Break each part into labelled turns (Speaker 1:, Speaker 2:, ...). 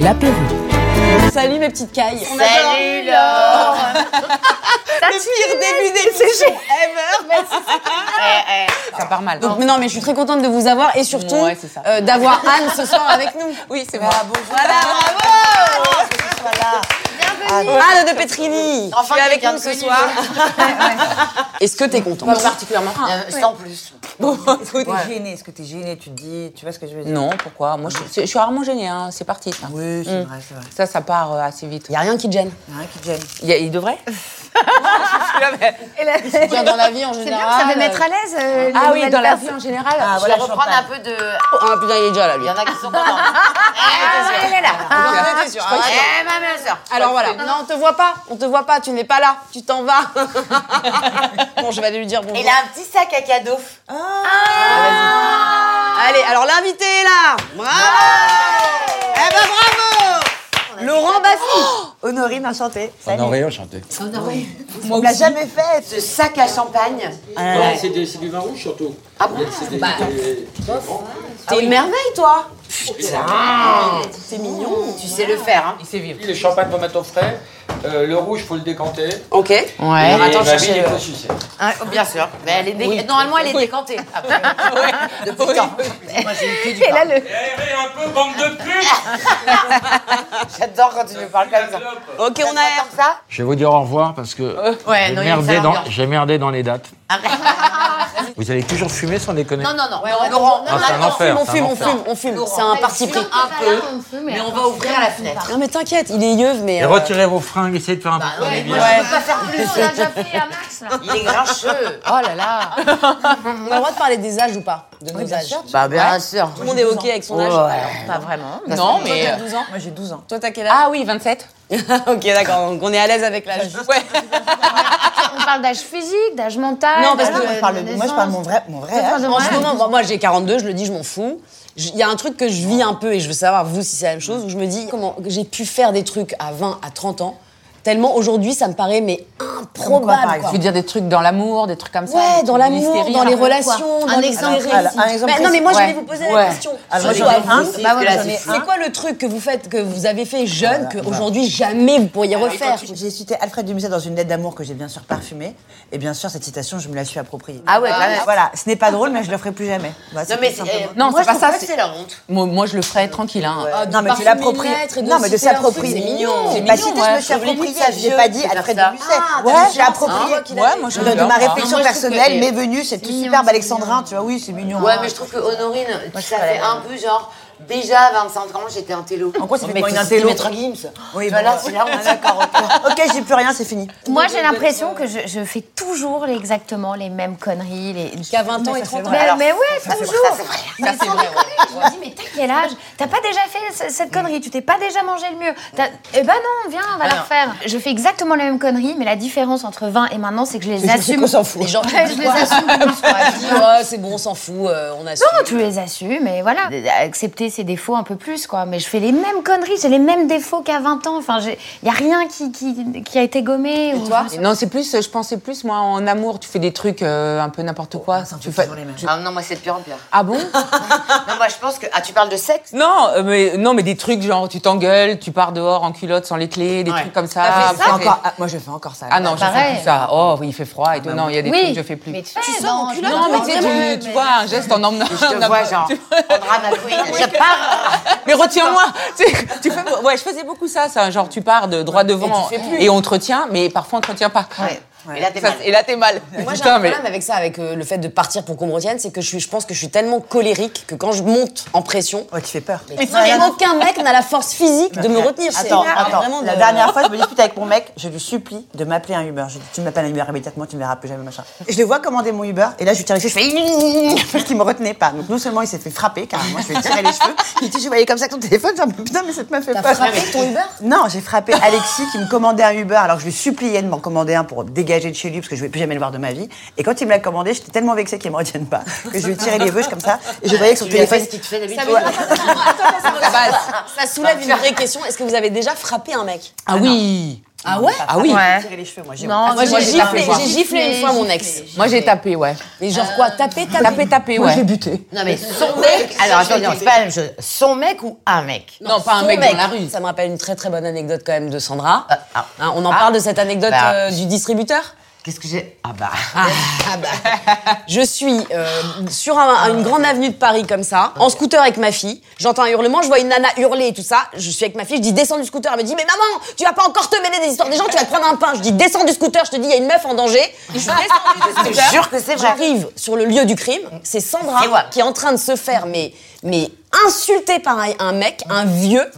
Speaker 1: l'apéro.
Speaker 2: Salut mes petites cailles.
Speaker 3: Salut Laure
Speaker 2: Le pire début d'émission ever.
Speaker 1: Ça part mal.
Speaker 2: Donc mais non, mais je suis très contente de vous avoir et surtout
Speaker 1: Ouais, c'est ça.
Speaker 2: euh, d'avoir Anne ce soir avec nous.
Speaker 1: oui, c'est vrai.
Speaker 2: Bravo. Voilà, bravo. Voilà. Anne de Petrini,
Speaker 3: Enfin,
Speaker 2: tu es avec
Speaker 3: quelqu'un
Speaker 2: nous
Speaker 3: de
Speaker 2: ce
Speaker 3: connu.
Speaker 2: soir. Est-ce que t'es contente Ah.
Speaker 3: particulièrement. Euh, Sans plus.
Speaker 4: Est-ce que t'es gênée Est-ce que t'es gênée Tu te dis, tu vois ce que je veux dire
Speaker 1: Non, pourquoi Moi, je, je suis rarement gênée. hein. C'est parti. ça.
Speaker 4: Oui, c'est vrai, c'est vrai.
Speaker 1: Ça, ça part euh, assez vite.
Speaker 2: Y a rien qui te gêne.
Speaker 4: Il y a rien qui te gêne.
Speaker 1: Il, y a- il devrait
Speaker 2: Tu vois, dans la vie en
Speaker 5: C'est bien, Ah, ça
Speaker 2: général.
Speaker 5: va mettre à l'aise. euh,
Speaker 1: Ah
Speaker 5: les
Speaker 1: oui, dans la vie
Speaker 5: nouvelles
Speaker 1: en général.
Speaker 4: Ah,
Speaker 3: Je
Speaker 4: voilà,
Speaker 3: vais
Speaker 4: je
Speaker 3: reprendre
Speaker 4: reprends.
Speaker 3: un peu de.
Speaker 1: Ah putain, il est déjà là, lui.
Speaker 3: Il y en a qui sont hein. contents. Eh,
Speaker 5: personnes. Elle est là.
Speaker 2: Ah, je crois que-
Speaker 3: Eh, ma belle sœur.
Speaker 2: Alors voilà. Non, on te voit pas. On te voit pas. Tu n'es pas là. Tu t'en vas. bon, je vais aller lui dire bonjour. Ah,
Speaker 3: Il a un petit sac à cadeaux.
Speaker 2: Allez, alors l'invité est là. Bravo. Eh ben bravo. Ah Laurent Baffy.
Speaker 4: Honorine, enchantée.
Speaker 6: On aurait enchanté.
Speaker 3: On l'a jamais fait. Ce sac à champagne.
Speaker 6: Non, c'est des- c'est du vin rouge surtout. Ah bon C'est
Speaker 3: bah.
Speaker 6: des- des-
Speaker 2: T'es une merveille, toi.
Speaker 3: Tu sais le faire, hein.
Speaker 6: Le champagne faut mettre au frais. Euh, le rouge, faut le décanter.
Speaker 2: Ok.
Speaker 6: Et
Speaker 1: Ouais.
Speaker 6: la vie, il faut sucer.
Speaker 3: Oh, bien sûr. Mais elle est dé- Normalement, elle est décantée. Après. Depuis quand Moi, j'ai eu que du
Speaker 5: Et là,
Speaker 3: pain.
Speaker 5: le-
Speaker 7: Errez Eh, un peu, bande de putes
Speaker 3: J'adore quand tu me parles comme ça.
Speaker 2: Ok, on a.
Speaker 3: Comme ça
Speaker 6: Je vais vous dire au revoir parce que
Speaker 3: Ouais,
Speaker 6: j'ai
Speaker 3: non, il y a une
Speaker 6: merdé,
Speaker 3: sale
Speaker 6: dans,
Speaker 3: ambiance.
Speaker 6: j'ai merdé dans les dates. Vous allez toujours fumer sans déconner
Speaker 3: Non, non, non. Laurent,
Speaker 6: Ah, c'est un enfer.
Speaker 2: On
Speaker 6: c'est un
Speaker 2: fume, on
Speaker 6: enfer.
Speaker 2: fume, on fume. C'est un parti pris.
Speaker 3: un peu. Mais on va ouvrir la fenêtre.
Speaker 2: Non, mais t'inquiète, il est yeuve, mais.
Speaker 6: Et
Speaker 2: euh,
Speaker 6: retirez vos fringues, essayez de faire un peu
Speaker 3: Bah, Ouais,
Speaker 6: de
Speaker 3: moi, je peux pas faire plus.
Speaker 5: On a déjà fait à Max, là.
Speaker 3: Il est grincheux. Oh là là.
Speaker 2: On a le droit de parler des âges ou pas De nos âges.
Speaker 3: Bah, bien sûr.
Speaker 2: Tout le monde est ok avec son âge.
Speaker 3: Pas vraiment.
Speaker 1: Non, mais. euh,
Speaker 2: 12 ans.
Speaker 4: Moi, j'ai 12 ans.
Speaker 2: Toi, t'as quel âge
Speaker 1: Ah oui, 27.
Speaker 2: Ok, d'accord, donc on est à l'aise avec l'âge. Ouais.
Speaker 5: On parle d'âge physique, d'âge mental.
Speaker 2: Non, parce
Speaker 5: d'âge
Speaker 2: que
Speaker 5: de
Speaker 4: Moi, je parle, moi, je parle mon vrai, mon vrai
Speaker 5: naissance.
Speaker 4: âge.
Speaker 5: Enfin, de
Speaker 2: En ce
Speaker 5: vrai.
Speaker 2: moment, bon, moi j'ai 42, je le dis, je m'en fous. Je- Il y a un truc que je vis un peu et je veux savoir, vous, si c'est la même chose, où je me dis comment j'ai pu faire des trucs à 20, à 30 ans, tellement aujourd'hui ça me paraît mais
Speaker 4: Comme quoi, par
Speaker 2: improbable.
Speaker 4: exemple
Speaker 2: quoi.
Speaker 1: Tu veux dire des trucs dans l'amour, des trucs comme ça
Speaker 2: Ouais,
Speaker 1: des
Speaker 2: dans
Speaker 1: trucs
Speaker 2: l'amour,
Speaker 1: mystérieux,
Speaker 2: dans les
Speaker 1: un peu, quoi.
Speaker 2: relations, dans
Speaker 3: Un
Speaker 2: les
Speaker 3: exemple
Speaker 2: dans les
Speaker 4: précis.
Speaker 2: récits.
Speaker 4: Un exemple
Speaker 2: Mais non, mais moi je
Speaker 1: précis.
Speaker 2: vais vous poser la
Speaker 1: Ouais.
Speaker 2: question.
Speaker 4: Alors, moi,
Speaker 2: Surtout
Speaker 4: j'en ai
Speaker 2: à vous.
Speaker 4: un.
Speaker 2: C'est
Speaker 4: Bah voilà,
Speaker 2: quoi-
Speaker 4: j'en ai
Speaker 2: c'est
Speaker 4: un.
Speaker 2: quoi le truc que vous faites, que vous avez fait jeune, qu'aujourd'hui jamais vous pourriez refaire
Speaker 4: J'ai cité Alfred de Musset dans une lettre d'amour que j'ai bien sûr parfumée. Et bien sûr, cette citation, je me la suis appropriée.
Speaker 3: Ah ouais, quand même.
Speaker 4: Voilà, ce n'est pas drôle, mais je le ferai plus jamais. Voilà,
Speaker 3: Non,
Speaker 4: c'est
Speaker 3: mais
Speaker 4: tout
Speaker 3: c'est.
Speaker 4: simplement.
Speaker 3: euh,
Speaker 1: Non,
Speaker 3: moi,
Speaker 1: c'est pas
Speaker 3: je trouve
Speaker 1: ça,
Speaker 3: que
Speaker 1: c'est-
Speaker 3: C'est la honte.
Speaker 1: Moi, moi, je le ferais tranquille.
Speaker 2: Ah,
Speaker 1: hein.
Speaker 4: Euh, non, mais
Speaker 2: parfumer
Speaker 4: tu l'appropries.
Speaker 2: une lettre et de Bah,
Speaker 4: Non, mais de
Speaker 2: citer un
Speaker 4: s'approprier.
Speaker 2: truc, c'est mignon.
Speaker 4: C'est
Speaker 1: C'est
Speaker 4: pas
Speaker 1: mignon,
Speaker 4: cité,
Speaker 1: ouais.
Speaker 4: je me suis
Speaker 3: Faut oublier
Speaker 4: approprié.
Speaker 3: que ça
Speaker 4: J'ai
Speaker 3: vieux,
Speaker 4: pas dit
Speaker 3: c'est
Speaker 4: Alfred
Speaker 3: ça.
Speaker 4: de Musset.
Speaker 3: Ah,
Speaker 4: ouais, j'ai approprié.
Speaker 1: qu'il a Ouais, dit. moi, je
Speaker 4: de, de
Speaker 1: l'aime
Speaker 4: ma
Speaker 1: bien.
Speaker 4: réflexion
Speaker 3: Moi, je trouve
Speaker 4: personnelle,
Speaker 3: que-
Speaker 4: m'est venue c'est tout superbe Alexandrin, tu vois, oui, c'est mignon.
Speaker 3: Ouais, mais je trouve que Honorine, ça fait un peu genre. Déjà à 25 ans, j'étais un télo.
Speaker 4: En quoi ça fait de moi une
Speaker 3: c'est
Speaker 4: intello
Speaker 3: Maître Gims.
Speaker 4: Oui,
Speaker 3: Voilà,
Speaker 4: bon,
Speaker 3: c'est la honte.
Speaker 4: ah, d'accord, ok. Ok, j'ai plus rien, c'est fini.
Speaker 5: Moi, j'ai l'impression que je, je fais toujours les- exactement les mêmes conneries. Les...
Speaker 2: qu'à 20 ans et 30 ans.
Speaker 5: Mais,
Speaker 3: Alors,
Speaker 5: mais ouais,
Speaker 3: Ça,
Speaker 5: toujours.
Speaker 3: c'est vrai.
Speaker 5: Mais sans déconner, je me dis, mais t'as quel âge T'as pas déjà fait ce- cette connerie Tu t'es pas déjà mangé le mieux T'as- Eh ben non, viens, on va la refaire. Je fais exactement la même connerie, mais la différence entre 20 et maintenant, c'est que je les assume.
Speaker 4: On s'en fout.
Speaker 2: Les gens
Speaker 5: Ouais, je les assume.
Speaker 2: Ah, dis, ouais, c'est bon, on s'en fout, euh, on assume.
Speaker 5: Non, tu les assumes et voilà. Accepter ses défauts un peu plus, quoi. Mais je fais les mêmes conneries, j'ai les mêmes défauts qu'à 20 ans. Enfin, il n'y a rien qui, qui, qui a été gommé. ou...
Speaker 1: Et Non, c'est plus, euh, je pensais plus, moi, en amour, tu fais des trucs euh, un peu n'importe quoi. tu fais...
Speaker 3: Ah non, moi, c'est de pire en pire.
Speaker 1: Ah bon
Speaker 3: Non, moi, je pense que. Ah, tu parles de sexe
Speaker 1: non, euh, mais, non, mais des trucs genre, tu t'engueules, tu pars dehors en culotte sans les clés, des
Speaker 3: Ouais.
Speaker 1: trucs comme
Speaker 3: T'as
Speaker 1: ça.
Speaker 3: fait
Speaker 1: Après-
Speaker 4: Encore, ah, moi, je fais encore ça.
Speaker 1: Ah non, je fais
Speaker 5: Pareil.
Speaker 1: plus ça. Oh, oui, il fait froid et tout. Non, il y a des
Speaker 5: Oui.
Speaker 1: trucs que je fais plus.
Speaker 5: Mais tu,
Speaker 2: sors en culotte,
Speaker 1: non, mais tu, sais,
Speaker 5: Ouais,
Speaker 1: tu- tu
Speaker 5: Eh, ben, mais-
Speaker 1: vois, un geste en emmenant.
Speaker 3: Je te
Speaker 1: en
Speaker 3: vois,
Speaker 1: emmenant-
Speaker 3: genre.
Speaker 1: Ah, tu-
Speaker 3: Prendra ma queen. Je pars.
Speaker 1: Mais retiens-moi. Tu sais, tu fais- ouais, je faisais beaucoup ça, ça. Genre, tu pars de droit devant et, on te retient, mais parfois on te retient pas.
Speaker 3: Et là, t'es
Speaker 1: Ça,
Speaker 3: mal.
Speaker 1: et là, t'es mal.
Speaker 2: Moi, j'ai
Speaker 1: Putain,
Speaker 2: un
Speaker 1: mais-
Speaker 2: problème avec ça, avec euh, le fait de partir pour qu'on me retienne, c'est que je, suis, je pense que je suis tellement colérique que quand je monte en pression,
Speaker 4: Ah, Ouais, tu fais peur.
Speaker 2: et aucun mec n'a la force physique de me retenir. C'est-
Speaker 4: Attends,
Speaker 2: ah,
Speaker 4: attends.
Speaker 2: vraiment,
Speaker 4: la
Speaker 2: de-
Speaker 4: dernière fois, je me dispute avec mon mec, je lui supplie de m'appeler un Uber. Je dis, tu m'appelles un Uber immédiatement, tu me verras plus jamais, machin. Et je le vois commander mon Uber, et là, je lui tire les cheveux, je fais parce qu'il me retenait pas. Donc, non seulement il s'est fait frapper, carrément, je lui ai tiré les cheveux, il dit, je voyais comme ça ton téléphone, genre, putain, mais cette meuf fait
Speaker 2: T'as
Speaker 4: peur.
Speaker 2: frappé ton Uber
Speaker 4: Non, j'ai frappé Alexis qui me commandait un Uber. Alors je lui suppliais de m'en commander un pour dégager de chez lui parce que je ne vais plus jamais le voir de ma vie. Et quand il me l'a commandé, j'étais tellement vexée qu'il ne me retienne pas que je lui ai tiré les bouches comme ça. Et je voyais que son
Speaker 3: Tu lui as
Speaker 4: téléphone.
Speaker 3: fait ce qu'il te fait
Speaker 2: Ça
Speaker 3: d'habitude.
Speaker 2: veut dire- Attends, attends, ça soulève une vraie question. Est-ce que vous avez déjà frappé un mec
Speaker 1: Ah oui.
Speaker 2: Ah ouais
Speaker 1: Ah oui.
Speaker 5: Ouais.
Speaker 4: Tirer les cheveux, moi j'ai
Speaker 5: Non,
Speaker 2: Ah, Moi, j'ai
Speaker 5: moi,
Speaker 2: giflé,
Speaker 5: tapé, moi.
Speaker 2: j'ai giflé une fois mon ex.
Speaker 1: Moi, j'ai tapé, ouais.
Speaker 2: Mais genre quoi Taper, Euh, taper
Speaker 1: Tapé, tapé, ouais.
Speaker 2: buté.
Speaker 3: Non, mais son mec. Alors, attendez, on fait pas la même chose. Son mec ou un mec
Speaker 1: Non, pas un
Speaker 2: Son
Speaker 1: mec dans la rue.
Speaker 2: Ça me rappelle une très très bonne anecdote quand même de Sandra.
Speaker 3: Ah, ah.
Speaker 2: Hein, on en
Speaker 3: Ah.
Speaker 2: parle de cette anecdote
Speaker 3: Bah.
Speaker 2: euh, du distributeur
Speaker 3: Qu'est-ce que j'ai. Ah bah.
Speaker 2: Je suis euh, sur un- une grande avenue de Paris comme ça, en scooter avec ma fille. J'entends un hurlement, je vois une nana hurler et tout ça. Je suis avec ma fille, je dis descends du scooter. Elle me dit mais maman, tu vas pas encore te mêler des histoires des gens, tu vas te prendre un pain. Je dis descends du scooter, je te dis il y a une meuf en danger. Je suis descendue du
Speaker 3: Je te
Speaker 2: scooter.
Speaker 3: jure que c'est vrai.
Speaker 2: J'arrive sur le lieu du crime, c'est Sandra
Speaker 3: Et voilà.
Speaker 2: qui est en train de se faire mais mais insulter par un- un mec, un vieux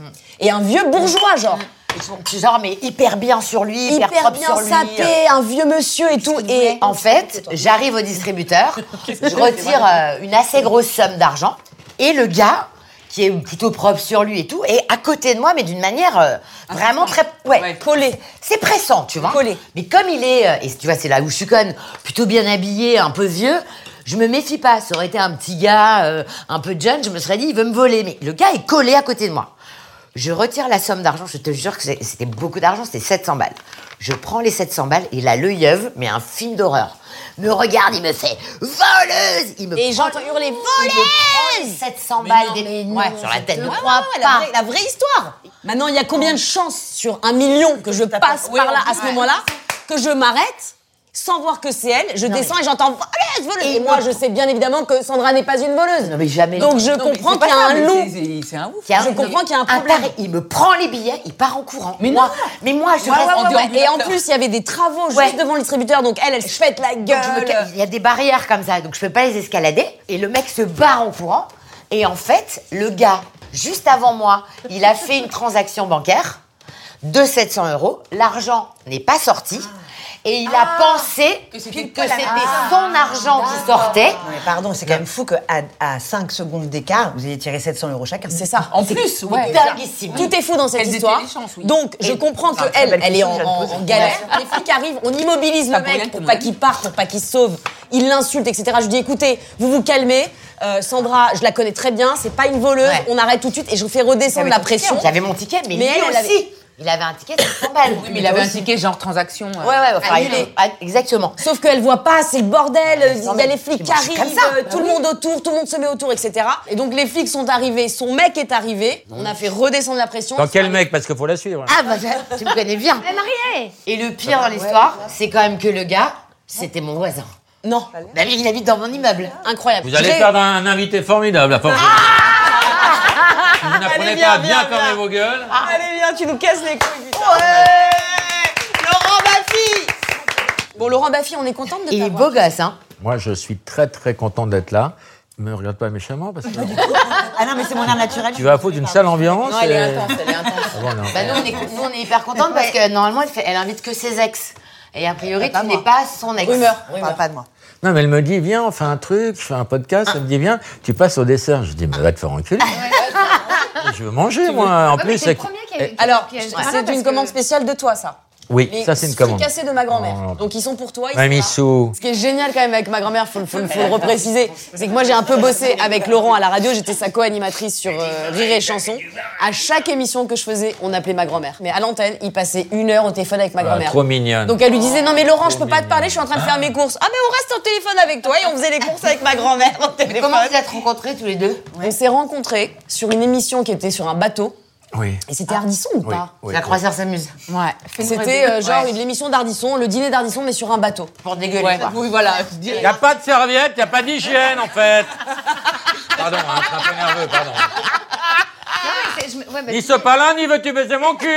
Speaker 2: et un vieux bourgeois genre
Speaker 3: Ils sont genre, mais hyper bien sur lui, Mm. hyper,
Speaker 2: hyper
Speaker 3: propre
Speaker 2: bien
Speaker 3: sur lui.
Speaker 2: sapé, un vieux monsieur et tout et
Speaker 3: En fait, j'arrive au distributeur, je retire euh, une assez grosse somme d'argent, et le gars, qui est plutôt propre sur lui et tout, est à côté de moi, mais d'une manière euh, vraiment très. Ouais,
Speaker 1: Ouais.
Speaker 3: collé. C'est pressant, tu vois.
Speaker 2: Collé.
Speaker 3: Mais comme il est, euh, et tu vois, c'est là où je suis conne, plutôt bien habillé, un peu vieux. Je me méfie pas, ça aurait été un petit gars, euh, un peu jeune, je me serais dit, il veut me voler. Mais le gars est collé à côté de moi. Je retire la somme d'argent, je te jure que c'est- c'était beaucoup d'argent, c'était 700 balles. Je prends les 700 balles, il a l'œilleuve, mais un film d'horreur. Me regarde, il me fait voleuse Il me
Speaker 2: et
Speaker 3: prend,
Speaker 2: j'entends hurler voler
Speaker 3: il me prend les 700
Speaker 2: bah,
Speaker 3: balles des- ouais, sur la tête. Ne
Speaker 2: Ouais,
Speaker 3: crois
Speaker 2: ouais, La
Speaker 3: pas.
Speaker 2: vraie, la vraie histoire. Maintenant, il y a combien de chances sur un million que je passe
Speaker 1: Oui,
Speaker 2: par là
Speaker 1: on-
Speaker 2: à ce moment-là que je m'arrête sans voir que c'est elle Je descends et j'entends voleuse, voleuse.
Speaker 3: Et
Speaker 2: Et, moi,
Speaker 3: non.
Speaker 2: je sais bien évidemment que Sandra n'est pas une voleuse.
Speaker 3: Non, mais jamais.
Speaker 2: Donc je
Speaker 1: Non, mais
Speaker 2: comprends
Speaker 1: c'est pas
Speaker 2: qu'il y a
Speaker 1: ça,
Speaker 2: un
Speaker 1: mais
Speaker 2: loup.
Speaker 1: c'est- c'est- C'est un ouf.
Speaker 3: Qu'il y a
Speaker 2: Je comprends qu'il y a un problème.
Speaker 3: taré, il me prend les billets, il part en courant. Mais moi, Mais moi, je
Speaker 1: Ouais,
Speaker 3: reste
Speaker 1: ouais,
Speaker 3: en
Speaker 1: ouais,
Speaker 3: dehors.
Speaker 1: ouais.
Speaker 2: Et en plus, il y avait des travaux
Speaker 3: Ouais.
Speaker 2: juste devant le distributeur, donc elle, elle se pète la
Speaker 3: Donc, je me ca-
Speaker 2: gueule.
Speaker 3: Il y a des barrières comme ça, donc je peux pas les escalader. Et le mec se barre en courant. Et en fait, le gars, juste avant moi, il a fait une transaction bancaire de 700 euros. L'argent n'est pas sorti. Et il a pensé que c'était son argent qui sortait.
Speaker 4: Non, mais pardon, c'est quand même fou qu'à à 5 secondes d'écart, vous ayez tiré 700 euros chacun.
Speaker 2: C'est ça.
Speaker 1: En plus, ouais.
Speaker 3: Dinguissime.
Speaker 2: Tout est fou dans cette
Speaker 1: Elles étaient
Speaker 2: histoire.
Speaker 1: les chances, oui.
Speaker 2: Donc, je comprends que elle,
Speaker 4: belle
Speaker 2: elle est
Speaker 4: question,
Speaker 2: en, en-
Speaker 4: je viens de poser.
Speaker 2: en galère. Les flics arrivent, on immobilise le
Speaker 1: Pas pour rien
Speaker 2: mec
Speaker 1: que
Speaker 2: pour
Speaker 1: tout
Speaker 2: pas
Speaker 1: le
Speaker 2: qu'il parte, pour pas qu'il se sauve. Il l'insulte, etc. Je lui dis, écoutez, vous vous calmez. Euh, Sandra, je la connais très bien, c'est pas une voleuse.
Speaker 3: Ouais.
Speaker 2: On arrête tout de suite et je vous fais redescendre
Speaker 3: J'avais
Speaker 2: la
Speaker 3: mon ticket,
Speaker 2: pression.
Speaker 3: J'avais mon ticket, mais,
Speaker 2: Mais
Speaker 3: lui
Speaker 2: elle, elle
Speaker 3: aussi. Il avait un ticket de 700 balles.
Speaker 1: Oui, mais il avait un ticket genre transaction. euh.
Speaker 3: Ouais, ouais, enfin,
Speaker 2: Annulé.
Speaker 3: il- ah, exactement.
Speaker 2: Sauf qu'elle voit pas, c'est le bordel, il y a les flics qui
Speaker 3: Moi, je suis
Speaker 2: arrivent,
Speaker 3: comme ça.
Speaker 2: euh, tout le monde autour, tout le monde se met autour, etc. Et donc les flics sont arrivés, son mec est arrivé, on a fait redescendre la pression.
Speaker 6: Dans quel mec Parce qu'il faut la suivre.
Speaker 3: Ah bah, tu me connais bien.
Speaker 5: Elle est mariée
Speaker 3: Et le pire dans l'histoire, c'est quand même que le gars, c'était mon voisin.
Speaker 2: Non,
Speaker 3: Bah oui, il habite dans mon immeuble.
Speaker 2: incroyable.
Speaker 6: Vous allez
Speaker 2: J'ai-
Speaker 6: perdre un, un invité formidable à force. de-
Speaker 5: Ah
Speaker 6: Si vous n'apprenez pas bien quand même vos gueules.
Speaker 2: Allez, viens, tu nous casses les couilles, putain.
Speaker 4: Laurent, ma fille
Speaker 2: Bon, Laurent Baffy, on est contente de
Speaker 3: Il est
Speaker 2: t'avoir.
Speaker 3: beau gosse, hein.
Speaker 6: Moi, je suis très très content d'être là. Me regarde pas méchamment parce que
Speaker 4: Ah non, mais c'est mon air naturel.
Speaker 6: tu vas foutre une sale ambiance.
Speaker 2: Elle est
Speaker 6: et-
Speaker 2: intense, elle est intense.
Speaker 6: Ah bon, non.
Speaker 3: Bah nous, on est, nous, on est hyper contentes parce que normalement, elle, fait- elle invite que ses ex. Et a priori, tu n'es pas son ex.
Speaker 2: Rumeur,
Speaker 4: On
Speaker 2: rumeur.
Speaker 4: parle pas de moi.
Speaker 6: Non, mais elle me dit, viens, on fait un truc, je fais un podcast, elle me dit, viens, tu passes au dessert. Je dis, mais va te faire
Speaker 5: Ah
Speaker 6: enculer. je veux manger, moi. En
Speaker 5: Ouais, mais
Speaker 6: plus,
Speaker 5: c'est le
Speaker 6: c'est-
Speaker 5: premier qui a eu.
Speaker 2: Alors,
Speaker 5: qui a-
Speaker 2: c'est
Speaker 5: Voilà, parce
Speaker 2: une
Speaker 5: que-
Speaker 2: commande spéciale de toi, ça.
Speaker 6: Oui,
Speaker 2: Les
Speaker 6: ça, c'est une
Speaker 2: fricassés
Speaker 6: commande.
Speaker 2: de ma grand-mère.
Speaker 6: Oh.
Speaker 2: Donc, ils sont pour toi. Ils sont
Speaker 6: Mamie
Speaker 2: là.
Speaker 6: Sou.
Speaker 2: Ce qui est génial quand même avec ma grand-mère, faut, le- faut le- faut le repréciser, c'est que moi j'ai un peu bossé avec Laurent à la radio, j'étais sa co-animatrice sur euh, Rire et Chanson. À chaque émission que je faisais, on appelait ma grand-mère. Mais à l'antenne, il passait une heure au téléphone avec ma
Speaker 6: Ah,
Speaker 2: grand-mère.
Speaker 6: trop mignonne.
Speaker 2: Donc elle lui disait non mais Laurent, je peux pas te parler, je suis en train de faire mes courses. Ah mais on reste au téléphone avec toi et on faisait les courses avec ma grand-mère au téléphone.
Speaker 3: Comment vous êtes rencontrés tous les deux
Speaker 2: On s'est rencontrés sur une émission qui était sur un bateau.
Speaker 6: Oui.
Speaker 2: Et c'était Ardisson ou
Speaker 6: Oui,
Speaker 2: pas
Speaker 6: oui,
Speaker 3: La
Speaker 6: oui.
Speaker 3: croisière s'amuse.
Speaker 2: Ouais. C'était euh, genre une l'émission d'Ardisson, le dîner d'Ardisson, mais sur un bateau.
Speaker 3: Pour dégueuler.
Speaker 1: Ouais.
Speaker 3: quoi.
Speaker 1: Oui, voilà.
Speaker 6: Il n'y a pas de serviette, il n'y a pas d'hygiène, en fait. Pardon, hein, je suis un peu nerveux, pardon.
Speaker 5: Ah, mais c'est- je me- ouais, mais-
Speaker 6: Ni ce palin, ni veux-tu baiser mon cul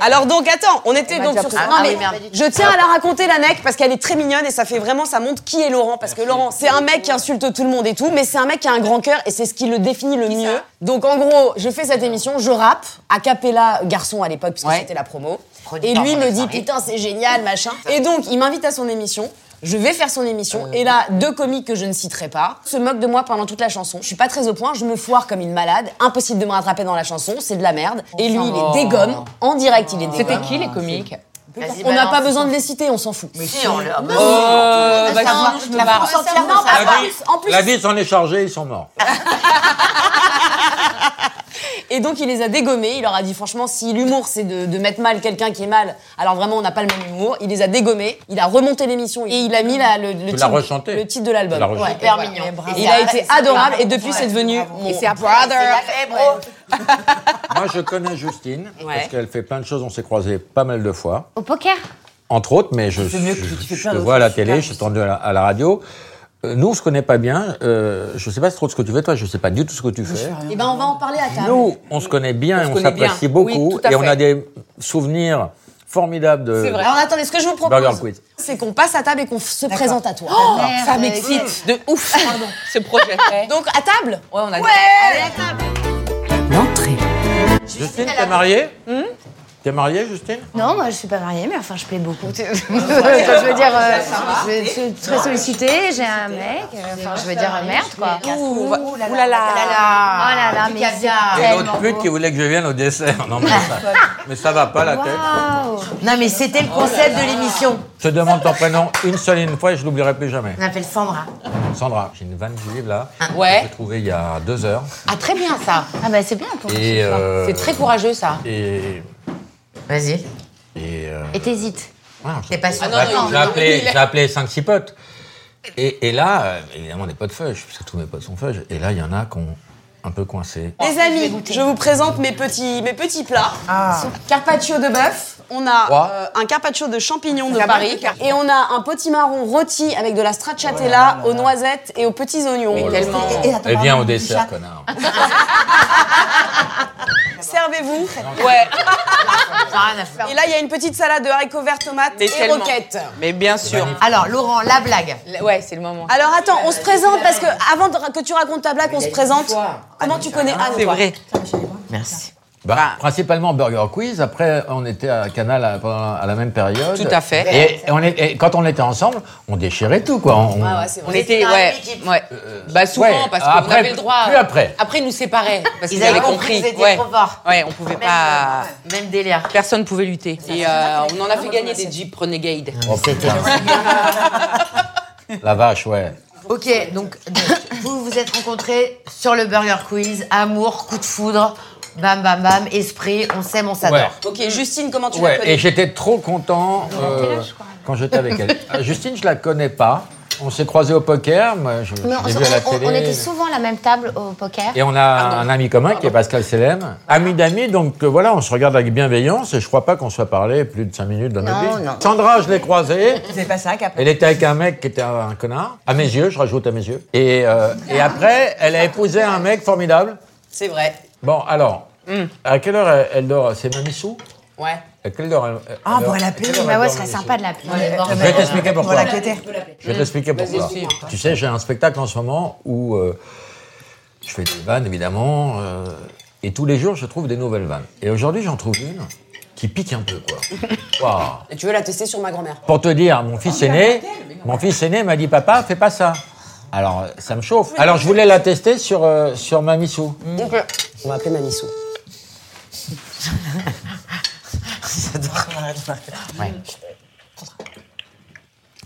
Speaker 2: Alors donc attends, on était donc sur ça. Non
Speaker 3: ah
Speaker 2: mais
Speaker 3: oui, merde.
Speaker 2: je tiens à la raconter la nec parce qu'elle est très mignonne et ça fait vraiment ça montre qui est Laurent parce que Laurent c'est un mec qui insulte tout le monde et tout mais c'est un mec qui a un grand cœur et c'est ce qui le définit le mieux. Donc en gros, je fais cette émission, je rappe a cappella garçon à l'époque parce que
Speaker 1: Ouais.
Speaker 2: c'était la promo
Speaker 3: Produit
Speaker 2: et
Speaker 3: par
Speaker 2: lui me
Speaker 3: Maurice
Speaker 2: dit
Speaker 3: Harry.
Speaker 2: putain c'est génial machin. Et donc il m'invite à son émission. Je vais faire son émission
Speaker 1: Euh,
Speaker 2: et là deux comiques que je ne citerai pas se moquent de moi pendant toute la chanson. Je suis pas très au point, je me foire comme une malade, impossible de me rattraper dans la chanson, c'est de la merde. Et lui il les dégomme en direct, il est dégomme.
Speaker 1: Oh. C'était qui les comiques
Speaker 3: Vas-y,
Speaker 2: On n'a
Speaker 3: balance.
Speaker 2: pas besoin de les citer, on s'en fout.
Speaker 3: Si, on le-
Speaker 1: Euh, bah, non, je me barre.
Speaker 2: Non,
Speaker 6: La
Speaker 2: parce
Speaker 6: vie,
Speaker 2: que- en plus,
Speaker 6: la vie s'en est chargée, ils sont morts.
Speaker 2: Et donc, il les a dégommés. Il leur a dit, franchement, si l'humour, c'est de, de mettre mal quelqu'un qui est mal, alors vraiment, on n'a pas le même humour. Il les a dégommés. Il a remonté l'émission et il a mis la- le, le
Speaker 6: l'as
Speaker 2: titre,
Speaker 6: rechanté.
Speaker 2: le titre de l'album.
Speaker 6: Tu l'as rechanté.
Speaker 2: Hyper
Speaker 3: Ouais,
Speaker 2: mignon.
Speaker 3: mais bravo.
Speaker 2: Il a
Speaker 3: Et
Speaker 2: été
Speaker 3: c'est-
Speaker 2: adorable
Speaker 3: bravo.
Speaker 2: et depuis,
Speaker 3: Ouais.
Speaker 2: c'est devenu
Speaker 3: Bravo.
Speaker 2: mon
Speaker 3: Et c'est après,
Speaker 2: brother.
Speaker 3: c'est la- eh, bro.
Speaker 6: Moi, je connais Justine,
Speaker 2: Ah. Ouais.
Speaker 6: parce qu'elle fait plein de choses, on s'est croisés pas mal de fois.
Speaker 5: Au poker
Speaker 6: Entre autres, mais je,
Speaker 4: mieux
Speaker 6: je-
Speaker 4: que tu fais
Speaker 6: je
Speaker 4: plein
Speaker 6: te
Speaker 4: d'autres
Speaker 6: vois à la
Speaker 4: choses,
Speaker 6: télé,
Speaker 4: super.
Speaker 6: je t'entends à, la- à la radio. Euh, nous, on se connaît pas bien. euh, je sais pas trop ce que tu fais, toi, je sais pas du tout ce que tu fais.
Speaker 2: Et ben, on va en parler à table.
Speaker 6: Nous, on se connaît bien,
Speaker 2: se
Speaker 6: et on
Speaker 2: connaît bien.
Speaker 6: s'apprécie beaucoup,
Speaker 2: Oui, tout à
Speaker 6: et on
Speaker 2: fait.
Speaker 6: a des souvenirs formidables de.
Speaker 2: C'est vrai. Alors attendez, ce que je vous
Speaker 6: Burger
Speaker 2: propose,
Speaker 6: Quiz.
Speaker 2: c'est qu'on passe à table et qu'on f- se présente à toi.
Speaker 5: Merde,
Speaker 1: Ça
Speaker 5: euh,
Speaker 1: m'excite de ouf, ce projet.
Speaker 2: Donc à table
Speaker 1: Ouais, on a
Speaker 3: L'entrée.
Speaker 6: Justine, t'es mariée
Speaker 2: Hmm
Speaker 6: T'es mariée, Justine
Speaker 5: Non, moi je suis pas mariée, mais enfin je plais beaucoup. Tu- je veux dire, euh, je suis très
Speaker 2: Ah.
Speaker 5: sollicitée, j'ai un mec, euh, enfin je veux dire, euh, merde quoi.
Speaker 1: Ouh, va- ouh là là.
Speaker 5: Oh là là, mais
Speaker 6: Il y a une
Speaker 5: tellement
Speaker 6: autre pute
Speaker 5: beau.
Speaker 6: qui voulait que je vienne au dessert. Non, mais ça, mais ça va pas la tête.
Speaker 5: Waouh.
Speaker 3: Non, mais c'était le concept de l'émission.
Speaker 6: Je te demande ton prénom une seule et une fois et je l'oublierai plus jamais.
Speaker 3: On appelle Sandra.
Speaker 6: Sandra, j'ai une vanne du livre là. Que
Speaker 1: Ah, Ouais.
Speaker 6: j'ai trouvé il y a deux heures.
Speaker 3: Ah, très bien ça.
Speaker 5: Ah bah c'est bien pour
Speaker 6: Et. euh,
Speaker 1: C'est très courageux, ça.
Speaker 6: Et.
Speaker 3: Vas-y.
Speaker 6: Et. euh, ah,
Speaker 5: Et t'hésites.
Speaker 6: voilà,
Speaker 3: T'es pas sûr.
Speaker 6: j'ai appelé- j'ai appelé, j'ai appelé 5-6 potes. Et, et là, euh, évidemment, des potes feuges, parce que tous mes potes sont feuges. Et là, il y en a qui ont un peu coincé.
Speaker 2: Les amis, je vous présente mes petits, mes petits plats.
Speaker 1: Ah.
Speaker 2: Carpaccio de bœuf. On
Speaker 6: Trois.
Speaker 2: a euh, un carpaccio de champignons de Paris. Et on a un petit marron rôti avec de la stracciatella aux noisettes et aux petits oignons.
Speaker 6: Oh là là.
Speaker 2: Et- et-
Speaker 6: Eh bien, au dessert, connard.
Speaker 2: Servez-vous.
Speaker 1: Ouais,
Speaker 2: Et là, il y a une petite salade de haricots verts, tomates
Speaker 1: mais
Speaker 2: et
Speaker 1: tellement.
Speaker 2: roquettes.
Speaker 1: Mais bien sûr.
Speaker 3: Alors, Laurent, la blague.
Speaker 1: Ouais, c'est le moment.
Speaker 2: Alors attends, on se présente parce que avant de- que tu racontes ta blague, on se présente. Comment tu connais Anne
Speaker 1: Ah, C'est
Speaker 2: toi
Speaker 1: vrai.
Speaker 3: Merci.
Speaker 6: Bah, principalement Burger Quiz. Après, on était à Canal à, pendant- à la même période.
Speaker 1: Tout à fait.
Speaker 6: Et, et on est- et quand on était ensemble, on déchirait tout, quoi. On-
Speaker 1: On était, ouais, ouais. Bah souvent,
Speaker 6: ouais,
Speaker 1: parce
Speaker 6: après,
Speaker 1: qu'on avait le droit. euh,
Speaker 6: plus après.
Speaker 1: Après, ils nous séparaient. Parce qu'ils
Speaker 3: avaient
Speaker 1: avaient
Speaker 3: compris,
Speaker 1: compris.
Speaker 3: ils étaient
Speaker 1: ouais.
Speaker 3: trop forts.
Speaker 1: ouais, on pouvait pas.
Speaker 3: Même délire.
Speaker 1: Personne pouvait lutter. Et euh, on en a fait gagner des Jeep Renegade.
Speaker 6: Oh, putain. La vache, ouais.
Speaker 3: Ok, donc, donc, vous vous êtes rencontrés sur le Burger Quiz, amour, coup de foudre, bam bam bam, esprit, on s'aime, on s'adore.
Speaker 6: Ouais.
Speaker 2: Ok, Justine, comment tu la
Speaker 6: Ouais,
Speaker 2: connais
Speaker 6: et j'étais trop content euh, quand j'étais avec elle. Euh, Justine, je la connais pas. On s'est croisés au poker, moi, je, je
Speaker 5: Mais on,
Speaker 6: l'ai vue à la
Speaker 5: on- on-
Speaker 6: télé.
Speaker 5: on était souvent à la même table au poker.
Speaker 6: Et on a un ami commun qui est Pascal Selem. Ami d'amis, donc euh, voilà, on se regarde avec bienveillance et je crois pas qu'on soit parlé plus de 5 minutes dans notre
Speaker 3: Non,
Speaker 6: vie.
Speaker 3: non.
Speaker 6: Sandra, je l'ai croisée.
Speaker 4: C'est pas ça, Cap.
Speaker 6: Elle était avec un mec qui était un connard, à mes yeux, je rajoute à mes yeux. Et, euh, et après, elle a épousé un mec formidable.
Speaker 2: C'est vrai.
Speaker 6: Bon, alors, à quelle heure elle, elle dort C'est Mamissou
Speaker 2: Ouais.
Speaker 6: À quelle heure elle, elle
Speaker 4: Ah,
Speaker 6: dort
Speaker 4: bon, elle a payé.
Speaker 6: À quelle heure
Speaker 5: Bah
Speaker 6: elle
Speaker 5: ouais,
Speaker 6: dort,
Speaker 5: ce serait
Speaker 6: Mamissou
Speaker 5: sympa de euh, l'appeler.
Speaker 6: Je vais t'expliquer
Speaker 4: On
Speaker 6: pourquoi.
Speaker 4: l'a quitté.
Speaker 6: Je vais t'expliquer pourquoi. Tu sais, j'ai un spectacle en ce moment où euh, je fais des vannes, évidemment, euh, et tous les jours, je trouve des nouvelles vannes. Et aujourd'hui, j'en trouve une qui pique un peu, quoi. Waouh.
Speaker 2: Et tu veux la tester sur ma grand-mère Ah,
Speaker 6: Pour te dire, mon fils aîné, mon fils aîné m'a dit papa, fais pas ça. Alors euh, ça me chauffe. Alors je voulais la tester sur euh, sur Mamissou.
Speaker 2: Donc, on va appeler Mamissou.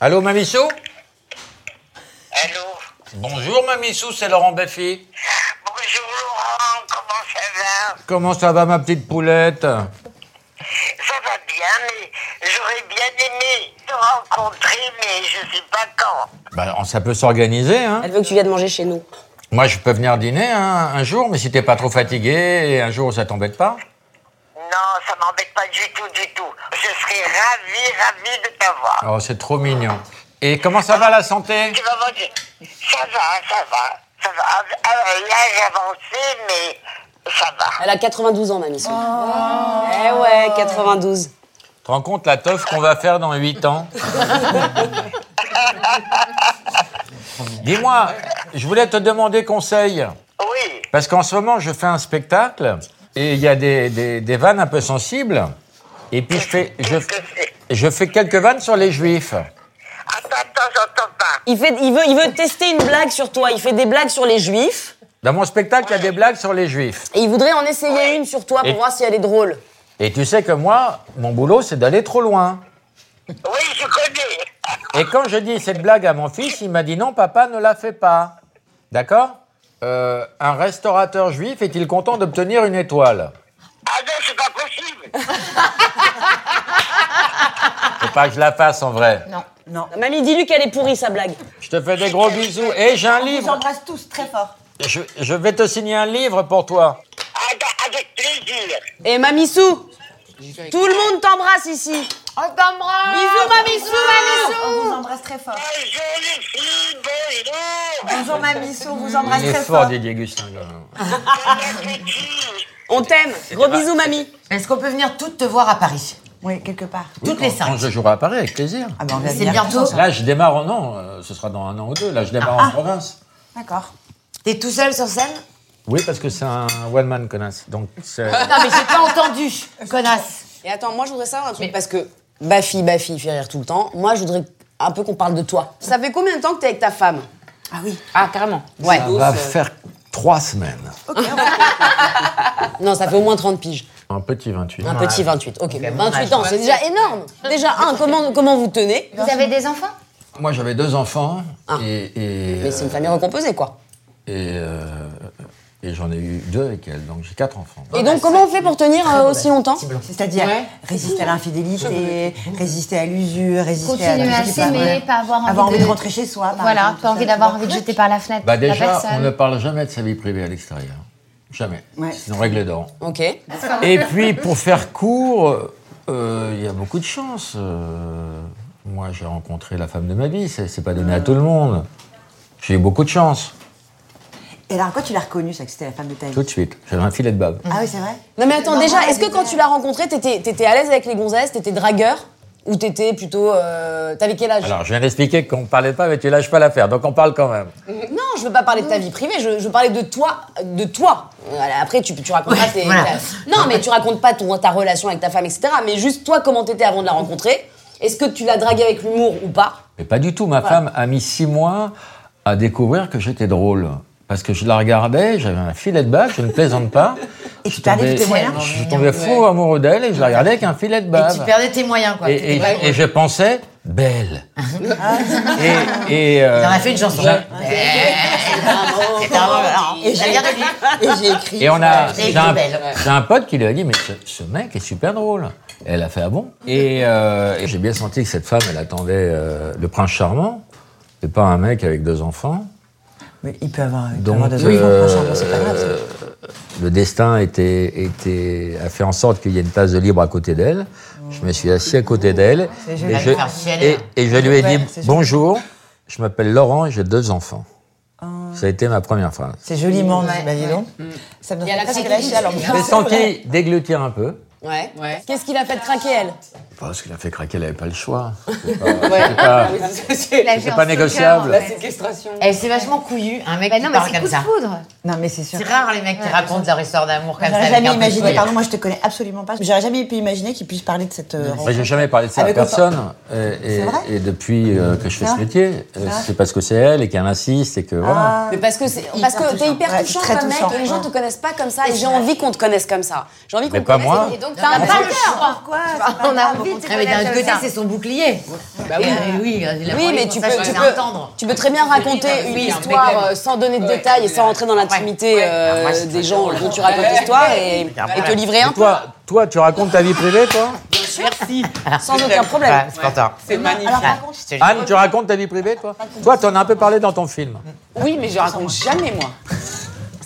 Speaker 6: Allô Mamissou
Speaker 8: Allô
Speaker 6: Bonjour Mamissou, c'est Laurent Baffy.
Speaker 8: Bonjour Laurent, comment ça va
Speaker 6: Comment ça va ma petite poulette
Speaker 8: Ça va bien, mais j'aurais bien aimé te rencontrer, mais je sais pas quand.
Speaker 6: Bah, on- ça peut s'organiser. Hein.
Speaker 2: Elle veut que tu viennes manger chez nous.
Speaker 6: Moi, je peux venir dîner hein, un jour, mais si t'es pas trop fatigué, et un jour ça t'embête pas.
Speaker 8: Non, ça m'embête pas du tout, du tout. Je serais ravi, ravi de t'avoir.
Speaker 6: Oh, c'est trop mignon. Et comment ça va la santé
Speaker 8: Tu vas manger Ça va, ça va. Ça va. Ah, là, j'ai avancé, mais ça va.
Speaker 2: Elle a 92 ans,
Speaker 1: Oh.
Speaker 2: Mamissou. Eh ouais, 92.
Speaker 6: Tu te rends compte la teuf qu'on va faire dans 8 ans Dis-moi, je voulais te demander conseil.
Speaker 8: Oui,
Speaker 6: Parce qu'en ce moment, je fais un spectacle et il y a des, des, des vannes un peu sensibles. Et puis, je fais, je, je fais quelques vannes sur les juifs.
Speaker 8: attends, attends, j'entends pas.
Speaker 2: Il, fait, il, veut, il veut tester une blague sur toi. Il fait des blagues sur les juifs.
Speaker 6: Dans mon spectacle, il y a des blagues sur les juifs.
Speaker 2: Et il voudrait en essayer une sur toi pour
Speaker 6: Et-
Speaker 2: voir si elle est drôle.
Speaker 6: Et tu sais que moi, mon boulot, c'est d'aller trop loin.
Speaker 8: Oui, je connais.
Speaker 6: Et quand je dis cette blague à mon fils, il m'a dit non, papa, ne la fais pas. D'accord Euh, un restaurateur juif est-il content d'obtenir une étoile
Speaker 8: Ah non, c'est pas possible.
Speaker 6: Faut pas que je la fasse en vrai.
Speaker 2: Mamie, dis-lui qu'elle est pourrie, sa blague.
Speaker 6: Je te fais des gros bisous. Et j'ai un
Speaker 4: Vous
Speaker 6: livre.
Speaker 4: embrasse tous très fort.
Speaker 6: Je, je vais te signer un livre pour toi.
Speaker 8: Avec- Ah, bah, Avec plaisir.
Speaker 2: Et Mamissou, tout le monde t'embrasse ici.
Speaker 5: Oh, t'embrasses
Speaker 2: Bisous, Mamissou
Speaker 4: On vous embrasse très fort.
Speaker 8: Bonjour les filles, bonjour.
Speaker 4: Bonjour Mamissou, on vous embrasse
Speaker 6: Il est
Speaker 4: très
Speaker 6: fort,
Speaker 4: fort.
Speaker 6: Didier Gustin. quand même.
Speaker 2: On t'aime. Gros bisous, mamie.
Speaker 3: Est-ce qu'on peut venir toutes te voir à Paris
Speaker 4: Oui, quelque part.
Speaker 3: Toutes les
Speaker 6: Quand- Quand
Speaker 3: cinq.
Speaker 6: je jouerai à Paris, avec plaisir.
Speaker 4: Ah ben, on va
Speaker 3: C'est
Speaker 4: venir
Speaker 3: bientôt.
Speaker 4: tous ensemble.
Speaker 6: Là, je démarre en an. euh, ce sera dans un an ou deux. Là, je démarre en province.
Speaker 4: D'accord.
Speaker 3: T'es tout seul sur scène
Speaker 6: Oui, parce que c'est un one man connasse. Donc, c'est.
Speaker 3: Non, Ah, mais j'ai pas entendu, connasse.
Speaker 2: Et attends, moi, je voudrais savoir un truc. Parce que Bafi, Bafi fait rire tout le temps. Moi, je voudrais un peu qu'on parle de toi. Ça fait combien de temps que t'es avec ta femme
Speaker 4: Ah oui.
Speaker 2: Ah, carrément. Ouais.
Speaker 6: Ça va faire trois semaines.
Speaker 2: Non, ça fait au moins 30 piges.
Speaker 6: Un petit 28.
Speaker 2: Un petit 28. Ok,
Speaker 3: mon
Speaker 2: 28
Speaker 3: âge.
Speaker 2: ans, c'est déjà énorme. Déjà, un, comment, comment vous tenez
Speaker 5: Vous avez des enfants
Speaker 6: Moi, j'avais deux enfants.
Speaker 2: Ah.
Speaker 6: Et, et,
Speaker 2: Mais c'est une famille recomposée, quoi.
Speaker 6: et, euh, et j'en ai eu deux avec elle. Donc, j'ai quatre enfants.
Speaker 2: Et donc, comment on fait pour tenir euh, aussi longtemps
Speaker 4: C'est-à-dire résister à l'infidélité, résister à l'usure, résister à...
Speaker 5: Continuer à
Speaker 4: je sais pas,
Speaker 5: s'aimer,
Speaker 4: ouais.
Speaker 5: pas avoir envie
Speaker 4: Avoir envie
Speaker 5: de-
Speaker 4: de rentrer chez soi. Ah, par
Speaker 5: Voilà,
Speaker 4: exemple,
Speaker 5: pas
Speaker 4: tout
Speaker 5: envie
Speaker 4: ça,
Speaker 5: d'avoir
Speaker 4: tu
Speaker 5: envie de
Speaker 4: vois.
Speaker 5: jeter par la fenêtre
Speaker 6: Bah,
Speaker 5: la
Speaker 6: déjà, on
Speaker 5: personne.
Speaker 6: ne parle jamais de sa vie privée à l'extérieur. Jamais.
Speaker 4: Ouais.
Speaker 6: Sinon, réglé d'or.
Speaker 2: Ok.
Speaker 6: Et puis, pour faire court, euh, euh, il y a beaucoup de chance. Euh, moi, j'ai rencontré la femme de ma vie. C'est c'est pas donné à tout le monde. J'ai eu beaucoup de chance.
Speaker 4: Et alors, quand tu l'as reconnue, ça, que c'était la femme de ta vie
Speaker 6: Tout de suite. J'avais un filet de bave.
Speaker 4: Ah oui, c'est vrai
Speaker 2: Non, mais attends, déjà, est-ce que quand tu l'as rencontrée, t'étais t'étais à l'aise avec les gonzesses T'étais dragueur Ou t'étais plutôt. euh, T'avais quel âge
Speaker 6: Alors, je viens d'expliquer qu'on parlait pas, mais tu lâches pas l'affaire. Donc, on parle quand même.
Speaker 2: Non, je veux pas parler de ta vie privée, je, je veux parler de toi, de toi. Euh, Après, tu, tu racontes pas tes-
Speaker 3: voilà.
Speaker 2: ta- Non, mais tu racontes pas ton, ta relation avec ta femme, etc. Mais juste toi, comment t'étais avant de la rencontrer Est-ce que tu l'as draguée avec l'humour ou pas
Speaker 6: Mais pas du tout. Ma femme a mis six mois à découvrir que j'étais drôle. Parce que je la regardais, j'avais un filet de bave, je ne plaisante pas.
Speaker 4: Et
Speaker 6: Je
Speaker 4: tu perdais
Speaker 6: tombais-
Speaker 4: tes moyens
Speaker 6: Je suis tombé fou amoureux d'elle et je la regardais avec un filet de
Speaker 3: Et tu
Speaker 6: bave.
Speaker 3: perdais tes moyens, quoi.
Speaker 6: Et,
Speaker 3: T'étais
Speaker 6: et-
Speaker 3: pas-
Speaker 6: et je pensais, belle. et. et
Speaker 3: Ah. Il
Speaker 6: euh,
Speaker 3: en a fait une chanson.
Speaker 6: j'a-
Speaker 3: C'est un moment. Et j'ai regardé lui.
Speaker 4: Et j'ai écrit.
Speaker 6: Et on a,
Speaker 3: Ouais,
Speaker 6: j'ai un,
Speaker 3: belle.
Speaker 6: j'ai un pote qui lui a dit, mais ce, ce mec est super drôle. Et elle a fait, ah bon Et, euh, et j'ai bien senti que cette femme, elle attendait euh, le prince charmant, et pas un mec avec deux enfants.
Speaker 4: Mais il peut avoir, il peut
Speaker 6: Donc,
Speaker 4: avoir des
Speaker 6: euh,
Speaker 4: enfants, c'est pas grave. ça.
Speaker 6: Le destin était, était, a fait en sorte qu'il y ait une place de libre à côté d'elle. Je me suis assis à côté d'elle, et
Speaker 3: joli.
Speaker 6: je,
Speaker 3: Elle va faire chialer, hein.
Speaker 6: et- et je lui ai
Speaker 4: Ouais,
Speaker 6: dit,
Speaker 4: c'est joli.
Speaker 6: bonjour, je m'appelle Laurent et j'ai deux enfants.
Speaker 4: Ah.
Speaker 6: Ça a été ma première phrase.
Speaker 4: C'est joliment dit, bah dis donc. Ça me donne presque la chiale en plus.
Speaker 6: J'ai senti déglutir un peu.
Speaker 2: Ouais. Qu'est-ce qu'il a fait de craquer, elle
Speaker 6: Parce qu'il a fait craquer, elle n'avait pas le choix. C'est pas-
Speaker 4: Ah
Speaker 5: Il a
Speaker 6: c'est
Speaker 5: fait un
Speaker 6: pas
Speaker 5: stalker,
Speaker 6: négociable.
Speaker 5: en fait.
Speaker 3: Eh, c'est vachement couillu, un mec
Speaker 5: Bah
Speaker 3: qui
Speaker 5: non, mais
Speaker 3: parle
Speaker 5: c'est coup
Speaker 3: comme
Speaker 5: de
Speaker 3: ça.
Speaker 5: foudre.
Speaker 4: Non, mais c'est sûr.
Speaker 3: C'est rare les mecs qui racontent leur histoire d'amour comme ça.
Speaker 4: J'aurais
Speaker 3: avec un
Speaker 4: jamais
Speaker 3: peu de
Speaker 4: imaginé,
Speaker 3: sourire.
Speaker 4: pardon, moi je te connais absolument pas. J'aurais jamais pu imaginer qu'il puisse parler de cette euh,
Speaker 6: Moi,
Speaker 4: rencontre.
Speaker 6: j'ai jamais parlé de ça
Speaker 4: Avec
Speaker 6: à personne. Et, et-
Speaker 4: vrai
Speaker 6: et depuis euh, que je fais
Speaker 4: Ah.
Speaker 6: ce métier, euh, c'est parce que c'est elle et qu'elle insiste et que voilà.
Speaker 2: Mais parce que c'est parce que t'es hyper
Speaker 4: Ouais,
Speaker 2: touchant
Speaker 4: très
Speaker 2: comme mec,
Speaker 4: touchant.
Speaker 2: et les gens te connaissent pas comme ça, et j'ai envie qu'on te connaisse comme ça. J'ai envie qu'on
Speaker 6: Mais
Speaker 2: te
Speaker 6: pas
Speaker 2: connaisse.
Speaker 6: moi.
Speaker 5: Et donc,
Speaker 2: T'as
Speaker 5: t'as
Speaker 2: un
Speaker 5: un
Speaker 2: pas
Speaker 5: talent.
Speaker 2: le
Speaker 4: Pourquoi
Speaker 5: On a envie de te
Speaker 3: Ah, mais d'un autre
Speaker 5: connaître
Speaker 3: côté,
Speaker 5: comme ça.
Speaker 3: c'est son bouclier. oui, oui, il a la
Speaker 2: Oui,
Speaker 3: parole,
Speaker 2: mais
Speaker 3: pour
Speaker 2: tu
Speaker 3: ça,
Speaker 2: peux, tu,
Speaker 3: je vais
Speaker 2: peux,
Speaker 3: entendre.
Speaker 2: tu peux très bien raconter une histoire euh, sans donner de détails et sans rentrer dans l'intimité euh, des gens dont tu racontes l'histoire et, et te livrer un
Speaker 6: Et toi, toi, tu racontes ta vie privée, toi
Speaker 2: peu sans aucun problème.
Speaker 3: Voilà, c'est pour toi.
Speaker 1: C'est magnifique.
Speaker 4: Alors par contre,
Speaker 3: Je te jure.
Speaker 6: Anne, tu racontes ta vie privée, toi Toi, t'en as un peu parlé dans ton film.
Speaker 1: Oui, mais je raconte jamais, moi.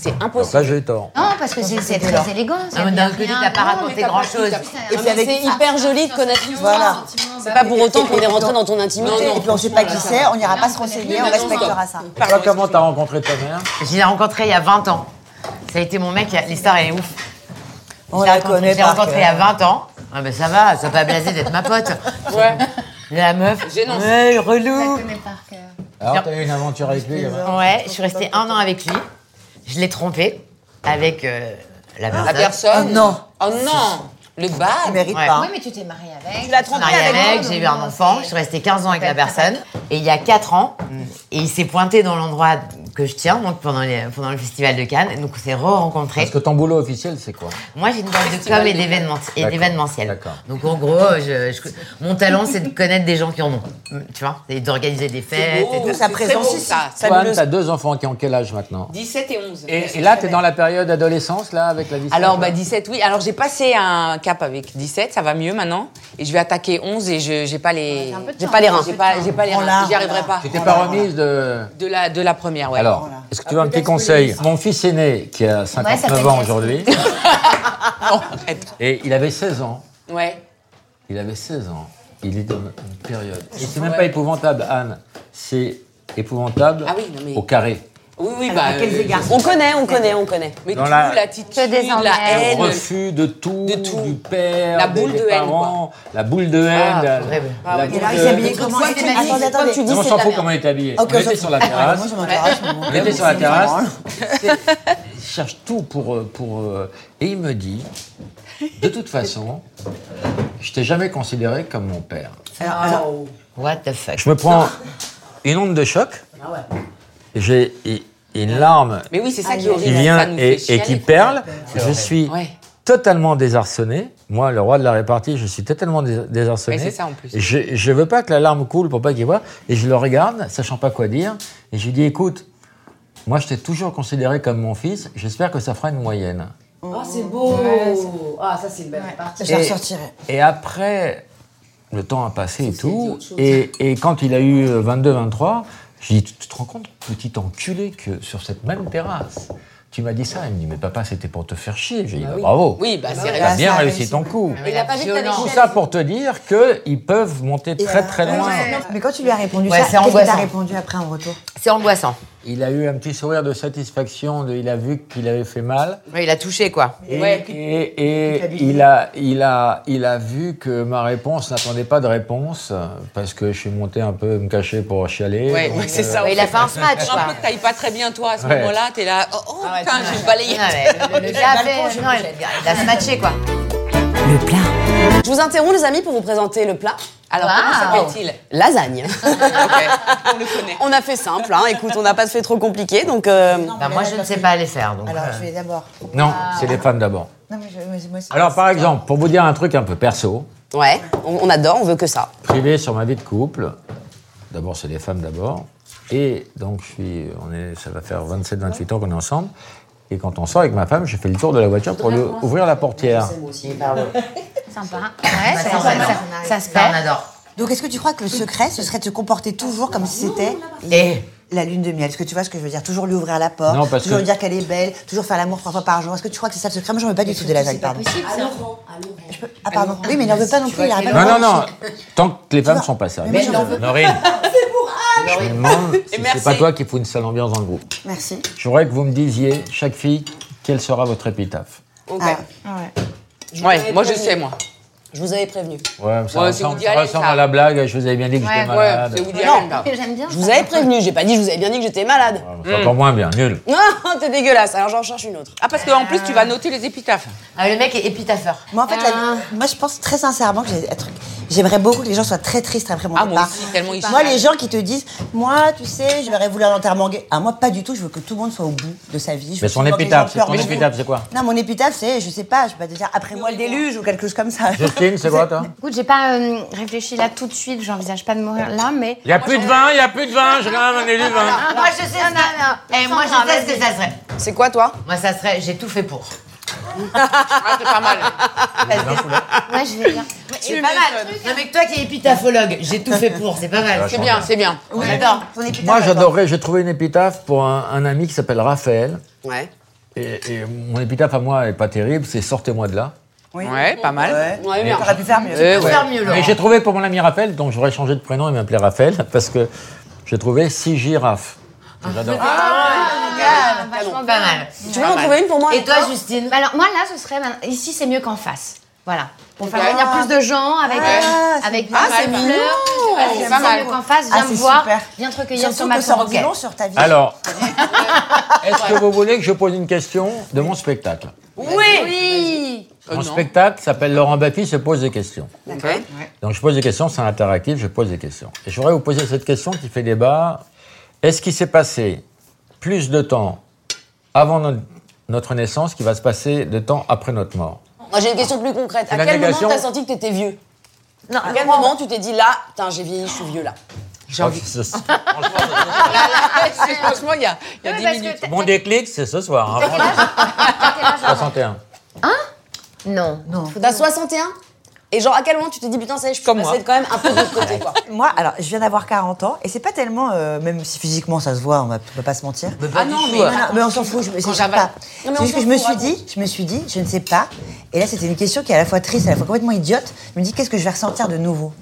Speaker 2: C'est
Speaker 6: Donc
Speaker 2: impossible.
Speaker 6: là, j'ai eu tort.
Speaker 5: Non, parce que c'est c'est très élégant.
Speaker 3: Ah, mais D'un autre côté, t'as pas raconté grand chose.
Speaker 2: Et puis avec- ah, C'est hyper joli de connaître l'histoire.
Speaker 4: Voilà.
Speaker 2: C'est pas pour autant qu'on est rentré dans ton intimité.
Speaker 4: et puis on sait pas qui c'est, on n'ira pas se renseigner, on respectera ça.
Speaker 6: Toi, comment t'as rencontré ta mère
Speaker 3: Je l'ai rencontré il y a 20 ans. Ça a été mon mec, l'histoire elle est ouf.
Speaker 4: On
Speaker 3: Je l'ai
Speaker 4: la
Speaker 3: rencontré-
Speaker 4: connaît
Speaker 3: Je l'ai
Speaker 4: par
Speaker 3: rencontré il y
Speaker 4: cœur.
Speaker 3: a 20 ans. Ah ben ça va, ça pas blasé d'être ma pote. Ouais. La meuf. Ouais, relou.
Speaker 6: Alors, t'as eu une aventure avec lui là-bas
Speaker 3: Ouais, je suis restée un an avec lui. Je l'ai trompé avec euh, la personne.
Speaker 1: La personne.
Speaker 4: Oh non.
Speaker 1: Oh non. Le
Speaker 4: Il
Speaker 1: bal.
Speaker 4: mérite
Speaker 3: Ouais.
Speaker 4: pas.
Speaker 5: Oui, mais tu t'es mariée avec.
Speaker 2: Tu l'as
Speaker 3: Je
Speaker 2: trompé
Speaker 3: suis mariée
Speaker 2: avec
Speaker 3: avec, j'ai eu un enfant, je suis restée 15 ans avec la personne. Et il y a 4 ans, et il s'est pointé dans l'endroit que je tiens donc pendant, les- pendant le Festival de Cannes. Et Donc on s'est re-rencontrés.
Speaker 6: Parce que ton boulot officiel, c'est quoi
Speaker 3: Moi, j'ai une boîte de com et d'événements- et
Speaker 6: D'accord,
Speaker 3: d'événementiel.
Speaker 6: d'accord.
Speaker 3: Donc, en gros, euh, je- je- mon talent, c'est de connaître des gens qui en ont. Mm, Tu vois Et d'organiser des fêtes. et tout.
Speaker 4: Sa présence
Speaker 9: beau,
Speaker 4: ici.
Speaker 9: ça.
Speaker 6: Toi,
Speaker 4: Fabuleuse.
Speaker 6: t'as deux enfants qui ont quel âge maintenant
Speaker 9: 17 et 11.
Speaker 6: et, et là, t'es dans la période adolescence, là, avec la vie
Speaker 9: Alors, bah,
Speaker 6: scolaire
Speaker 9: 17, oui. Alors, j'ai passé un cap avec 17, ça va mieux maintenant. Et je vais attaquer 11 et je j'ai pas les.
Speaker 2: J'ai pas Oh les reins.
Speaker 9: J'ai pas, j'ai pas les
Speaker 4: Prends-la,
Speaker 9: reins. J'y arriverai pas.
Speaker 6: Tu t'es pas remise de...
Speaker 9: De la, de la première, ouais.
Speaker 6: Alors, est-ce que tu as un petit conseil Mon fils aîné, qui a
Speaker 5: ça
Speaker 6: 59
Speaker 5: fait
Speaker 6: ans
Speaker 5: bien.
Speaker 6: aujourd'hui,
Speaker 9: Non, arrête.
Speaker 6: et il avait 16 ans.
Speaker 9: Ouais.
Speaker 6: Il avait 16 ans. Il est dans une période. Et c'est même pas épouvantable, Anne. C'est épouvantable
Speaker 9: Ah oui, non, mais-
Speaker 6: au carré.
Speaker 9: Oui,
Speaker 2: Ah,
Speaker 9: oui, bah.
Speaker 4: À quels
Speaker 9: euh,
Speaker 4: égards
Speaker 2: On connaît, on connaît, on connaît.
Speaker 9: mais
Speaker 6: Dans
Speaker 9: tout,
Speaker 6: la-
Speaker 9: l'attitude,
Speaker 5: Te désemmerde.
Speaker 9: la
Speaker 6: Le
Speaker 9: haine.
Speaker 6: refus de tout,
Speaker 9: De tout.
Speaker 6: du père,
Speaker 9: La
Speaker 6: des-
Speaker 9: boule
Speaker 6: des
Speaker 9: de haine,
Speaker 6: parents, la boule de haine.
Speaker 3: Ah,
Speaker 6: la-
Speaker 3: vrai, ouais.
Speaker 6: la
Speaker 9: ouais.
Speaker 6: boule
Speaker 4: Et là,
Speaker 6: de-
Speaker 4: il s'est habillé comme
Speaker 2: Pourquoi
Speaker 4: moi.
Speaker 2: tu m'as dit-
Speaker 4: Attendez,
Speaker 2: pourquoi
Speaker 4: attendez.
Speaker 2: tu dis
Speaker 6: on
Speaker 2: c'est
Speaker 6: s'en
Speaker 2: de la
Speaker 6: fout
Speaker 2: merde.
Speaker 6: comment il est habillé.
Speaker 4: Ok,
Speaker 6: on
Speaker 4: je-
Speaker 6: était sur la
Speaker 4: Ah,
Speaker 6: terrasse.
Speaker 4: moi, je m'intéresse, mais bon.
Speaker 6: On était sur la
Speaker 4: C'est
Speaker 6: terrasse.
Speaker 4: marrant.
Speaker 6: Il cherche tout pour, euh, pour. euh, Et il me dit de toute façon, je t'ai jamais considéré comme mon père.
Speaker 4: Alors, alors,
Speaker 3: What the fuck
Speaker 6: Je me prends une onde de choc. J'ai et- et une larme
Speaker 9: Ah Mais oui, c'est
Speaker 2: Ah,
Speaker 9: ça qui est
Speaker 6: qui
Speaker 9: horrible. ça
Speaker 6: vient
Speaker 9: nous
Speaker 6: et,
Speaker 9: fait
Speaker 6: et
Speaker 9: chialer.
Speaker 6: qui perle. Je suis
Speaker 9: Ouais.
Speaker 6: totalement désarçonné. Moi, le roi de la répartie, je suis totalement dés- désarçonné.
Speaker 9: Mais c'est ça, en plus.
Speaker 6: Je, je veux pas que la larme coule pour pas qu'il voit. Et je le regarde, sachant pas quoi dire. Et je lui dis, écoute, moi, je t'ai toujours considéré comme mon fils. J'espère que ça fera une moyenne.
Speaker 2: Oh, c'est beau. Ah, ça, c'est une belle partie.
Speaker 4: je la ressortirai.
Speaker 6: Et après, le temps a passé et tout. Et, et quand il a eu 22-23, je lui ai dit, tu te rends compte, petit enculé, que sur cette même terrasse, tu m'as dit ça. Il me dit, mais papa, c'était pour te faire chier. J'ai dit, Bah, bravo.
Speaker 9: Oui,
Speaker 3: Ah
Speaker 9: bah, c'est
Speaker 4: Ah,
Speaker 6: T'as
Speaker 9: vrai.
Speaker 6: bien réussi ton coup.
Speaker 9: Il a pas vu que t'avais
Speaker 6: Tout ça pour te dire qu'ils peuvent monter très très
Speaker 4: euh,
Speaker 6: loin.
Speaker 4: Mais quand tu lui as répondu
Speaker 3: Ouais,
Speaker 4: ça,
Speaker 3: c'est
Speaker 4: qu'est-ce qu'il t'a
Speaker 3: angoissant.
Speaker 4: répondu après en retour
Speaker 3: C'est angoissant.
Speaker 6: Il a eu un petit sourire de satisfaction, de, il a vu qu'il avait fait mal.
Speaker 3: Ouais, il a touché, quoi.
Speaker 6: Et,
Speaker 9: Ouais.
Speaker 6: et- et il, a, il, a, il a vu que ma réponse n'attendait pas de réponse, parce que je suis monté un peu me cacher pour chialer.
Speaker 9: Ouais,
Speaker 6: Donc,
Speaker 9: ouais, c'est ça.
Speaker 3: Ouais, il a fait un smash,
Speaker 9: Un peu
Speaker 3: quoi.
Speaker 9: que t'ailles pas très bien, toi, à ce
Speaker 6: Ouais.
Speaker 9: moment-là, t'es là. Oh, oh,
Speaker 3: ouais,
Speaker 9: putain,
Speaker 3: tu-
Speaker 9: j'ai une balayette.
Speaker 3: Ah ouais, le- le gars a fait- non, il il a smatché, quoi.
Speaker 2: Le plat. Je vous interromps, les amis, pour vous présenter le plat.
Speaker 9: Alors,
Speaker 3: Wow.
Speaker 9: comment s'appelle-t-il
Speaker 2: Lasagne.
Speaker 9: Ok, on le connaît.
Speaker 2: on a fait simple, hein. écoute, on n'a pas fait trop compliqué, donc... euh,
Speaker 3: Bah, moi, je ne sais pas les faire, donc.
Speaker 4: Alors,
Speaker 3: euh,
Speaker 4: je vais d'abord.
Speaker 6: Non, c'est les femmes d'abord.
Speaker 4: Non, mais je- mais moi, Ah, c'est-
Speaker 6: Alors, par exemple, pour vous dire un truc un peu perso,
Speaker 2: Ouais, on, on adore, on veut que ça.
Speaker 6: privé sur ma vie de couple, d'abord, c'est les femmes d'abord. Et donc, je suis, on est, ça va faire 27-28 ans qu'on est ensemble. Et quand on sort avec ma femme, j'ai fait le tour de la voiture pour lui ouvrir la portière.
Speaker 5: Sympa.
Speaker 2: Eh,
Speaker 5: Ouais,
Speaker 2: Bah,
Speaker 5: ça,
Speaker 3: ça,
Speaker 5: ça-
Speaker 3: on adore.
Speaker 5: ça- ça se
Speaker 3: ça, on
Speaker 5: fait.
Speaker 3: adore.
Speaker 4: Donc, est-ce que tu crois que le secret, ce serait de se comporter toujours comme si c'était
Speaker 3: Et
Speaker 4: la lune de miel Est-ce que tu vois ce que je veux dire Toujours lui ouvrir la porte,
Speaker 6: Non, parce
Speaker 4: toujours
Speaker 6: que-
Speaker 4: lui dire qu'elle est belle, toujours faire l'amour trois fois par jour. Est-ce que tu crois que c'est ça le secret Moi, j'en veux pas du tout de la vague, pardon. Je peux- Ah, pardon. Oui, mais il n'en veut pas non plus. Il
Speaker 6: Non, non, non, tant que les femmes sont pas sérieuses.
Speaker 4: Mais non.
Speaker 6: Norine, je me demande si
Speaker 9: merci.
Speaker 6: c'est pas toi qui fous une sale ambiance dans le groupe.
Speaker 4: Merci.
Speaker 6: Je voudrais que vous me disiez, chaque fille, quelle sera votre épitaphe.
Speaker 9: Ok.
Speaker 4: Ah,
Speaker 9: Ouais, moi, je sais, moi.
Speaker 2: Je vous avais prévenu.
Speaker 6: Ouais, ça
Speaker 9: Ouais, c'est
Speaker 6: ressemble,
Speaker 9: Woody
Speaker 6: ça
Speaker 9: Allen,
Speaker 6: ressemble
Speaker 9: ça.
Speaker 6: à la blague, je vous avais bien dit que j'étais
Speaker 9: Ouais,
Speaker 6: malade.
Speaker 9: c'est Woody Allen, là.
Speaker 5: J'aime bien.
Speaker 2: Je vous avais prévenu, j'ai pas dit, je vous avais bien dit que j'étais malade.
Speaker 6: C'est encore moins bien, nul.
Speaker 2: Non, t'es dégueulasse, alors j'en cherche une autre.
Speaker 9: Ah, parce qu'en plus, tu vas noter les épitaphes.
Speaker 3: Ah, le mec est épitapheur.
Speaker 4: Moi, en fait,
Speaker 2: Ah.
Speaker 4: la- moi, je pense très sincèrement que j'ai un truc. J'aimerais beaucoup que les gens soient très tristes après mon
Speaker 9: Ah, moi
Speaker 4: départ.
Speaker 9: aussi, tellement ils
Speaker 4: Moi,
Speaker 9: sont-
Speaker 4: les gens qui te disent, moi, tu sais, j'aimerais vouloir l'enterrement gay. Ah, moi, pas du tout. Je veux que tout le monde soit au bout de sa vie. Je
Speaker 6: Mais
Speaker 4: veux
Speaker 6: son
Speaker 4: absolument que les
Speaker 6: épitaphe,
Speaker 4: gens
Speaker 6: c'est
Speaker 4: pleurent
Speaker 6: ton
Speaker 4: beaucoup.
Speaker 6: épitaphe, c'est quoi
Speaker 4: Non, mon épitaphe, c'est, je sais pas, je peux pas te dire, après moi le déluge ou quelque chose comme ça.
Speaker 6: Justine, c'est quoi, toi
Speaker 5: Écoute, j'ai pas euh, réfléchi là tout de suite, j'envisage pas de mourir là, mais.
Speaker 6: Il n'y a plus de vin, il n'y a plus de vin, j'ai quand même un élu de vin.
Speaker 3: Moi, je sais ce que- Eh, moi, je sais ce que ça serait.
Speaker 2: C'est quoi, toi
Speaker 3: Moi, ça serait, j'ai tout fait pour.
Speaker 9: Ah, c'est pas mal.
Speaker 5: Ouais, je vais bien.
Speaker 3: C'est pas mal. Non, mais toi qui es épitaphologue, j'ai tout fait pour, c'est pas mal.
Speaker 9: C'est bien, c'est bien.
Speaker 3: On adore.
Speaker 4: Ton épitaphe,
Speaker 6: Moi,
Speaker 4: attends.
Speaker 6: j'adorerais, j'ai trouvé une épitaphe pour un, un ami qui s'appelle Raphaël.
Speaker 2: Ouais.
Speaker 6: Et, et mon épitaphe à moi est pas terrible, c'est sortez-moi de là.
Speaker 4: Oui.
Speaker 9: Ouais, pas mal.
Speaker 2: Ouais, bien.
Speaker 4: T'aurais pu faire mieux.
Speaker 9: Euh, ouais.
Speaker 3: Faire mieux, Laurent.
Speaker 6: Mais j'ai trouvé pour mon ami Raphaël, donc j'aurais changé de prénom et m'appeler Raphaël, parce que j'ai trouvé six girafes. J'adore.
Speaker 3: Vachement pas mal.
Speaker 2: Tu veux en trouver une pour moi
Speaker 3: Et toi, Justine
Speaker 5: Bah alors, moi là, ce serait. maintenant- Ici, c'est mieux qu'en face. Voilà. Pour faire venir plus de gens avec.
Speaker 4: Ah,
Speaker 5: avec
Speaker 9: Ah,
Speaker 5: plein
Speaker 9: c'est
Speaker 5: de
Speaker 9: mignon.
Speaker 5: fleurs. Ah, Voilà,
Speaker 9: C'est
Speaker 5: C'est
Speaker 9: pas mal.
Speaker 5: mieux qu'en face,
Speaker 4: Ah,
Speaker 5: viens
Speaker 4: c'est
Speaker 5: me voir,
Speaker 4: super.
Speaker 5: viens te recueillir sur
Speaker 4: Surtout
Speaker 5: ma
Speaker 4: que ça
Speaker 5: tombe.
Speaker 4: en dit long sur ta vie.
Speaker 6: Alors, est-ce que vous voulez que je pose une question de mon spectacle
Speaker 5: Oui
Speaker 9: Euh,
Speaker 6: Mon
Speaker 9: non.
Speaker 6: spectacle s'appelle Laurent Baffy se pose des questions.
Speaker 9: Ok.
Speaker 6: Donc je pose des questions, c'est interactif, je pose des questions. Et je voudrais vous poser cette question qui fait débat. Est-ce qu'il s'est passé plus de temps avant no- notre naissance qu'il va se passer de temps après notre mort.
Speaker 2: Moi, j'ai une question plus concrète. À
Speaker 6: La
Speaker 2: quel
Speaker 6: négation-
Speaker 2: moment t'as senti que t'étais vieux Non. À quel moment tu t'es dit là, putain, j'ai vieilli, je suis vieux là
Speaker 6: J'ai
Speaker 1: Franchement, il y a,
Speaker 5: Oui,
Speaker 1: il y a 10
Speaker 5: parce que
Speaker 1: minutes.
Speaker 5: t'as-
Speaker 6: Mon déclic, c'est ce soir. hein.
Speaker 5: t'as quel âge, avant
Speaker 6: 61.
Speaker 5: Non. Non.
Speaker 2: T'as 61 Et genre, à quel moment tu t'es dit, putain, ça y est, je peux
Speaker 1: Comme
Speaker 2: passer
Speaker 1: moi.
Speaker 2: quand même un peu de l'autre côté, quoi
Speaker 4: Moi, alors, je viens d'avoir 40 ans et c'est pas tellement, euh, même si physiquement ça se voit, on va, on va pas se mentir.
Speaker 1: Ah non, mais.
Speaker 4: Non, non, mais on s'en fout, je, je sais
Speaker 2: Non, mais
Speaker 4: pas. C'est
Speaker 2: on
Speaker 4: juste que
Speaker 2: s'en
Speaker 4: je me
Speaker 2: fout,
Speaker 4: suis dit, je me suis dit, je ne sais pas. Et là, c'était une question qui est à la fois triste, à la fois complètement idiote. Je me dis, qu'est-ce que je vais ressentir de nouveau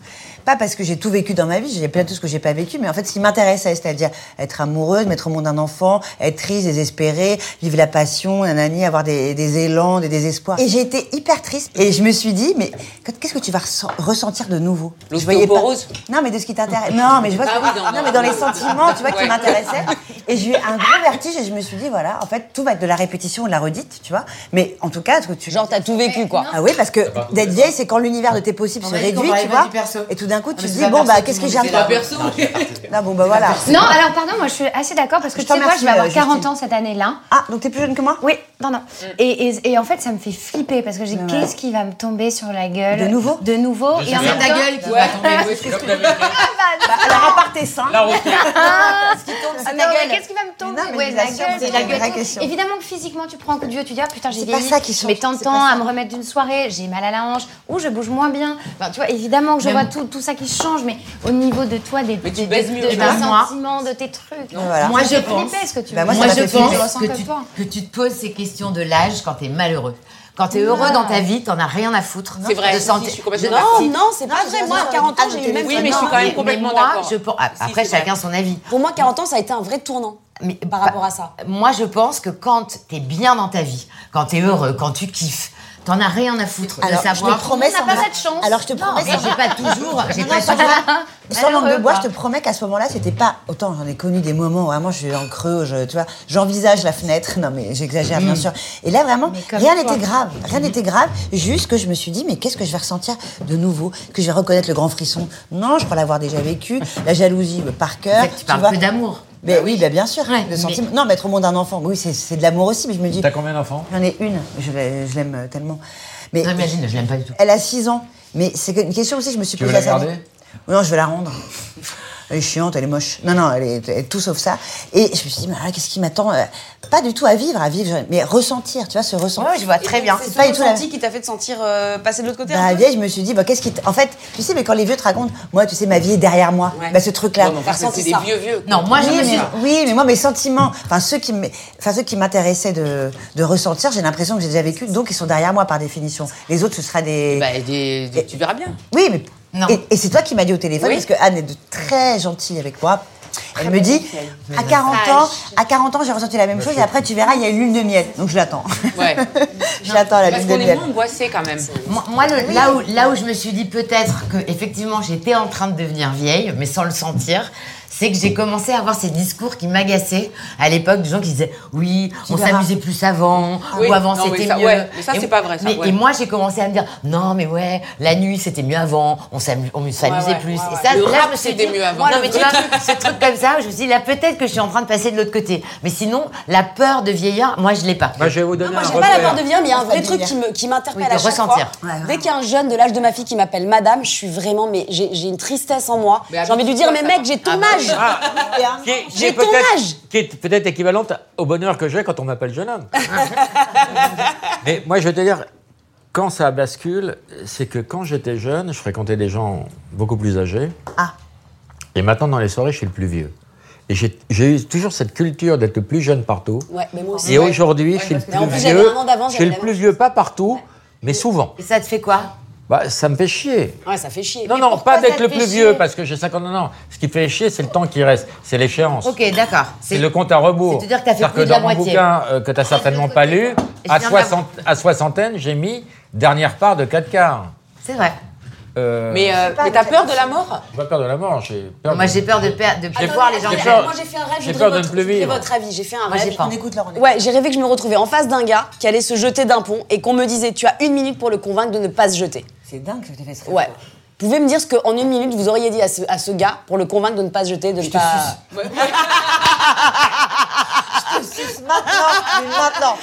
Speaker 4: Pas parce que j'ai tout vécu dans ma vie, j'ai plein de tout ce que j'ai pas vécu, mais en fait, ce qui m'intéressait, c'est-à-dire être amoureuse, mettre au monde un enfant, être triste, désespérée, vivre la passion, nanani, avoir des, des élans, des désespoirs. Et j'ai été hyper triste. Et je me suis dit, mais qu'est-ce que tu vas ressent- ressentir de nouveau Je voyais pas-
Speaker 1: L'ostéoporose
Speaker 4: Non, mais de ce qui t'intéresse. Non, mais je vois
Speaker 1: Bah oui, dans-
Speaker 4: non, mais dans les sentiments, tu vois, qui m'intéressaient. Et j'ai eu un gros vertige et je me suis dit, voilà, en fait, tout va être de la répétition ou de la redite, tu vois. Mais en tout cas, ce que tu.
Speaker 2: Genre, t'as tout vécu, quoi.
Speaker 4: Ah oui, parce que d'être vieille, c'est quand l'univers de tes possibles se
Speaker 3: mais vas-y,
Speaker 4: réduit,
Speaker 3: on va
Speaker 4: tu
Speaker 3: aller voir
Speaker 4: vois.
Speaker 3: du perso. Ah,
Speaker 4: Et tout d'un coup, tu te
Speaker 3: mais c'est
Speaker 4: dis,
Speaker 3: pas
Speaker 4: bon,
Speaker 3: perso,
Speaker 4: bah,
Speaker 3: tout
Speaker 4: qu'est-ce
Speaker 3: le
Speaker 4: que j'ai
Speaker 3: monde
Speaker 4: à
Speaker 3: fait ça.
Speaker 4: perdre Non, bon, bah voilà.
Speaker 5: Non, alors pardon, moi je suis assez d'accord parce que
Speaker 4: Je
Speaker 5: tu Mm. sais
Speaker 4: te
Speaker 5: quoi, je vais avoir
Speaker 4: remercie, euh,
Speaker 5: 40
Speaker 4: Justine.
Speaker 5: ans cette année-là.
Speaker 4: Ah, donc t'es plus jeune que moi
Speaker 5: Oui, pardon. Et, et, et en fait, ça me fait flipper parce que j'ai qu'est-ce qui va me tomber sur la gueule
Speaker 4: De nouveau
Speaker 5: De nouveau. Et en même temps,
Speaker 3: qui va tomber, ouais, c'est ce que-
Speaker 4: Alors, à part tes seins.
Speaker 10: La route.
Speaker 5: Ah non, mais qu'est-ce qui va me tomber
Speaker 4: Mais non, mais
Speaker 5: Ouais,
Speaker 4: je vous
Speaker 5: la
Speaker 4: assure,
Speaker 5: gueule,
Speaker 4: c'est
Speaker 5: tout,
Speaker 4: la vraie
Speaker 5: tout.
Speaker 4: question.
Speaker 5: Évidemment que physiquement, tu prends un coup de vieux, tu dis ah putain, j'ai
Speaker 4: C'est pas
Speaker 5: vieilli.
Speaker 4: ça qui change,
Speaker 5: Mais
Speaker 4: c'est
Speaker 5: t'entends
Speaker 4: pas ça.
Speaker 5: à me remettre d'une soirée, j'ai mal à la hanche, ou je bouge moins bien. Enfin, tu vois, évidemment que je vois tout, tout ça qui change, mais au niveau de toi, des,
Speaker 1: Mais tu
Speaker 5: des-
Speaker 1: baises
Speaker 5: de-
Speaker 1: mieux,
Speaker 5: de
Speaker 1: tu
Speaker 5: tes
Speaker 1: vois.
Speaker 3: Moi.
Speaker 5: sentiments, de tes trucs.
Speaker 4: Voilà.
Speaker 3: Moi, je
Speaker 5: C'est
Speaker 3: pense.
Speaker 5: flippé, ce que tu
Speaker 4: Bah,
Speaker 5: veux.
Speaker 4: moi, ça
Speaker 3: Moi,
Speaker 4: m'a
Speaker 3: je
Speaker 4: fait flipper.
Speaker 3: pense
Speaker 5: Je ressens
Speaker 3: que
Speaker 5: comme
Speaker 3: tu,
Speaker 5: toi.
Speaker 3: que tu te poses ces questions de l'âge quand t'es malheureux. Quand t'es heureux dans ta vie, t'en as rien à foutre.
Speaker 1: Ah. C'est vrai,
Speaker 3: De
Speaker 1: si,
Speaker 3: sentir-
Speaker 1: je suis complètement
Speaker 3: de-
Speaker 2: Non,
Speaker 3: si.
Speaker 2: non, c'est pas vrai. Moi, à 40 ans, j'ai eu le même
Speaker 1: Oui,
Speaker 2: ça. Ah,
Speaker 1: mais je suis
Speaker 2: Non,
Speaker 1: quand même
Speaker 3: Mais
Speaker 1: complètement
Speaker 3: moi,
Speaker 1: d'accord.
Speaker 3: je pense- ah, Après,
Speaker 1: c'est vrai.
Speaker 3: chacun son avis.
Speaker 2: Pour moi, 40 ans, ça a été un vrai tournant
Speaker 3: Mais
Speaker 2: par rapport à ça.
Speaker 3: Moi, je pense que quand t'es bien dans ta vie, quand t'es heureux, quand tu kiffes, t'en as rien à foutre de
Speaker 4: Alors, je
Speaker 3: savoir.
Speaker 4: te promets,
Speaker 5: On n'a
Speaker 4: sans
Speaker 5: pas
Speaker 4: blague-
Speaker 5: cette chance.
Speaker 4: Alors, je te
Speaker 5: Non,
Speaker 4: promets,
Speaker 3: Et
Speaker 4: sans
Speaker 3: j'ai pas toujours. J'ai pas
Speaker 4: sans-
Speaker 3: toujours.
Speaker 4: Sans langue de
Speaker 5: Malheureux,
Speaker 4: bois,
Speaker 5: quoi.
Speaker 4: je te promets qu'à ce moment-là, c'était pas. Autant j'en ai connu des moments où vraiment je suis en creux, je- tu vois, j'envisage la fenêtre. Non, mais j'exagère,
Speaker 3: Mm.
Speaker 4: bien sûr. Et là, vraiment,
Speaker 5: comme
Speaker 4: rien
Speaker 5: toi.
Speaker 4: n'était grave. Rien n'était grave. Juste que je me suis dit, mais qu'est-ce que je vais ressentir de nouveau Que je vais reconnaître le grand frisson Non, je crois l'avoir déjà vécu. La jalousie, bah, par cœur.
Speaker 3: Tu parles
Speaker 4: vois.
Speaker 3: que d'amour.
Speaker 4: Mais oui, bah, bien sûr.
Speaker 3: Ouais,
Speaker 4: le
Speaker 3: mais-
Speaker 4: sentiment. Non, mettre au monde un enfant, oui, c'est- c'est de l'amour aussi, mais je me dis,
Speaker 6: T'as combien d'enfants
Speaker 4: j'en ai une, je l'ai- je l'aime euh, tellement. Mais
Speaker 3: Non, Imagine, je l'aime pas du tout.
Speaker 4: elle a 6 ans. Mais c'est une question aussi que je me suis
Speaker 6: Tu
Speaker 4: posée
Speaker 6: veux
Speaker 4: à
Speaker 6: la
Speaker 4: ça.
Speaker 6: garder
Speaker 4: Non, je vais la rendre. Elle est chiante, elle est moche. Non, non, elle est, elle est tout sauf ça. Et je me suis dit, mais alors là, qu'est-ce qui m'attend euh, Pas du tout à vivre, à vivre, mais ressentir, tu vois, ce ressenti.
Speaker 2: Ouais, je vois
Speaker 4: très bien.
Speaker 2: C'est
Speaker 4: C'est
Speaker 2: pas
Speaker 4: pas
Speaker 2: le
Speaker 4: du tout la-
Speaker 2: senti qui t'a fait te sentir euh, passer de l'autre côté.
Speaker 4: Bah,
Speaker 2: un peu
Speaker 4: vieille, je me suis dit, bah, qu'est-ce qui. t- En fait, tu sais, mais quand les vieux te racontent, moi, tu sais, ma vie est derrière moi.
Speaker 2: Ouais.
Speaker 4: Bah, ce truc-là.
Speaker 1: Non, mais parce que
Speaker 2: ressenti
Speaker 1: c'est des
Speaker 2: ça.
Speaker 1: vieux, vieux. quoi.
Speaker 3: Non, moi, je
Speaker 4: Oui
Speaker 3: me suis.
Speaker 4: mais, oui, mais moi, mes sentiments, enfin ceux qui m'é- enfin, ceux qui m'intéressaient de, de ressentir, j'ai l'impression que j'ai déjà vécu, donc ils sont derrière moi par définition. Les autres, ce sera des...
Speaker 1: Bah, des- des- tu verras bien.
Speaker 4: Oui, mais.
Speaker 3: Non.
Speaker 4: Et, et c'est toi qui m'as dit au téléphone,
Speaker 1: Oui.
Speaker 4: parce que Anne est de très gentille avec moi. Elle me dit, à 40 ans, à 40 ans, j'ai ressenti la même chose, et après, tu verras, il y a une lune de miel. Donc, je l'attends.
Speaker 1: Ouais.
Speaker 4: je l'attends, la
Speaker 1: Parce
Speaker 4: lune de
Speaker 1: qu'on est
Speaker 4: miel.
Speaker 1: moins angoissé quand même.
Speaker 3: Moi, moi, le- là, où, là où je me suis dit peut-être que effectivement j'étais en train de devenir vieille, mais sans le sentir, c'est que j'ai commencé à avoir ces discours qui m'agaçaient à l'époque, des gens qui disaient oui, on
Speaker 4: verras.
Speaker 3: s'amusait plus avant,
Speaker 1: Ah Oui,
Speaker 3: ou avant
Speaker 1: non, mais
Speaker 3: c'était
Speaker 1: ça,
Speaker 3: mieux.
Speaker 1: ouais, mais ça,
Speaker 3: Et-
Speaker 1: c'est pas vrai, ça,
Speaker 3: mais-
Speaker 1: ouais.
Speaker 3: Et moi j'ai commencé à me dire non mais ouais, la nuit c'était mieux avant, on s'amu- on s'amusait
Speaker 1: Ouais, ouais,
Speaker 3: plus.
Speaker 1: ouais,
Speaker 3: Et
Speaker 1: ouais.
Speaker 3: ça,
Speaker 1: Le
Speaker 3: là,
Speaker 1: rap,
Speaker 3: je me suis
Speaker 1: c'était
Speaker 3: dit,
Speaker 1: mieux avant.
Speaker 3: Non mais tu vois, ce truc comme ça, je me suis dit là peut-être que je suis en train de passer de l'autre côté. Mais sinon, la peur de vieillir, moi je l'ai pas.
Speaker 6: Bah, Je vais vous donner
Speaker 2: Moi,
Speaker 6: un
Speaker 2: j'ai pas la
Speaker 6: repère.
Speaker 2: peur de vieillir, mais il y a un vrai
Speaker 4: Oui,
Speaker 2: truc
Speaker 4: de
Speaker 2: qui me- qui m'interpelle
Speaker 3: Oui, de
Speaker 2: à chaque
Speaker 3: ressentir.
Speaker 2: fois.
Speaker 4: Ouais, vraiment.
Speaker 2: Dès qu'il y a un jeune de l'âge de ma fille qui m'appelle madame, je suis vraiment, mais j'ai j'ai une tristesse en moi.
Speaker 1: Mais
Speaker 2: J'ai envie de lui dire, mais
Speaker 1: habitue-toi, ça Ah, bah,
Speaker 2: mec, j'ai ton âge.
Speaker 6: Ah, Qui est, qui
Speaker 2: J'ai
Speaker 6: est
Speaker 2: ton âge.
Speaker 6: peut-être qui est peut-être équivalente au bonheur que j'ai quand on m'appelle jeune homme. Mais moi, je vais te dire, quand ça bascule, c'est que quand j'étais jeune, je fréquentais des gens beaucoup plus âgés.
Speaker 4: Ah.
Speaker 6: Et maintenant, dans les soirées, je suis le plus vieux. Et j'ai j'ai eu toujours cette culture d'être le plus jeune partout.
Speaker 2: Ouais, mais moi aussi.
Speaker 6: Et aujourd'hui, je suis le
Speaker 2: en
Speaker 6: plus
Speaker 2: plus, j'avais un
Speaker 6: vieux.
Speaker 2: an d'avance,
Speaker 6: Je suis
Speaker 2: j'avais
Speaker 6: le
Speaker 2: la
Speaker 6: plus
Speaker 2: même
Speaker 6: vieux, pas partout, mais souvent.
Speaker 3: Et ça te fait quoi
Speaker 6: Bah, ça me fait chier.
Speaker 2: Ouais, ça fait chier.
Speaker 6: Non,
Speaker 2: Mais
Speaker 6: non,
Speaker 2: pourquoi
Speaker 6: pas d'être
Speaker 2: ça te
Speaker 6: le
Speaker 2: fait
Speaker 6: plus
Speaker 2: chier
Speaker 6: vieux, parce que j'ai 50 ans. Ce qui fait chier, c'est le temps qui reste, c'est l'échéance.
Speaker 3: Ok, d'accord.
Speaker 6: C'est le compte à rebours.
Speaker 3: C'est-à-dire que t'as fait
Speaker 6: C'est-à-dire
Speaker 3: plus de
Speaker 6: dans
Speaker 3: la
Speaker 6: mon
Speaker 3: moitié.
Speaker 6: bouquin euh, que tu certainement pas lu,
Speaker 3: Et
Speaker 6: à,
Speaker 3: je viens de
Speaker 6: soixante- à soixantaine, j'ai mis dernière part de 4 quarts.
Speaker 3: C'est vrai.
Speaker 6: Euh,
Speaker 1: Mais, euh, mais t'as peur de la mort
Speaker 6: J'ai pas peur de la mort, j'ai peur.
Speaker 3: Moi,
Speaker 6: de-
Speaker 3: j'ai peur de, per- de
Speaker 6: J'ai-
Speaker 3: voir les gens.
Speaker 6: j'ai
Speaker 3: qui-
Speaker 6: peur.
Speaker 2: Moi, j'ai fait un rêve.
Speaker 6: J'ai
Speaker 2: je
Speaker 6: peur
Speaker 2: voudrais
Speaker 6: de ne
Speaker 2: votre-
Speaker 6: plus
Speaker 2: je voudrais
Speaker 6: vivre.
Speaker 2: votre avis. J'ai fait un
Speaker 3: Moi, j'ai
Speaker 2: rêve.
Speaker 3: pas.
Speaker 4: On écoute leur on écoute.
Speaker 2: Ouais, j'ai rêvé que je me retrouvais en face d'un gars qui allait se jeter d'un pont et qu'on me disait tu as une minute pour le convaincre de ne pas se jeter.
Speaker 4: C'est dingue que je t'ai fait ce rêve.
Speaker 2: Ouais. Vous pouvez me dire ce qu'en une minute vous auriez dit à ce, à ce gars pour le convaincre de ne pas se jeter, de ne pas.
Speaker 4: te suce maintenant, mais maintenant,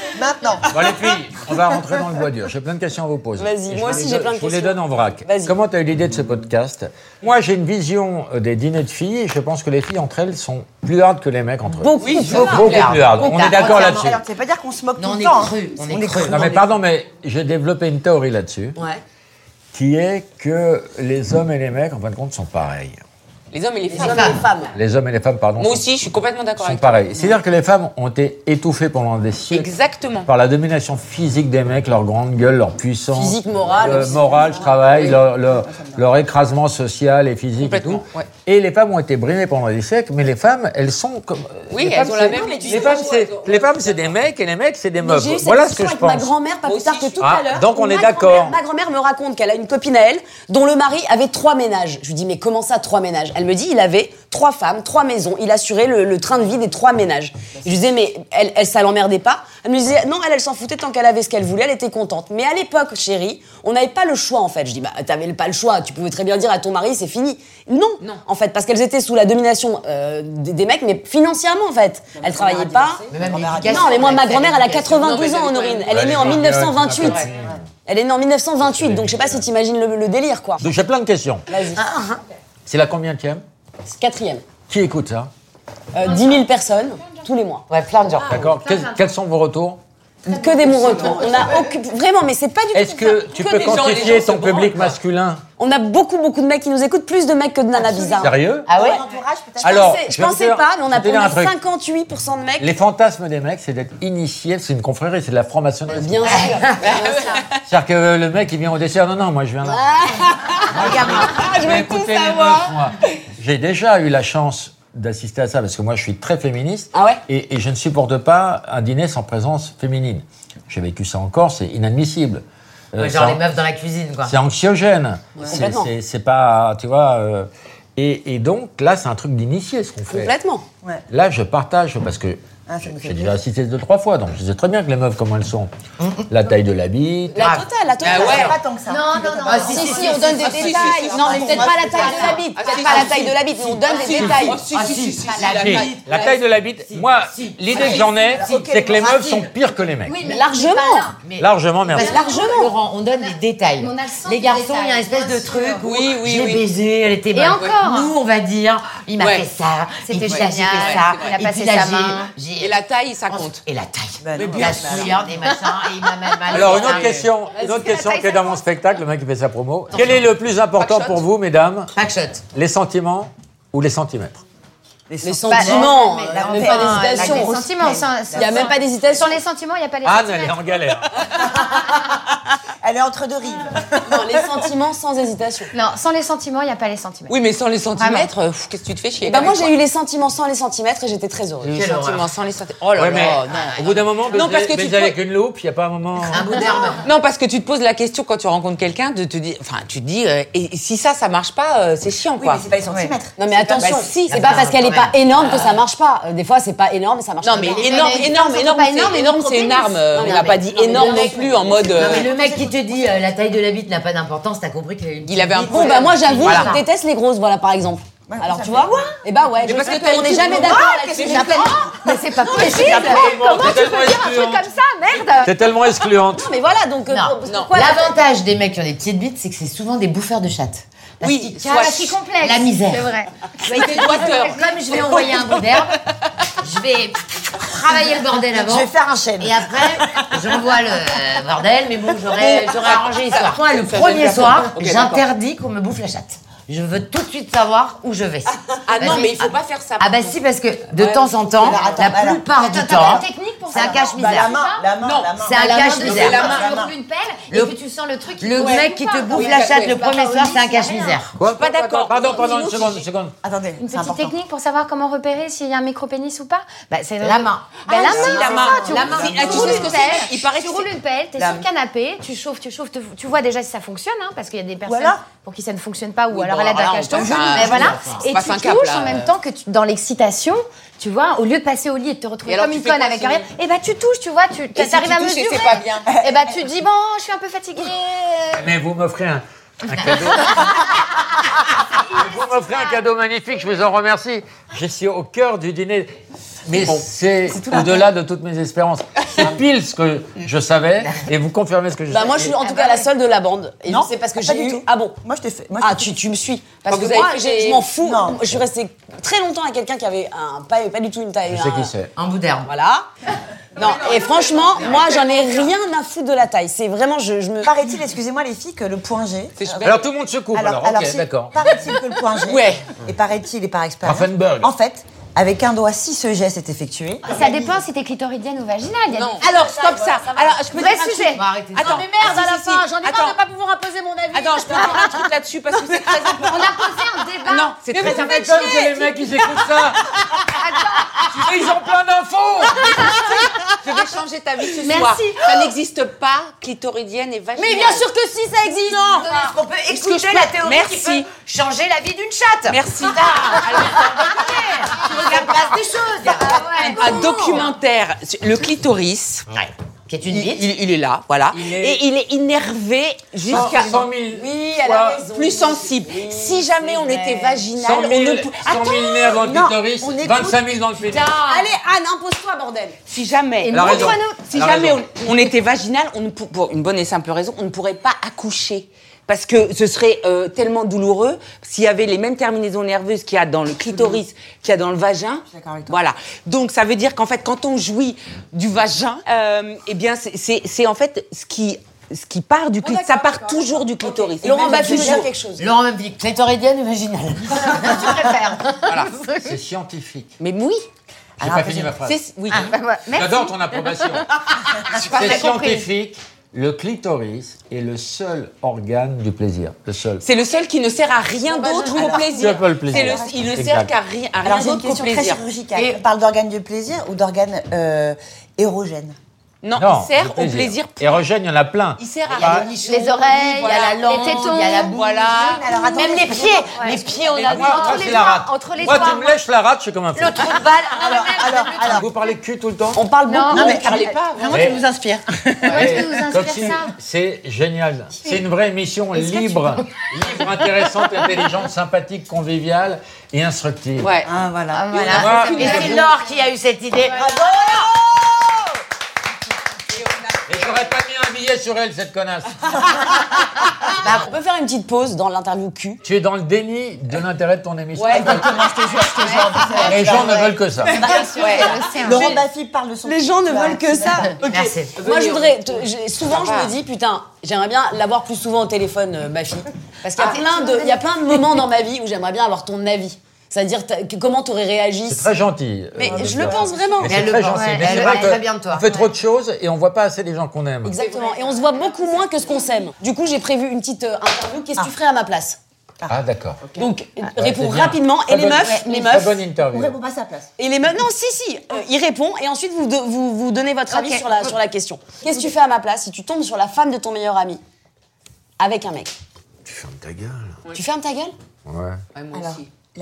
Speaker 4: maintenant.
Speaker 6: Bon, les filles, on va rentrer dans le bois dur. J'ai plein de questions à vous poser.
Speaker 2: Vas-y,
Speaker 6: Et je
Speaker 2: moi
Speaker 6: vous
Speaker 2: aussi,
Speaker 6: les
Speaker 2: j'ai
Speaker 6: donne-
Speaker 2: plein de
Speaker 6: Je vous les
Speaker 2: questions.
Speaker 6: donne en vrac.
Speaker 2: Vas-y.
Speaker 6: Comment tu as eu l'idée de ce podcast Moi, j'ai une vision euh, des dîners de filles et je pense que les filles entre elles sont plus hardes que les mecs entre eux.
Speaker 2: Beaucoup,
Speaker 6: beaucoup, plus hardes. On est d'accord là-dessus.
Speaker 4: Alors, ça veut pas dire qu'on se moque
Speaker 3: Non,
Speaker 4: tout
Speaker 3: on
Speaker 4: le
Speaker 3: est
Speaker 4: temps.
Speaker 3: cru,
Speaker 4: hein.
Speaker 3: on est cru.
Speaker 6: Non, mais pardon, mais j'ai développé une théorie là-dessus
Speaker 3: Ouais.
Speaker 6: qui est que les hommes et les mecs, en fin de compte, sont pareils.
Speaker 1: Les hommes et les
Speaker 2: Hommes
Speaker 1: femmes.
Speaker 2: et femmes.
Speaker 6: Les hommes et les femmes, pardon,
Speaker 1: Moi
Speaker 6: sont,
Speaker 1: aussi, je suis complètement d'accord
Speaker 6: sont
Speaker 1: avec toi.
Speaker 6: pareils. C'est-à-dire que les femmes ont été étouffées pendant des siècles
Speaker 1: Exactement.
Speaker 6: par la domination physique des mecs, leur grande gueule, leur puissance.
Speaker 2: Physique, morale,
Speaker 6: euh,
Speaker 2: aussi.
Speaker 6: morale, je travaille, leur,
Speaker 2: Ah,
Speaker 6: leur- leur écrasement social et physique et tout.
Speaker 1: Complètement, ouais.
Speaker 6: Et les femmes ont été brimées pendant des siècles, mais les femmes, elles sont comme.
Speaker 1: Oui,
Speaker 6: les
Speaker 1: elles
Speaker 6: femmes,
Speaker 1: ont la
Speaker 6: c'est-
Speaker 1: même- mais tu
Speaker 6: Les
Speaker 1: sais
Speaker 6: femmes,
Speaker 1: pas,
Speaker 6: c'est
Speaker 1: ouais,
Speaker 6: les femmes, c'est des mecs et les mecs, c'est des
Speaker 2: Mais
Speaker 6: meufs.
Speaker 2: J'ai eu cette
Speaker 6: Voilà ce que
Speaker 2: discussion
Speaker 6: je
Speaker 2: avec ma
Speaker 6: pense.
Speaker 2: grand-mère pas plus tard que tout
Speaker 6: Ah,
Speaker 2: à l'heure.
Speaker 6: donc on
Speaker 2: Ma
Speaker 6: est
Speaker 2: grand-mère-
Speaker 6: d'accord.
Speaker 2: Ma grand-mère me raconte qu'elle a une copine à elle dont le mari avait trois ménages. Je lui dis mais comment ça trois ménages Elle me dit il avait trois femmes, trois maisons. Il assurait le, le train de vie des trois ménages. Je lui disais mais elle, elle ça l'emmerdait pas. Elle me disait non elle elle s'en foutait tant qu'elle avait ce qu'elle voulait, elle était contente. Mais à l'époque chérie, on n'avait pas le choix en fait. Je dis bah t'avais pas le choix. Tu pouvais très bien dire à ton mari c'est fini. Non, en fait parce qu'elles étaient sous la domination euh, des, des mecs mais financièrement en fait. Elles travaillaient pas. Non, mais moi, ma grand-mère, elle a 92 ans, Honorine. Elle est née en 1928. Elle est née en 1928, donc je sais pas si t'imagines le, le délire, quoi.
Speaker 6: Donc j'ai plein de questions.
Speaker 2: Vas-y.
Speaker 6: C'est la combienième
Speaker 2: Quatrième.
Speaker 6: Qui écoute ça
Speaker 2: Euh, 10 000 personnes, tous les mois.
Speaker 3: Ouais, plein de
Speaker 2: Ah,
Speaker 3: gens.
Speaker 6: D'accord Quels- Quels sont vos retours
Speaker 2: Que des bons retours. On a aucune- Vraiment, mais c'est pas du tout.
Speaker 6: Est-ce que
Speaker 2: ça.
Speaker 6: tu peux
Speaker 2: des gens.
Speaker 6: quantifier
Speaker 1: se
Speaker 6: ton
Speaker 1: branlent,
Speaker 6: public
Speaker 1: quoi.
Speaker 6: masculin
Speaker 2: On a beaucoup, beaucoup de mecs qui nous écoutent, plus de mecs que de nanas bizarres.
Speaker 6: Sérieux
Speaker 3: Ah ouais
Speaker 6: Alors,
Speaker 2: Je pensais- je
Speaker 6: vais vous
Speaker 2: pensais
Speaker 6: dire-
Speaker 2: pas, mais on
Speaker 6: je
Speaker 2: a
Speaker 6: vais vous dire un truc.
Speaker 2: 58% de mecs.
Speaker 6: Les fantasmes des mecs, c'est d'être initié, c'est une confrérie, c'est de la franc-maçonnerie.
Speaker 2: Bien sûr. Ah,
Speaker 6: C'est-à-dire que euh, le mec, il vient au dessert, non, non, moi je viens là. je vais tout savoir. J'ai déjà eu la chance d'assister à ça, parce que moi je suis très féministe,
Speaker 2: Ah ouais
Speaker 6: et, et je ne supporte pas un dîner sans présence féminine. J'ai vécu ça encore, c'est inadmissible. Euh,
Speaker 3: Ouais, Genre
Speaker 6: ça-
Speaker 3: les meufs hein. dans la cuisine, quoi.
Speaker 6: C'est anxiogène. C'est-
Speaker 2: complètement.
Speaker 6: c'est- c'est pas, tu vois. euh, et, et donc là, c'est un truc d'initié ce qu'on fait.
Speaker 2: Complètement.
Speaker 6: Là, je partage parce que
Speaker 4: Ah, ça
Speaker 6: j'ai
Speaker 4: me fait
Speaker 6: j'ai déjà assisté deux trois fois, donc je sais très bien que les meufs comment elles sont. La taille de la bite.
Speaker 2: La totale, la totale.
Speaker 1: Ah ouais.
Speaker 4: Pas tant que ça.
Speaker 5: Non, non, non.
Speaker 3: si,
Speaker 2: Si,
Speaker 3: si,
Speaker 2: si, on donne des
Speaker 1: Ah, si, si,
Speaker 2: détails.
Speaker 1: si,
Speaker 2: Non,
Speaker 1: si,
Speaker 2: mais
Speaker 1: si,
Speaker 2: peut-être
Speaker 1: si,
Speaker 2: pas
Speaker 1: si,
Speaker 2: la taille de la bite.
Speaker 1: si,
Speaker 2: Peut-être
Speaker 1: Ah, si,
Speaker 2: pas la
Speaker 1: Ah, si,
Speaker 2: taille de la bite, mais on donne des détails.
Speaker 6: La taille de la bite. Moi, l'idée que j'en ai, c'est que les meufs sont pires que les mecs.
Speaker 5: Oui, mais
Speaker 2: Largement.
Speaker 3: Mais-
Speaker 6: Largement, merci.
Speaker 3: Parce que,
Speaker 2: Largement.
Speaker 3: Laurent, on donne des détails.
Speaker 5: Mais on a le sens
Speaker 3: Les
Speaker 5: du
Speaker 3: garçons,
Speaker 5: détail,
Speaker 3: il y a une espèce
Speaker 5: bien
Speaker 3: de
Speaker 5: sûr.
Speaker 3: truc où
Speaker 1: Oui, oui,
Speaker 3: j'ai
Speaker 1: oui.
Speaker 3: baisé, elle était bonne.
Speaker 5: encore.
Speaker 3: Nous, on va dire, il m'a
Speaker 1: Ouais.
Speaker 3: fait ça, et
Speaker 5: C'était
Speaker 3: puis là, j'ai fait
Speaker 5: génial,
Speaker 3: ça,
Speaker 5: il a
Speaker 3: et
Speaker 5: passé
Speaker 3: puis là,
Speaker 5: sa
Speaker 3: j'ai-
Speaker 5: main.
Speaker 3: j'ai...
Speaker 1: Et la taille, ça compte.
Speaker 3: Et la taille.
Speaker 4: Ben non.
Speaker 3: la souillure, des machins, et il m'a mal mal.
Speaker 6: Alors, une
Speaker 3: mal-
Speaker 6: autre question, une autre question
Speaker 5: taille,
Speaker 6: qui est
Speaker 5: ça
Speaker 6: dans mon spectacle, le mec qui fait sa promo. Quel est le plus important
Speaker 1: Backshot.
Speaker 6: pour vous, mesdames
Speaker 3: Backshot.
Speaker 6: Les sentiments ou les centimètres
Speaker 2: Les sentiments,
Speaker 5: mais
Speaker 2: euh,
Speaker 5: la-
Speaker 2: même
Speaker 5: mais
Speaker 2: pas
Speaker 5: la-
Speaker 2: d'hésitation.
Speaker 5: Les sentiments,
Speaker 2: Il n'y a même pas d'hésitation.
Speaker 5: Sur les sentiments, il n'y a pas les
Speaker 6: Anne, elle est
Speaker 5: sentiments.
Speaker 6: en galère.
Speaker 4: Elle est entre deux rives.
Speaker 2: Non, les sentiments sans hésitation.
Speaker 5: Non, sans les sentiments, il n'y a pas les sentiments.
Speaker 1: Oui, mais sans les centimètres, euh, pff, qu'est-ce que tu te fais chier
Speaker 2: Bah moi
Speaker 1: quoi.
Speaker 2: j'ai eu les sentiments sans les centimètres et j'étais très heureuse.
Speaker 1: Les
Speaker 3: Quelle
Speaker 1: sentiments
Speaker 3: horreur.
Speaker 1: sans les sentiments. Oh là
Speaker 6: Ouais, mais
Speaker 1: là,
Speaker 6: au
Speaker 1: non.
Speaker 6: bout d'un moment, baiser,
Speaker 1: Non, parce que tu
Speaker 6: baiser
Speaker 1: peux-
Speaker 6: avec une loupe, il n'y a pas un moment.
Speaker 3: Un bout d'herbe.
Speaker 1: Non, parce que tu te poses la question quand tu rencontres quelqu'un, de te dire, enfin, tu te dis, euh, et si ça, ça marche pas, euh, c'est chiant, quoi.
Speaker 4: pas les centimètres.
Speaker 2: Non mais attention,
Speaker 1: bah,
Speaker 2: si, c'est
Speaker 3: attends,
Speaker 2: pas parce qu'elle est pas
Speaker 3: quand
Speaker 2: énorme que ça marche pas. Euh, Des fois c'est pas énorme et ça marche
Speaker 1: non,
Speaker 2: pas.
Speaker 1: mais
Speaker 2: bien.
Speaker 1: énorme,
Speaker 5: mais
Speaker 1: énorme,
Speaker 5: les
Speaker 1: énorme,
Speaker 5: gens sont
Speaker 1: c'est énorme,
Speaker 5: pas énorme,
Speaker 1: c'est une arme. euh,
Speaker 2: Non,
Speaker 1: On
Speaker 2: mais
Speaker 1: n'a
Speaker 2: non,
Speaker 1: pas
Speaker 2: mais-
Speaker 1: dit
Speaker 2: non, mais
Speaker 1: énorme
Speaker 2: le
Speaker 1: non
Speaker 2: mec-
Speaker 1: plus en mode.
Speaker 3: Non,
Speaker 1: euh,
Speaker 3: mais le mec qui te dit euh, la taille de la bite n'a pas d'importance, t'as compris qu'il a eu une
Speaker 1: Il avait un
Speaker 3: bite.
Speaker 2: Bon bah moi j'avoue,
Speaker 1: Voilà.
Speaker 2: je déteste les grosses voilà par exemple. Alors tu vois, et bah ouais, je
Speaker 1: parce
Speaker 2: sais
Speaker 1: que t'as
Speaker 2: qu'on
Speaker 1: eu
Speaker 2: n'est
Speaker 1: tout
Speaker 2: jamais
Speaker 1: le
Speaker 2: d'accord
Speaker 1: droit,
Speaker 2: là-dessus.
Speaker 1: qu'est-ce que
Speaker 2: j'apprends.
Speaker 5: Mais c'est pas possible. Comment tu peux dire un truc comme ça, merde
Speaker 6: T'es tellement excluante.
Speaker 2: Non, Mais voilà, donc euh,
Speaker 3: Non,
Speaker 2: pour-
Speaker 3: non.
Speaker 2: pourquoi la-
Speaker 3: L'avantage des mecs qui ont des petites bites, c'est que c'est souvent des bouffeurs de chatte. Parce
Speaker 1: Oui,
Speaker 3: qu'ils
Speaker 1: soit-
Speaker 3: cachent
Speaker 5: C'est complexe.
Speaker 3: La
Speaker 5: C'est
Speaker 3: misère.
Speaker 5: vrai.
Speaker 3: Comme je vais envoyer un bout d'herbe, je vais travailler le bordel avant.
Speaker 4: Je vais faire un chêne.
Speaker 3: Et après, j'envoie le euh, bordel, mais bon, j'aurais j'aurais arrangé l'histoire. Moi, le premier soir,
Speaker 1: Ok, d'accord.
Speaker 3: j'interdis qu'on me bouffe la chatte. Je veux tout de suite savoir où je vais.
Speaker 1: Ah non,
Speaker 3: Vas-y.
Speaker 1: mais il faut pas faire ça.
Speaker 3: Ah bah si, parce que de temps en temps,
Speaker 4: Alors, attends,
Speaker 3: la
Speaker 4: alors.
Speaker 3: plupart du
Speaker 5: T'as
Speaker 3: temps,
Speaker 5: pas de technique pour
Speaker 3: c'est un
Speaker 5: ça
Speaker 4: Bah, la
Speaker 3: cache-misère.
Speaker 4: main, la main,
Speaker 1: Non,
Speaker 4: la main.
Speaker 3: C'est un cache-misère.
Speaker 5: La
Speaker 4: la main.
Speaker 5: main une pelle
Speaker 3: Le-
Speaker 5: et que tu sens le truc.
Speaker 3: Le
Speaker 5: Ouais.
Speaker 3: mec qui te
Speaker 5: Ou
Speaker 3: bouffe
Speaker 5: pas,
Speaker 3: la
Speaker 5: quoi.
Speaker 3: chatte le
Speaker 5: C'est pas
Speaker 3: premier
Speaker 5: par
Speaker 3: soir,
Speaker 5: ordi,
Speaker 3: c'est un
Speaker 5: rien.
Speaker 3: cache-misère.
Speaker 6: Quoi
Speaker 1: pas d'accord.
Speaker 6: Pardon, pardon, une
Speaker 1: Dis-nous
Speaker 6: seconde,
Speaker 1: qui-
Speaker 6: une seconde.
Speaker 4: Attendez,
Speaker 5: Une
Speaker 4: c'est
Speaker 5: petite
Speaker 4: important.
Speaker 5: technique pour savoir comment repérer s'il y a un micro-pénis ou pas bah, c'est
Speaker 3: La main.
Speaker 5: Bah, la main,
Speaker 1: Ah, si, la
Speaker 5: c'est
Speaker 1: main.
Speaker 5: ça, tu
Speaker 1: La
Speaker 5: roules-
Speaker 1: main.
Speaker 5: tu
Speaker 1: Ah, tu sais
Speaker 5: roules
Speaker 1: ce que
Speaker 5: une
Speaker 1: c'est
Speaker 5: pelle,
Speaker 1: Il paraît que
Speaker 5: Tu roules une pelle, t'es
Speaker 4: La-
Speaker 5: sur le canapé, tu chauffes, tu chauffes, te- tu vois déjà si ça fonctionne, hein, parce qu'il y a des personnes
Speaker 4: alors
Speaker 5: pour qui ça ne fonctionne pas, ou
Speaker 1: Oui,
Speaker 5: alors
Speaker 1: bon,
Speaker 5: à l'aide d'un
Speaker 1: alors,
Speaker 5: cacheton.
Speaker 1: on peut pas-
Speaker 5: Mais voilà.
Speaker 1: on
Speaker 5: Et
Speaker 1: passe
Speaker 5: tu
Speaker 1: un cap,
Speaker 5: touches
Speaker 1: là.
Speaker 5: en même temps que tu- dans l'excitation, tu vois, au lieu de passer au lit et de te retrouver
Speaker 1: Et alors,
Speaker 5: comme
Speaker 1: tu
Speaker 5: une
Speaker 1: fais
Speaker 5: conne
Speaker 1: quoi,
Speaker 5: avec
Speaker 1: sinon
Speaker 5: rien, et bah tu touches, tu vois, tu
Speaker 1: si tu
Speaker 5: t'arrives à
Speaker 1: touches et
Speaker 5: mesurer.
Speaker 1: c'est pas bien
Speaker 5: Et bah tu te dis, bon, je suis un peu fatiguée.
Speaker 6: Mais vous m'offrez un, un cadeau. vous m'offrez un cadeau magnifique, je vous en remercie. Je suis au cœur du dîner. Mais
Speaker 1: Bon.
Speaker 6: c'est
Speaker 1: C'est tout
Speaker 6: au-delà de toutes mes espérances. C'est pile ce que je savais et vous confirmez ce que je
Speaker 2: Bah
Speaker 6: savais.
Speaker 2: moi je suis en tout cas la seule de la bande. Et c'est parce que
Speaker 4: pas
Speaker 2: j'ai
Speaker 4: du
Speaker 2: eu.
Speaker 4: tout.
Speaker 2: Ah bon
Speaker 4: Moi, je t'ai fait. moi, je
Speaker 2: Ah
Speaker 4: t'ai
Speaker 2: tu,
Speaker 4: fait-
Speaker 2: tu me suis. Parce
Speaker 1: vous
Speaker 2: que
Speaker 1: avez
Speaker 2: moi
Speaker 1: fait
Speaker 2: j'ai-
Speaker 1: des-
Speaker 2: je m'en fous.
Speaker 4: Non.
Speaker 2: Je suis restée très longtemps avec quelqu'un qui avait un, pas, pas du tout une taille.
Speaker 6: Je sais
Speaker 2: un-
Speaker 6: qui c'est.
Speaker 11: Un bout d'herbe.
Speaker 2: Voilà. Non, et franchement, moi j'en ai rien à foutre de la taille. C'est vraiment, je, je me.
Speaker 4: Paraît-il, excusez-moi les filles, que le point G.
Speaker 6: Alors tout le monde se coupe alors, ok,
Speaker 4: si-
Speaker 6: d'accord.
Speaker 4: Paraît-il que le point G.
Speaker 2: Ouais.
Speaker 4: Et paraît-il, et par expérience.
Speaker 6: Raffenberg.
Speaker 4: En fait, avec un doigt, si ce geste est effectué.
Speaker 5: Ça dépend si t'es clitoridienne ou vaginale. il y a
Speaker 9: Non.
Speaker 5: des-
Speaker 1: Alors, stop ça. Alors, je peux
Speaker 5: Vrai
Speaker 1: dire un
Speaker 5: sujet.
Speaker 1: truc.
Speaker 11: Bon, arrêtez.
Speaker 1: Attends,
Speaker 11: Non,
Speaker 5: Mais merde,
Speaker 1: Ah, si,
Speaker 5: à la
Speaker 1: si,
Speaker 5: fin,
Speaker 1: si.
Speaker 5: j'en ai marre
Speaker 1: Attends.
Speaker 5: de pas pouvoir imposer mon avis.
Speaker 1: Attends, je peux dire un truc là-dessus parce que c'est très important.
Speaker 5: On a posé un débat.
Speaker 1: Non, c'est très
Speaker 6: Ça
Speaker 1: important.
Speaker 6: m'étonne que les mecs ils écoutent ça. Ils ont plein d'infos.
Speaker 1: Je vais changer ta vie ce
Speaker 5: Merci.
Speaker 1: soir. Ça n'existe pas, clitoridienne et vaginale.
Speaker 2: Mais bien sûr que si ça existe.
Speaker 11: Est-ce qu'on peut
Speaker 1: que je
Speaker 11: écouter
Speaker 1: peux-
Speaker 11: la théorie qui
Speaker 1: Merci.
Speaker 11: peut changer la vie d'une chatte
Speaker 1: Merci.
Speaker 11: Ça passe des choses.
Speaker 1: Un documentaire, sur le clitoris,
Speaker 11: Ouais. Qui est une
Speaker 1: il,
Speaker 11: bite.
Speaker 1: il- il est là, voilà.
Speaker 6: Il est-
Speaker 1: Et il est énervé jusqu'à
Speaker 6: 100 000.
Speaker 1: Oui,
Speaker 6: elle a
Speaker 1: raison. plus sensible. si jamais on était vaginal,
Speaker 6: 100
Speaker 1: on ne
Speaker 6: 000,
Speaker 1: pou-
Speaker 6: 100 000 nerfs dans le
Speaker 1: Non,
Speaker 6: clitoris,
Speaker 1: on écoute-
Speaker 6: 25 000 dans le pénis.
Speaker 2: Allez Anne, impose-toi bordel.
Speaker 1: Si jamais,
Speaker 6: Elle a raison.
Speaker 1: si
Speaker 6: Elle a
Speaker 1: jamais on,
Speaker 6: raison.
Speaker 1: on était vaginal, on ne pour, pour une bonne et simple raison, on ne pourrait pas accoucher. Parce que ce serait euh, tellement douloureux s'il y avait les mêmes terminaisons nerveuses qu'il y a dans le clitoris, qu'il y a dans le vagin. Voilà. Donc ça veut dire qu'en fait, quand on jouit du vagin, euh, eh bien c'est- c'est c'est en fait ce qui ce qui part du clitoris. Ça part toujours du clitoris.
Speaker 2: Laurent
Speaker 1: va
Speaker 2: Baffy veut dire quelque chose.
Speaker 11: Laurent même dit clitoridienne ou vaginale
Speaker 5: tu préfères.
Speaker 6: C'est scientifique.
Speaker 1: Mais oui,
Speaker 6: J'ai pas fini ma phrase.
Speaker 1: c'est oui.
Speaker 3: Ah.
Speaker 6: J'adore ton approbation. C'est
Speaker 5: j'ai compris.
Speaker 6: scientifique. Le clitoris est le seul organe du plaisir. Le seul.
Speaker 1: C'est le seul qui ne sert à rien d'autre qu'au plaisir.
Speaker 6: C'est pas le plaisir.
Speaker 1: C'est le- il ne
Speaker 6: Ah, Exact.
Speaker 1: sert qu'à rien, à
Speaker 4: Alors,
Speaker 1: rien
Speaker 4: j'ai une
Speaker 1: d'autre qu'au
Speaker 4: question très
Speaker 1: plaisir.
Speaker 4: chirurgicale. On parle d'organes de plaisir ou d'organes euh, érogènes
Speaker 1: Non, il
Speaker 6: le
Speaker 1: sert au plaisir.
Speaker 6: Et Eugène, il y en a plein.
Speaker 1: Il sert à
Speaker 6: Pas-
Speaker 1: rien.
Speaker 11: Les oreilles, il y a la langue, il y a la bouche.
Speaker 1: Voilà.
Speaker 4: Alors, attendez,
Speaker 11: Même les
Speaker 4: je-
Speaker 11: pieds. Les pieds, on a
Speaker 6: Ah, Moi, moi,
Speaker 5: les
Speaker 6: c'est la
Speaker 5: doigts,
Speaker 6: rate.
Speaker 5: entre les
Speaker 6: Moi,
Speaker 5: doigts,
Speaker 6: tu me
Speaker 5: moi.
Speaker 6: lèches la rate, je suis comme un fou. Ah,
Speaker 11: trou de balle.
Speaker 4: Alors, alors, alors.
Speaker 6: Vous parlez cul tout le temps
Speaker 2: On parle beaucoup.
Speaker 5: Non,
Speaker 4: Non, mais
Speaker 2: on parlait pas.
Speaker 4: Vraiment,
Speaker 6: Mais-
Speaker 4: tu nous inspires.
Speaker 3: Ah,
Speaker 5: Moi, je peux vous inspirer
Speaker 6: Comme si-
Speaker 5: ça.
Speaker 6: C'est génial. C'est une vraie émission libre, libre, intéressante, intelligente, sympathique, conviviale et instructive.
Speaker 1: Ouais.
Speaker 4: Ah, voilà.
Speaker 6: Moi,
Speaker 11: Et c'est Laure qui a eu cette idée.
Speaker 3: Ah,
Speaker 6: et j'aurais pas mis un billet sur elle, cette connasse.
Speaker 2: On peut faire une petite pause dans l'interview Q.
Speaker 6: Tu es dans le déni de l'intérêt de ton émission.
Speaker 4: Exactement, je te jure, je te jure.
Speaker 6: Les gens ne veulent que ça.
Speaker 5: Ouais, je sais, hein.
Speaker 4: Laurent Baffy parle de son
Speaker 2: Les gens ne
Speaker 4: Ouais.
Speaker 2: veulent que ça.
Speaker 11: Merci.
Speaker 2: Moi, je voudrais. te- j'ai- souvent, je me dis, putain, j'aimerais bien l'avoir plus souvent au téléphone, euh, ma fille. Parce qu'il y a plein de, il y a plein de moments dans ma vie où j'aimerais bien avoir ton avis. C'est-à-dire t'as- que- comment t'aurais réagi.
Speaker 6: C'est très gentil.
Speaker 2: Mais
Speaker 6: euh,
Speaker 2: je
Speaker 6: de
Speaker 2: le
Speaker 6: toi.
Speaker 2: pense vraiment.
Speaker 6: Mais
Speaker 11: Mais
Speaker 6: c'est
Speaker 11: elle
Speaker 6: très
Speaker 11: le-
Speaker 6: gentil.
Speaker 11: ouais,
Speaker 6: Mais
Speaker 11: elle-
Speaker 6: c'est
Speaker 11: elle
Speaker 6: vrai que
Speaker 11: est très bien de toi.
Speaker 6: On fait trop de choses et on voit pas assez les gens qu'on aime.
Speaker 2: Exactement. Et on se voit beaucoup moins que ce qu'on s'aime. Du coup, j'ai prévu une petite euh, interview. Qu'est-ce que tu ferais à ma place
Speaker 6: Ah, d'accord.
Speaker 2: Donc,
Speaker 6: Ouais,
Speaker 2: réponds
Speaker 6: c'est bien.
Speaker 2: rapidement.
Speaker 6: Très
Speaker 2: Et les
Speaker 6: bonne-
Speaker 2: meufs, les
Speaker 6: Très
Speaker 2: meufs.
Speaker 6: bonne interview.
Speaker 4: pas sa place.
Speaker 2: Et les meufs. Non, si, si. euh, il répond et ensuite vous, de- vous, vous donnez votre avis
Speaker 5: Ok.
Speaker 2: sur, la, sur la question. Qu'est-ce que tu fais à ma place si tu tombes sur la femme de ton meilleur ami avec un mec
Speaker 6: Tu fermes ta gueule.
Speaker 2: Tu fermes ta gueule
Speaker 6: Ouais.
Speaker 4: Euh, Alors,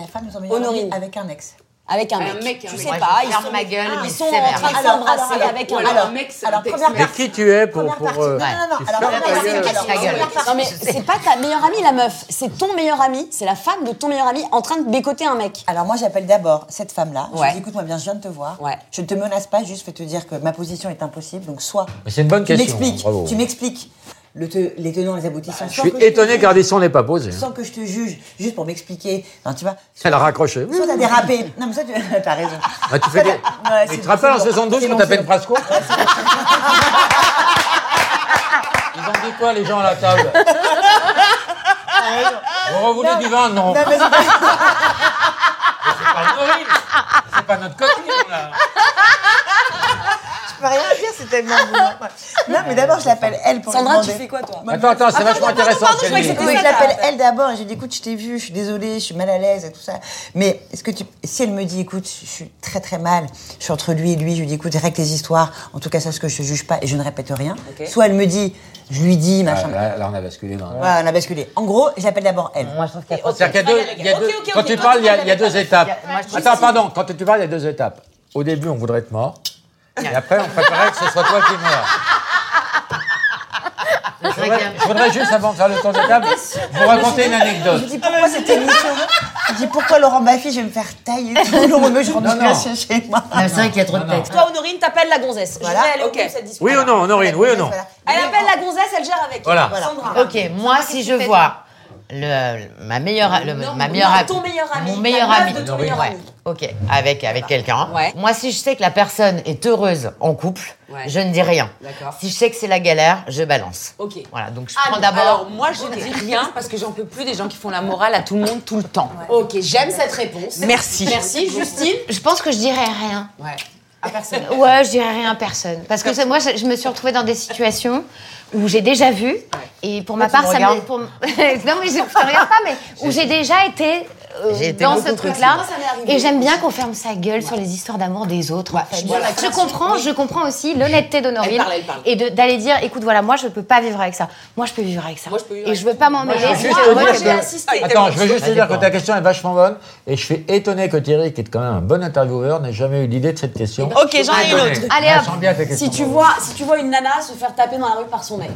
Speaker 4: la femme nous emmène
Speaker 2: Honorine.
Speaker 4: avec un ex.
Speaker 2: Avec un
Speaker 9: Un
Speaker 2: mec.
Speaker 9: mec,
Speaker 2: tu
Speaker 9: un
Speaker 2: sais
Speaker 9: mec.
Speaker 2: pas,
Speaker 11: je
Speaker 2: ils
Speaker 11: ferme
Speaker 2: sont,
Speaker 11: ma gueule, mais
Speaker 2: Ah, ils sont
Speaker 11: sévère.
Speaker 2: en train de
Speaker 4: Alors,
Speaker 2: s'embrasser
Speaker 4: alors,
Speaker 2: avec
Speaker 4: alors,
Speaker 2: un
Speaker 4: alors,
Speaker 2: mec.
Speaker 9: mec, c'est
Speaker 4: alors
Speaker 9: un texte.
Speaker 4: première
Speaker 6: Mais
Speaker 4: partie.
Speaker 6: qui tu es pour.
Speaker 4: Première
Speaker 6: pour
Speaker 4: partie.
Speaker 6: euh,
Speaker 4: Non, non, non,
Speaker 6: tu
Speaker 4: alors,
Speaker 6: fermes
Speaker 4: première
Speaker 6: ta
Speaker 4: partie,
Speaker 6: gueule.
Speaker 4: alors,
Speaker 11: ta gueule.
Speaker 4: première partie.
Speaker 2: Non mais c'est pas ta meilleure amie la meuf, c'est ton meilleur ami, c'est la femme de ton meilleur ami en train de bécoter un mec.
Speaker 4: Alors moi j'appelle d'abord cette femme-là. Je
Speaker 2: Ouais.
Speaker 4: lui dis écoute-moi bien, je viens de te voir.
Speaker 2: Ouais.
Speaker 4: Je ne te menace pas, juste fais te dire que ma position est impossible. Donc soit
Speaker 6: Mais c'est une bonne
Speaker 4: tu
Speaker 6: question,
Speaker 4: m'expliques,
Speaker 6: bravo. Ah,
Speaker 4: tu m'expliques le te- les tenants, les aboutissants.
Speaker 6: Je suis étonné qu'Ardisson l'ait pas posé.
Speaker 4: sans que je te juge, juste pour m'expliquer. Non, tu vois,
Speaker 6: Elle a raccroché. Oui.
Speaker 4: soit t'as dérapé. Non, mais ça, tu as raison.
Speaker 6: Ah, tu fais des...
Speaker 4: Ouais,
Speaker 6: Mais
Speaker 4: c'est-
Speaker 6: tu te rappelles en
Speaker 4: c'est bon.
Speaker 6: 72
Speaker 4: C'est
Speaker 6: quand
Speaker 4: bon,
Speaker 6: t'as
Speaker 4: c'est
Speaker 6: fait une
Speaker 4: bon.
Speaker 6: phrase courte Ils ont dit quoi les gens à la table On voulait du vin
Speaker 4: Non,
Speaker 6: Non.
Speaker 4: mais c'est pas-
Speaker 6: C'est pas horrible. C'est pas notre copine là.
Speaker 4: je peux rien dire, c'est tellement bon. Non, mais d'abord, je l'appelle elle pour lui
Speaker 2: Sandra, tu
Speaker 4: demander.
Speaker 2: fais quoi, toi
Speaker 4: Moi,
Speaker 6: Attends, attends, c'est vachement intéressant.
Speaker 2: pardon, je
Speaker 6: ce
Speaker 2: croyais
Speaker 6: qu'elle
Speaker 2: que
Speaker 6: dit.
Speaker 4: Oui,
Speaker 2: ça,
Speaker 4: je l'appelle
Speaker 2: t'as-
Speaker 4: elle d'abord et je lui dis écoute, je t'ai vu, je suis désolée, je suis mal à l'aise et tout ça. Mais est-ce que tu. Si elle me dit écoute, je suis très très mal, je suis entre lui et lui, je lui dis écoute, règle tes histoires, en tout cas, sache que je te juge pas et je ne répète rien. Soit elle me dit, je lui dis,
Speaker 6: Ah,
Speaker 4: machin.
Speaker 6: Là, là, on a basculé dans.
Speaker 4: Voilà, on a basculé. En gros, je l'appelle d'abord elle.
Speaker 3: Ah.
Speaker 11: Moi, je trouve qu'il y a-
Speaker 6: C'est-à-dire qu'il y a deux- Ah, il y a deux- Quand tu parles, il y a- il y a deux étapes. Attends, pardon. Quand tu parles, il y a deux étapes. Au début, on voudrait être mort. Et après, on préparait que ce soit toi qui meurs.
Speaker 11: C'est vrai qu'il y a-
Speaker 6: Je voudrais juste, avant de faire le tour de table, vous raconter une anecdote.
Speaker 4: Je dis pourquoi cette émission Je dis pourquoi Laurent Baffy, je vais me faire tailler tout le monde, je rentre
Speaker 3: Non, non.
Speaker 4: chez- chez moi.
Speaker 3: Non, c'est vrai qu'il y a trop de textes.
Speaker 2: Toi, Honorine, t'appelles la gonzesse.
Speaker 4: Voilà,
Speaker 2: Je vais aller au
Speaker 4: ok.
Speaker 2: bout de cette discussion.
Speaker 6: Oui ou non, Honorine, oui ou non
Speaker 2: Elle appelle la gonzesse, elle gère avec.
Speaker 6: Voilà.
Speaker 2: Sandra.
Speaker 3: Ah, Ok, moi, si je vois le, le- ma meilleure, le-
Speaker 2: Non,
Speaker 3: ma meilleure
Speaker 2: non,
Speaker 3: amie-
Speaker 2: ton meilleur ami,
Speaker 3: mon
Speaker 2: la
Speaker 3: meilleur
Speaker 2: meuf
Speaker 3: ami,
Speaker 2: de ton meilleur
Speaker 3: Ouais.
Speaker 2: ami.
Speaker 3: ok, avec avec quelqu'un.
Speaker 2: Ouais.
Speaker 3: Moi, si je sais que la personne est heureuse en couple,
Speaker 1: Ouais.
Speaker 3: je ne dis rien.
Speaker 1: D'accord.
Speaker 3: Si je sais que c'est la galère, je balance.
Speaker 1: Ok.
Speaker 3: Voilà, donc je
Speaker 1: Ah,
Speaker 3: prends
Speaker 1: non,
Speaker 3: d'abord.
Speaker 1: Alors, moi, je dis rien parce que j'en peux plus des gens qui font la morale à tout le monde tout le temps.
Speaker 2: Ok, j'aime cette réponse.
Speaker 12: Merci.
Speaker 2: Merci, Justine.
Speaker 5: Je pense que je dirais rien.
Speaker 1: Ouais. À personne.
Speaker 5: Ouais, je dirais rien à personne. Parce que ça, moi, je je me suis retrouvée dans des situations où j'ai déjà vu, et pour ma
Speaker 3: tu me
Speaker 5: part, ça me.
Speaker 3: regardes.
Speaker 5: pour- non, mais je ne regarde pas, mais où j'ai déjà été. euh,
Speaker 3: J'ai été
Speaker 5: dans
Speaker 3: beaucoup
Speaker 5: ce truc-là.
Speaker 2: Moi, ça m'est arrivé
Speaker 5: Et j'aime bien qu'on ferme sa gueule sur les histoires d'amour des autres. en fait.
Speaker 2: suis d'accord.
Speaker 5: Je comprends, je comprends aussi l'honnêteté
Speaker 1: Elle
Speaker 5: d'Honorine.
Speaker 1: parle, elle parle.
Speaker 5: Et de- d'aller dire, écoute, voilà, moi, je peux pas vivre avec ça. Moi, je peux vivre avec ça.
Speaker 1: Moi, je peux vivre
Speaker 5: et
Speaker 1: avec
Speaker 5: je veux pas m'en mêler.
Speaker 6: veux juste
Speaker 5: Moi,
Speaker 6: te
Speaker 5: moi,
Speaker 6: dire
Speaker 5: je
Speaker 6: que-
Speaker 5: vais assister.
Speaker 6: Attends, je veux juste te
Speaker 3: Ah,
Speaker 6: dire que
Speaker 3: d'accord.
Speaker 6: ta question est vachement bonne et je suis étonné que Thierry, qui est quand même un bon intervieweur, n'ait jamais eu l'idée de cette question.
Speaker 12: Ok, j'en ai une
Speaker 6: Étonné.
Speaker 12: autre.
Speaker 2: Allez,
Speaker 6: Ah,
Speaker 2: hop.
Speaker 6: j'aime bien ta question.
Speaker 2: Si tu, vois, si tu vois une nana se faire taper dans la rue par son mec,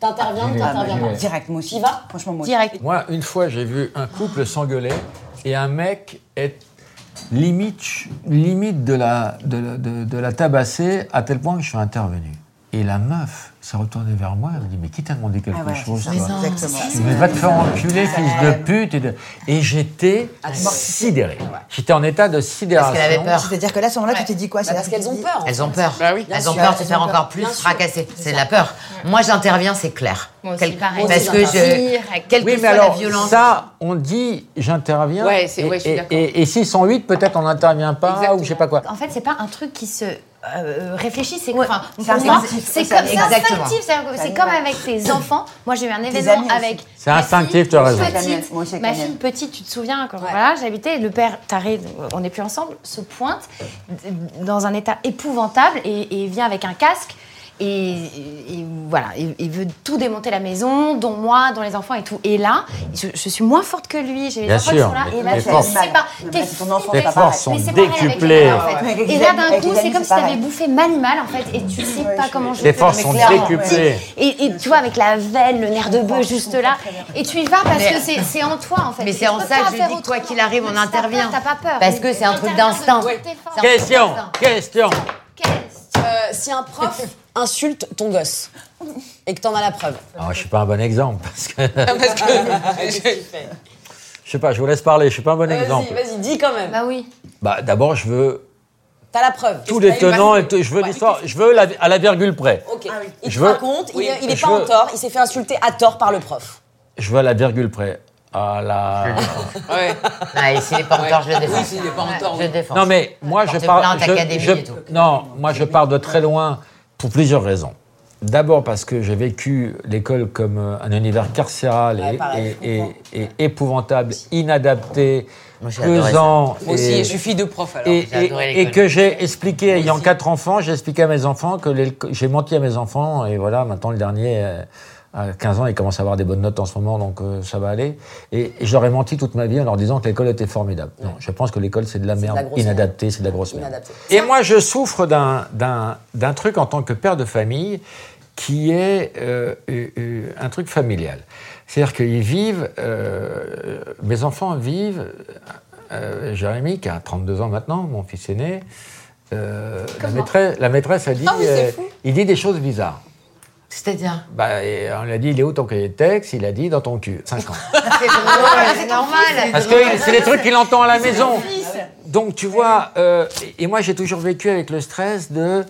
Speaker 2: t'interviens ou
Speaker 6: J'y vais,
Speaker 2: t'interviens
Speaker 6: j'y
Speaker 2: pas
Speaker 6: vais.
Speaker 4: Direct, moi aussi.
Speaker 2: Tu y vas
Speaker 4: Franchement, moi aussi.
Speaker 5: Direct.
Speaker 6: Moi, une fois, j'ai vu un couple s'engueuler et un mec est limite, limite de, la, de, la- de- de la tabasser à tel point que je suis intervenu. Et la meuf s'est retournée vers moi, elle me dit Mais qui t'a demandé quelque
Speaker 4: Ah, voilà,
Speaker 6: chose
Speaker 4: c'est
Speaker 6: toi
Speaker 4: ça. Exactement.
Speaker 6: Tu vas te faire enculer, fils de pute. Et, de- et j'étais sidéré. J'étais en état de sidération.
Speaker 3: Parce qu'elle avait peur.
Speaker 4: C'est-à-dire que là, à ce moment-là, tu t'es dit quoi C'est là
Speaker 2: Bah, Parce
Speaker 4: que
Speaker 2: qu'elles
Speaker 4: tu t'es
Speaker 2: ont
Speaker 4: dit-
Speaker 2: peur.
Speaker 3: Elles ont peur.
Speaker 6: Bah
Speaker 3: Elles ont
Speaker 4: sûr,
Speaker 3: peur de se
Speaker 4: elles
Speaker 3: faire
Speaker 4: ont
Speaker 3: encore plus fracasser. C'est de la peur. Moi, j'interviens, c'est clair.
Speaker 5: Moi aussi, pareil.
Speaker 3: Parce
Speaker 2: Moi
Speaker 3: que
Speaker 2: aussi,
Speaker 3: je.
Speaker 5: j'interviens.
Speaker 3: Quelle
Speaker 6: Oui,
Speaker 3: que
Speaker 6: mais
Speaker 3: soit la
Speaker 6: alors,
Speaker 3: violence.
Speaker 6: ça, on dit j'interviens.
Speaker 1: Ouais, c'est- ouais, je suis
Speaker 6: et,
Speaker 1: d'accord.
Speaker 6: et, et s'ils sont huit, peut-être on n'intervient pas ou je sais pas quoi.
Speaker 5: En fait, c'est pas un truc qui se euh, réfléchit, c'est enfin,
Speaker 4: c'est
Speaker 5: pour moi,
Speaker 4: instinctif.
Speaker 5: c'est
Speaker 4: Ça,
Speaker 5: comme
Speaker 4: c'est
Speaker 5: c'est
Speaker 3: exactement.
Speaker 5: instinctif, c'est-à-dire que c'est comme avec tes enfants. Moi, j'ai eu un
Speaker 4: amis
Speaker 5: événement
Speaker 4: aussi.
Speaker 5: avec
Speaker 6: C'est
Speaker 5: ma
Speaker 6: instinctif,
Speaker 5: fille
Speaker 6: tu as raison.
Speaker 5: Petite,
Speaker 4: Moi aussi, avec
Speaker 5: ma
Speaker 4: la
Speaker 5: fille
Speaker 4: mienne.
Speaker 5: petite, tu te souviens quand voilà, j'habitais, le père t'arrive, on n'est plus ensemble, se pointe d- dans un état épouvantable et, et vient avec un casque. Et, et- et voilà, il, il veut tout démonter la maison, dont moi, dont les enfants et tout. Et là, je, je suis moins forte que lui, j'ai les
Speaker 6: Bien
Speaker 5: enfants qui
Speaker 6: sûr,
Speaker 5: sont là,
Speaker 6: mais-
Speaker 5: et là,
Speaker 6: mais
Speaker 5: je
Speaker 6: force.
Speaker 5: sais pas.
Speaker 4: Mais
Speaker 5: t'es
Speaker 4: ton enfant,
Speaker 5: flippée.
Speaker 4: c'est pas pareil.
Speaker 6: sont
Speaker 5: Mais c'est pareil avec les
Speaker 6: décuplées.
Speaker 5: gamins, en fait.
Speaker 4: Ouais, ouais.
Speaker 5: Et là, d'un
Speaker 4: Avec
Speaker 5: coup,
Speaker 4: les
Speaker 5: c'est
Speaker 4: amis,
Speaker 5: comme
Speaker 4: c'est
Speaker 5: si t'avais
Speaker 4: pareil.
Speaker 5: bouffé mal mal, en fait, et tu sais pas comment je
Speaker 6: Les
Speaker 5: fais.
Speaker 6: forces sont
Speaker 4: clairement,
Speaker 6: décuplées.
Speaker 5: Et, et tu vois, avec la veine, le nerf de bœuf juste là, et tu y vas parce que c'est c'est en toi, en fait.
Speaker 3: Mais
Speaker 5: Et
Speaker 3: c'est
Speaker 5: tu
Speaker 3: en
Speaker 5: peux
Speaker 3: ça
Speaker 5: pas
Speaker 3: que je
Speaker 5: faire
Speaker 3: dis, quoi
Speaker 5: autrement.
Speaker 3: qu'il arrive, on
Speaker 5: Même si t'as
Speaker 3: intervient.
Speaker 5: peur, T'as pas peur.
Speaker 3: Parce que c'est un truc
Speaker 5: T'interviens
Speaker 3: d'instinct.
Speaker 5: de- ouais, t'es fort.
Speaker 6: Question, question.
Speaker 5: Question.
Speaker 2: Euh, si un prof insulte ton gosse et que t'en as la preuve.
Speaker 6: Alors, Ah, je suis pas un bon exemple parce que. je sais pas, je vous laisse parler, je suis pas un bon exemple.
Speaker 2: Vas-y, vas-y, dis quand même.
Speaker 5: Bah oui.
Speaker 6: Bah, d'abord, je veux
Speaker 2: T'as la preuve.
Speaker 6: tous les tenants et tout- je veux
Speaker 2: Ouais.
Speaker 6: l'histoire, je veux la- à la virgule près.
Speaker 2: Ok. Il
Speaker 6: Je
Speaker 2: te
Speaker 6: veux-
Speaker 2: raconte, il, il est
Speaker 6: Je
Speaker 2: pas en
Speaker 6: veux-
Speaker 2: tort, il s'est fait insulter à tort par le prof.
Speaker 6: Je veux à la virgule près. À la.
Speaker 1: Ouais.
Speaker 3: Ah, et s'il est pas en tort, je le défends.
Speaker 1: Oui, s'il est pas en tort,
Speaker 3: Je
Speaker 1: oui.
Speaker 3: le défends.
Speaker 6: Non, mais moi, je
Speaker 3: Porte
Speaker 6: pars.
Speaker 3: plainte,
Speaker 6: je-
Speaker 3: académie
Speaker 6: je-
Speaker 3: et tout.
Speaker 6: non, moi, je pars de très loin pour plusieurs raisons. D'abord parce que j'ai vécu l'école comme euh, un univers carcéral et,
Speaker 2: Ouais, pareil,
Speaker 6: et- et- et épouvantable, inadapté,
Speaker 3: Moi, j'ai adoré ça.
Speaker 6: pesant.
Speaker 1: Moi aussi,
Speaker 6: et-
Speaker 1: je suis fille de prof alors.
Speaker 6: Et,
Speaker 3: J'ai
Speaker 6: et-
Speaker 3: adoré
Speaker 6: et
Speaker 3: l'école.
Speaker 6: que j'ai expliqué, ayant quatre enfants, j'ai expliqué à mes enfants que l'éco- j'ai menti à mes enfants, et voilà, maintenant le dernier euh, a 15 ans, il commence à avoir des bonnes notes en ce moment, donc euh, ça va aller. Et, et j'aurais menti toute ma vie en leur disant que l'école était formidable. Non, je pense que l'école c'est de la merde,
Speaker 2: grosse merde.
Speaker 6: inadaptée, c'est de la grosse merde.
Speaker 2: Inadaptée.
Speaker 6: Et moi, je souffre d'un- d'un d'un truc en tant que père de famille qui est euh, euh, euh, un truc familial. C'est-à-dire qu'ils vivent, euh, mes enfants vivent, euh, Jérémy qui a 32 ans maintenant, mon fils aîné, euh, la, maîtresse, la maîtresse a dit, euh, il dit des choses bizarres.
Speaker 3: C'est-à-dire.
Speaker 6: Bah, et on lui a dit, il est où ton cahier de texte Il a dit, dans ton cul, 5 ans.
Speaker 3: C'est drôle, c'est normal.
Speaker 6: Parce que c'est les trucs qu'il entend à la maison. Donc tu vois, euh, et moi j'ai toujours vécu avec le stress de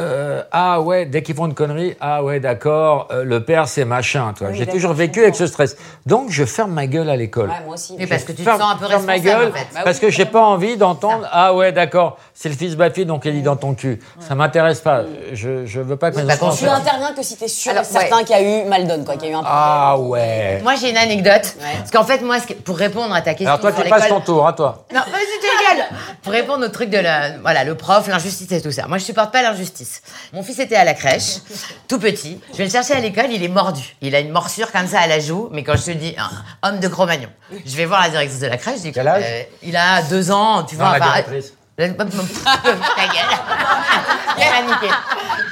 Speaker 6: euh, ah ouais, dès qu'ils font une connerie, ah ouais d'accord, euh, le père c'est machin. Toi, j'ai toujours vécu avec ce stress. Donc je ferme ma gueule à l'école.
Speaker 2: Ouais, moi aussi.
Speaker 3: Mais parce que tu te
Speaker 6: Ferme-
Speaker 3: sens un peu
Speaker 6: ferme ma
Speaker 3: responsable,
Speaker 6: gueule
Speaker 3: en fait.
Speaker 6: parce que j'ai pas envie d'entendre ah ouais d'accord c'est le fils Bafi donc il dit dans ton cul ça m'intéresse pas je je veux pas que mes
Speaker 3: bah,
Speaker 6: enfants
Speaker 3: quand
Speaker 2: Tu
Speaker 6: fassent-
Speaker 2: interviens que si t'es sûr
Speaker 3: Alors,
Speaker 2: et certain qu'il y a eu mal donne, quoi, qu'il y a eu un problème.
Speaker 6: ah ouais
Speaker 3: Moi, j'ai une anecdote. Parce qu'en fait, moi, ce que- pour répondre à ta question
Speaker 6: alors toi
Speaker 3: sur
Speaker 6: tu passes
Speaker 3: l'école-
Speaker 6: ton tour à toi
Speaker 3: Non, vas-y, tu rigoles. Pour répondre au truc de la, voilà, le prof, l'injustice et tout ça. Moi, je supporte pas l'injustice. Mon fils était à la crèche, tout petit. Je vais le chercher à l'école, il est mordu. Il a une morsure comme ça à la joue, mais quand je te dis hein, un homme de Cro-Magnon, je vais voir la directrice de la crèche. je dis,
Speaker 6: Quel âge
Speaker 3: euh, Il a deux ans, tu
Speaker 6: Non,
Speaker 3: vois.
Speaker 6: la
Speaker 3: enfin,
Speaker 6: directrice.
Speaker 3: euh, Ta gueule. Il m'a niqué.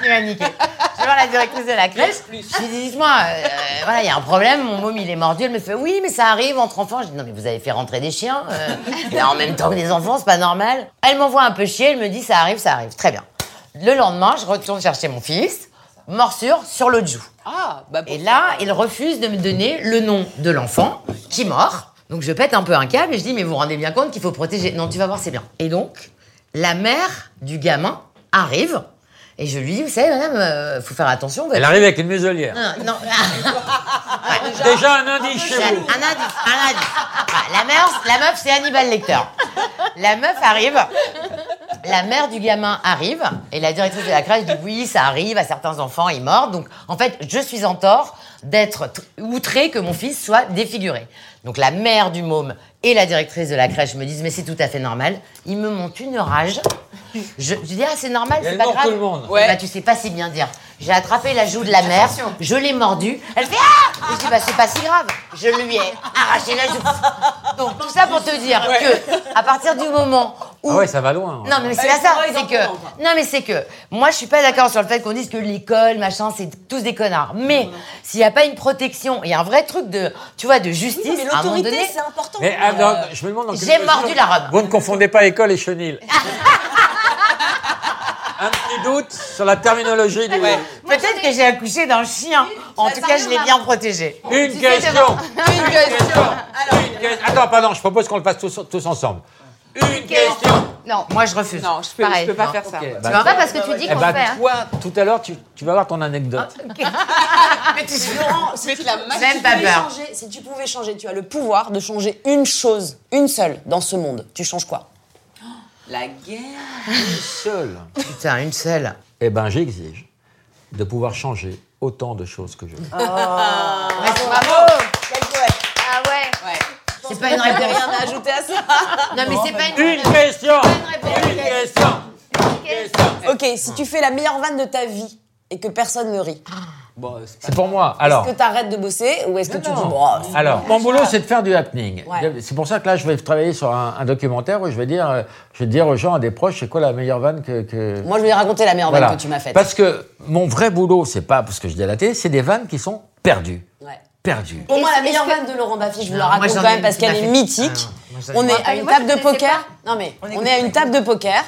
Speaker 3: Il m'a niqué. Je vais voir la directrice de la crèche. Je lui dis, dites-moi, euh, voilà, il y a un problème, mon môme, il est mordu. Elle me fait, oui, mais ça arrive entre enfants. Je dis, non, mais vous avez fait rentrer des chiens. euh, mais en même temps que des enfants, c'est pas normal. Elle m'envoie un peu chier, elle me dit, ça arrive, ça arrive. Très bien. Le lendemain, je retourne chercher mon fils. Morsure sur l'autre joue.
Speaker 9: Ah, bah
Speaker 3: Et là, il refuse de me donner le nom de l'enfant qui mord. Donc je pète un peu un câble et je dis mais vous vous rendez bien compte qu'il faut protéger. Non, tu vas voir, c'est bien. Et donc la mère du gamin arrive et je lui dis vous savez madame, euh, faut faire attention. votre-
Speaker 6: Elle arrive avec une muselière.
Speaker 3: Non, non.
Speaker 6: Déjà, un indice chez
Speaker 3: Un
Speaker 6: vous.
Speaker 3: indice, un indice. Ah, La meuf, la meuf, c'est Hannibal Lecter. La meuf arrive, la mère du gamin arrive, et la directrice de la crèche dit oui, ça arrive à certains enfants, ils mordent. Donc, en fait, je suis en tort d'être tr- outrée que mon fils soit défiguré. Donc, la mère du môme et la directrice de la crèche me disent mais c'est tout à fait normal. Ils me montent une rage. Je, je dis ah c'est normal,
Speaker 6: Et
Speaker 3: c'est
Speaker 6: elle
Speaker 3: pas
Speaker 6: mord
Speaker 3: grave.
Speaker 6: tout le monde.
Speaker 3: Eh ben, tu sais pas si bien dire. J'ai attrapé la joue de la mère, je l'ai mordue, elle fait ah Et Je dis bah c'est pas si grave. Je lui ai arraché la joue. Donc tout ça pour te dire que à partir du moment où
Speaker 6: Ah ouais, ça va loin.
Speaker 3: non mais c'est pas ça, c'est que non mais c'est que moi je suis pas d'accord sur le fait qu'on dise que l'école machin c'est tous des connards. Mais s'il y a pas une protection, il y a un vrai truc de tu vois de justice
Speaker 4: Oui, non, mais
Speaker 3: à un moment
Speaker 4: l'autorité,
Speaker 3: donné.
Speaker 4: c'est important.
Speaker 6: Mais
Speaker 2: Euh,
Speaker 6: ah, non, je me demande dans quelle
Speaker 3: euh, J'ai
Speaker 6: mesure-
Speaker 3: mordu la robe.
Speaker 6: Vous ne confondez pas école et chenille. un petit doute sur la terminologie du.
Speaker 3: Peut-être que j'ai accouché d'un chien. En tout cas, je l'ai bien protégé.
Speaker 6: Une question. Une question. Une que- Attends, pardon, je propose qu'on le fasse tous, tous ensemble. Une question.
Speaker 11: Non,
Speaker 3: Moi, je refuse.
Speaker 9: Non, je peux, je peux pas faire ça.
Speaker 6: Ok,
Speaker 11: pas
Speaker 6: bah,
Speaker 11: parce que tu dis
Speaker 6: eh
Speaker 11: qu'on
Speaker 6: bah,
Speaker 11: fait. hein.
Speaker 6: toi, tout à l'heure, tu, tu vas voir ton anecdote.
Speaker 3: Mais tu
Speaker 2: Même pas peur. Changer, si tu pouvais changer, tu as le pouvoir de changer une chose, une seule, dans ce monde. Tu changes quoi
Speaker 9: La guerre.
Speaker 6: Seul.
Speaker 3: Putain, une seule.
Speaker 6: Eh ben, j'exige de pouvoir changer autant de choses que je veux.
Speaker 5: Ah ouais.
Speaker 3: C'est pas une réponse.
Speaker 2: Ah, à ajouter à ça.
Speaker 3: Non, mais c'est pas une
Speaker 6: Une question. Une question. Une question.
Speaker 2: Ok, si tu fais la meilleure vanne de ta vie et que personne ne rit,
Speaker 9: Bon, c'est
Speaker 6: C'est pour moi. Alors.
Speaker 2: est-ce que t'arrêtes de bosser ou est-ce que tu dis bon, ah, c'est-
Speaker 6: Alors, mon boulot, c'est de faire du happening.
Speaker 2: Ouais.
Speaker 6: C'est pour ça que là, je vais travailler sur un, un documentaire où je vais dire, euh, je vais dire aux gens, à des proches, c'est quoi la meilleure vanne que. que-
Speaker 2: Moi, je vais raconter la meilleure
Speaker 6: Voilà.
Speaker 2: vanne que tu m'as faite.
Speaker 6: Parce que mon vrai boulot, c'est pas parce que je dis à la télé, c'est des vannes qui sont perdues.
Speaker 2: Ouais.
Speaker 6: Perdues.
Speaker 2: Pour moi,
Speaker 5: Est-ce-
Speaker 2: la meilleure
Speaker 5: est-ce que-
Speaker 2: vanne de Laurent Baffy, je vous
Speaker 3: Non,
Speaker 2: la
Speaker 3: moi,
Speaker 2: raconte
Speaker 3: j'en
Speaker 2: quand
Speaker 3: ai
Speaker 2: même
Speaker 3: une
Speaker 2: parce
Speaker 3: qui m'a
Speaker 2: qu'elle est
Speaker 3: fait-
Speaker 2: mythique.
Speaker 3: Ah, moi, j'en ai
Speaker 2: On
Speaker 3: une.
Speaker 2: est à une
Speaker 5: moi, je
Speaker 2: table de
Speaker 5: connaissais
Speaker 2: poker. Non mais, on est à une table de poker.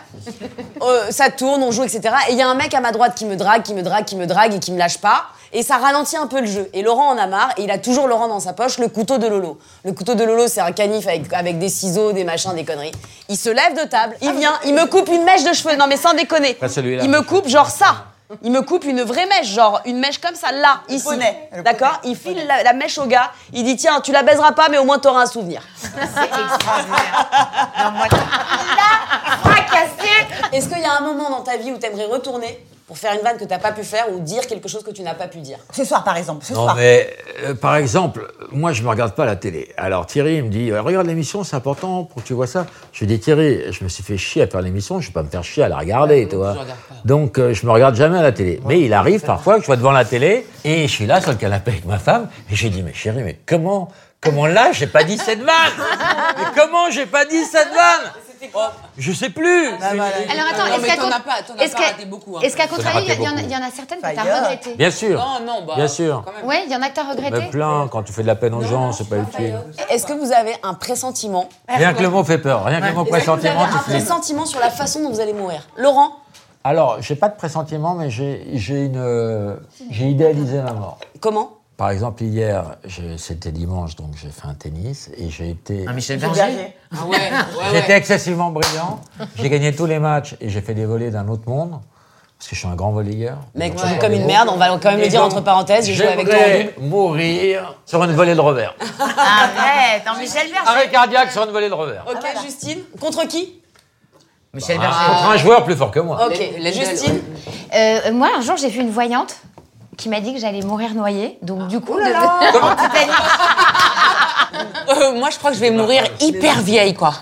Speaker 2: Euh, ça tourne, on joue, etc. Et il y a un mec à ma droite qui me drague, qui me drague, qui me drague et qui me lâche pas. Et ça ralentit un peu le jeu. Et Laurent en a marre. Et il a toujours Laurent dans sa poche, le couteau de Lolo. Le couteau de Lolo, c'est un canif avec, avec des ciseaux, des machins, des conneries. Il se lève de table,
Speaker 5: Ah,
Speaker 2: il vient, il me coupe une mèche de cheveux. Non mais sans déconner.
Speaker 6: Pas celui-là.
Speaker 2: Il me coupe genre ça. Il me coupe une vraie mèche, genre une mèche comme ça, là,
Speaker 3: Ah,
Speaker 2: ici.
Speaker 4: poney, le
Speaker 2: D'accord Il file la, la mèche au gars. Il dit tiens, tu la baiseras pas, mais au moins t'auras un souvenir. Est-ce qu'il y a un moment dans ta vie où t'aimerais retourner pour faire une vanne que t'as pas pu faire ou dire quelque chose que tu n'as pas pu dire
Speaker 4: Ce soir, par exemple. Ce
Speaker 6: Non
Speaker 4: soir.
Speaker 6: mais euh, par exemple, moi je me regarde pas la télé. Alors Thierry il me dit euh, regarde l'émission, c'est important pour que tu vois ça. Je lui dis Thierry, je me suis fait chier à faire l'émission, je vais pas me faire chier à la regarder, tu vois. Donc euh, je me regarde jamais à la télé. mais il arrive parfois que je vois devant la télé et je suis là sur le canapé avec ma femme et je lui dis mais chérie, mais comment comment là j'ai pas dit cette vanne Mais comment j'ai pas dit cette vanne Je sais plus.
Speaker 9: Ah, bah,
Speaker 5: Alors attends,
Speaker 9: Non,
Speaker 5: est-ce
Speaker 9: mais
Speaker 5: qu'à
Speaker 9: t'en
Speaker 5: con-
Speaker 9: as pas- t'en as
Speaker 5: est-ce
Speaker 9: pas
Speaker 5: qu'à-
Speaker 9: raté beaucoup, hein.
Speaker 5: Est-ce qu'à contrario,
Speaker 6: raté
Speaker 5: il y, en a-
Speaker 6: beaucoup.
Speaker 5: il y en a certaines que t'as
Speaker 4: D'ailleurs.
Speaker 5: regrettées
Speaker 6: Bien sûr.
Speaker 9: Non, non, bah.
Speaker 6: Bien sûr.
Speaker 9: quand même.
Speaker 5: Ouais, il y en a que t'as regretté.
Speaker 6: Me plains quand tu fais de la peine aux gens, c'est pas utile.
Speaker 2: Est-ce que vous avez un pressentiment
Speaker 6: Rien que le mot fait peur, rien que le mot pressentiment, tu
Speaker 2: Un
Speaker 6: flippes.
Speaker 2: pressentiment sur la façon dont vous allez mourir. Laurent,
Speaker 6: Alors, j'ai pas de pressentiment, mais j'ai j'ai une euh, j'ai idéalisé ma mort.
Speaker 2: comment
Speaker 6: Par exemple, hier, je- c'était dimanche, donc j'ai fait un tennis et j'ai été.
Speaker 3: Un Michel
Speaker 4: Michel
Speaker 3: Berger.
Speaker 4: Berger.
Speaker 9: Ah ouais, ouais,
Speaker 6: J'étais
Speaker 9: ouais.
Speaker 6: excessivement brillant. J'ai gagné tous les matchs et j'ai fait des volées d'un autre monde parce que je suis un grand volleyeur.
Speaker 2: Mec,
Speaker 6: Donc,
Speaker 2: tu
Speaker 6: je
Speaker 2: joues
Speaker 6: fais
Speaker 2: comme
Speaker 6: des
Speaker 2: une
Speaker 6: volées.
Speaker 2: merde, on va quand même
Speaker 6: Et
Speaker 2: le dire
Speaker 6: donc,
Speaker 2: entre parenthèses, j'ai joué avec toi en
Speaker 6: j'aimerais
Speaker 2: double.
Speaker 6: mourir sur une volée de revers.
Speaker 3: Arrête, un Michel Berger.
Speaker 6: Arrêt cardiaque sur une volée de revers.
Speaker 2: Ok, Justine, contre qui
Speaker 3: Michel
Speaker 6: Contre un joueur plus fort que moi.
Speaker 2: Ah. Ok,
Speaker 9: Les- les
Speaker 2: Justine,
Speaker 5: Euh, moi, un jour, j'ai vu une voyante qui m'a dit que j'allais mourir noyée. Donc, du coup, de-
Speaker 9: Euh, moi, je crois que je vais mourir hyper vieille, quoi.